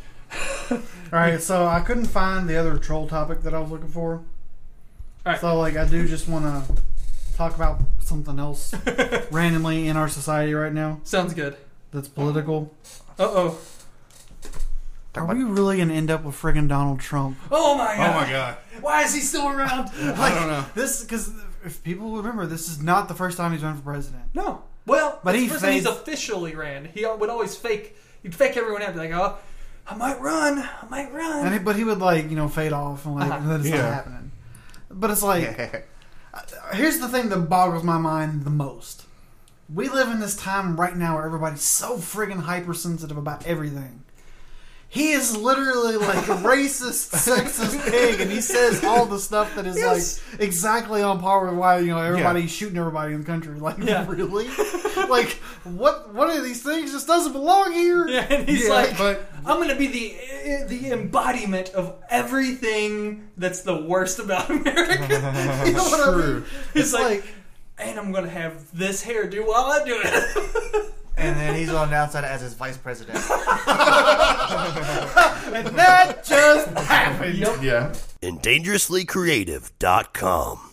S5: All right, so I couldn't find the other troll topic that I was looking for.
S4: All right.
S5: So like I do just want to talk about something else randomly in our society right now
S4: Sounds good.
S5: that's political.
S4: Uh oh.
S5: Are we really gonna end up with friggin' Donald Trump?
S4: Oh my
S3: Oh
S4: god.
S3: my god.
S4: Why is he still around?
S5: Like,
S3: don't know.
S5: This because if people will remember, this is not the first time he's run for president.
S4: No. Well,
S5: But
S4: but
S5: he
S4: he person he's
S5: faked-
S4: officially ran. He would always fake. He'd fake everyone out. Be like, oh, I might run. I might run.
S5: And he, but he would like you know fade off and like
S4: Uh-huh.
S5: and then it's not
S3: Yeah.
S5: happening. But it's like here's the thing that boggles my mind the most. We live in this time right now where everybody's so friggin' hypersensitive about everything. He is literally like a racist, sexist pig, and he says all the stuff that is
S4: Yes.
S5: like exactly on par with why you know everybody's shooting everybody in the country. Like,
S4: Yeah.
S5: really? like, what? One of these things just doesn't belong here.
S4: yeah, and he's
S5: Yeah,
S4: like,
S3: But
S4: I'm gonna be the the embodiment of everything that's the worst about America.
S5: You know what I mean?
S3: true.
S4: he's like,
S5: like-
S4: and I'm gonna have this hairdo while I do it.
S7: And then he's on the outside as his vice president.
S5: And that just happened.
S4: Yup.
S3: Yeah.
S9: and dangerouslycreative.com.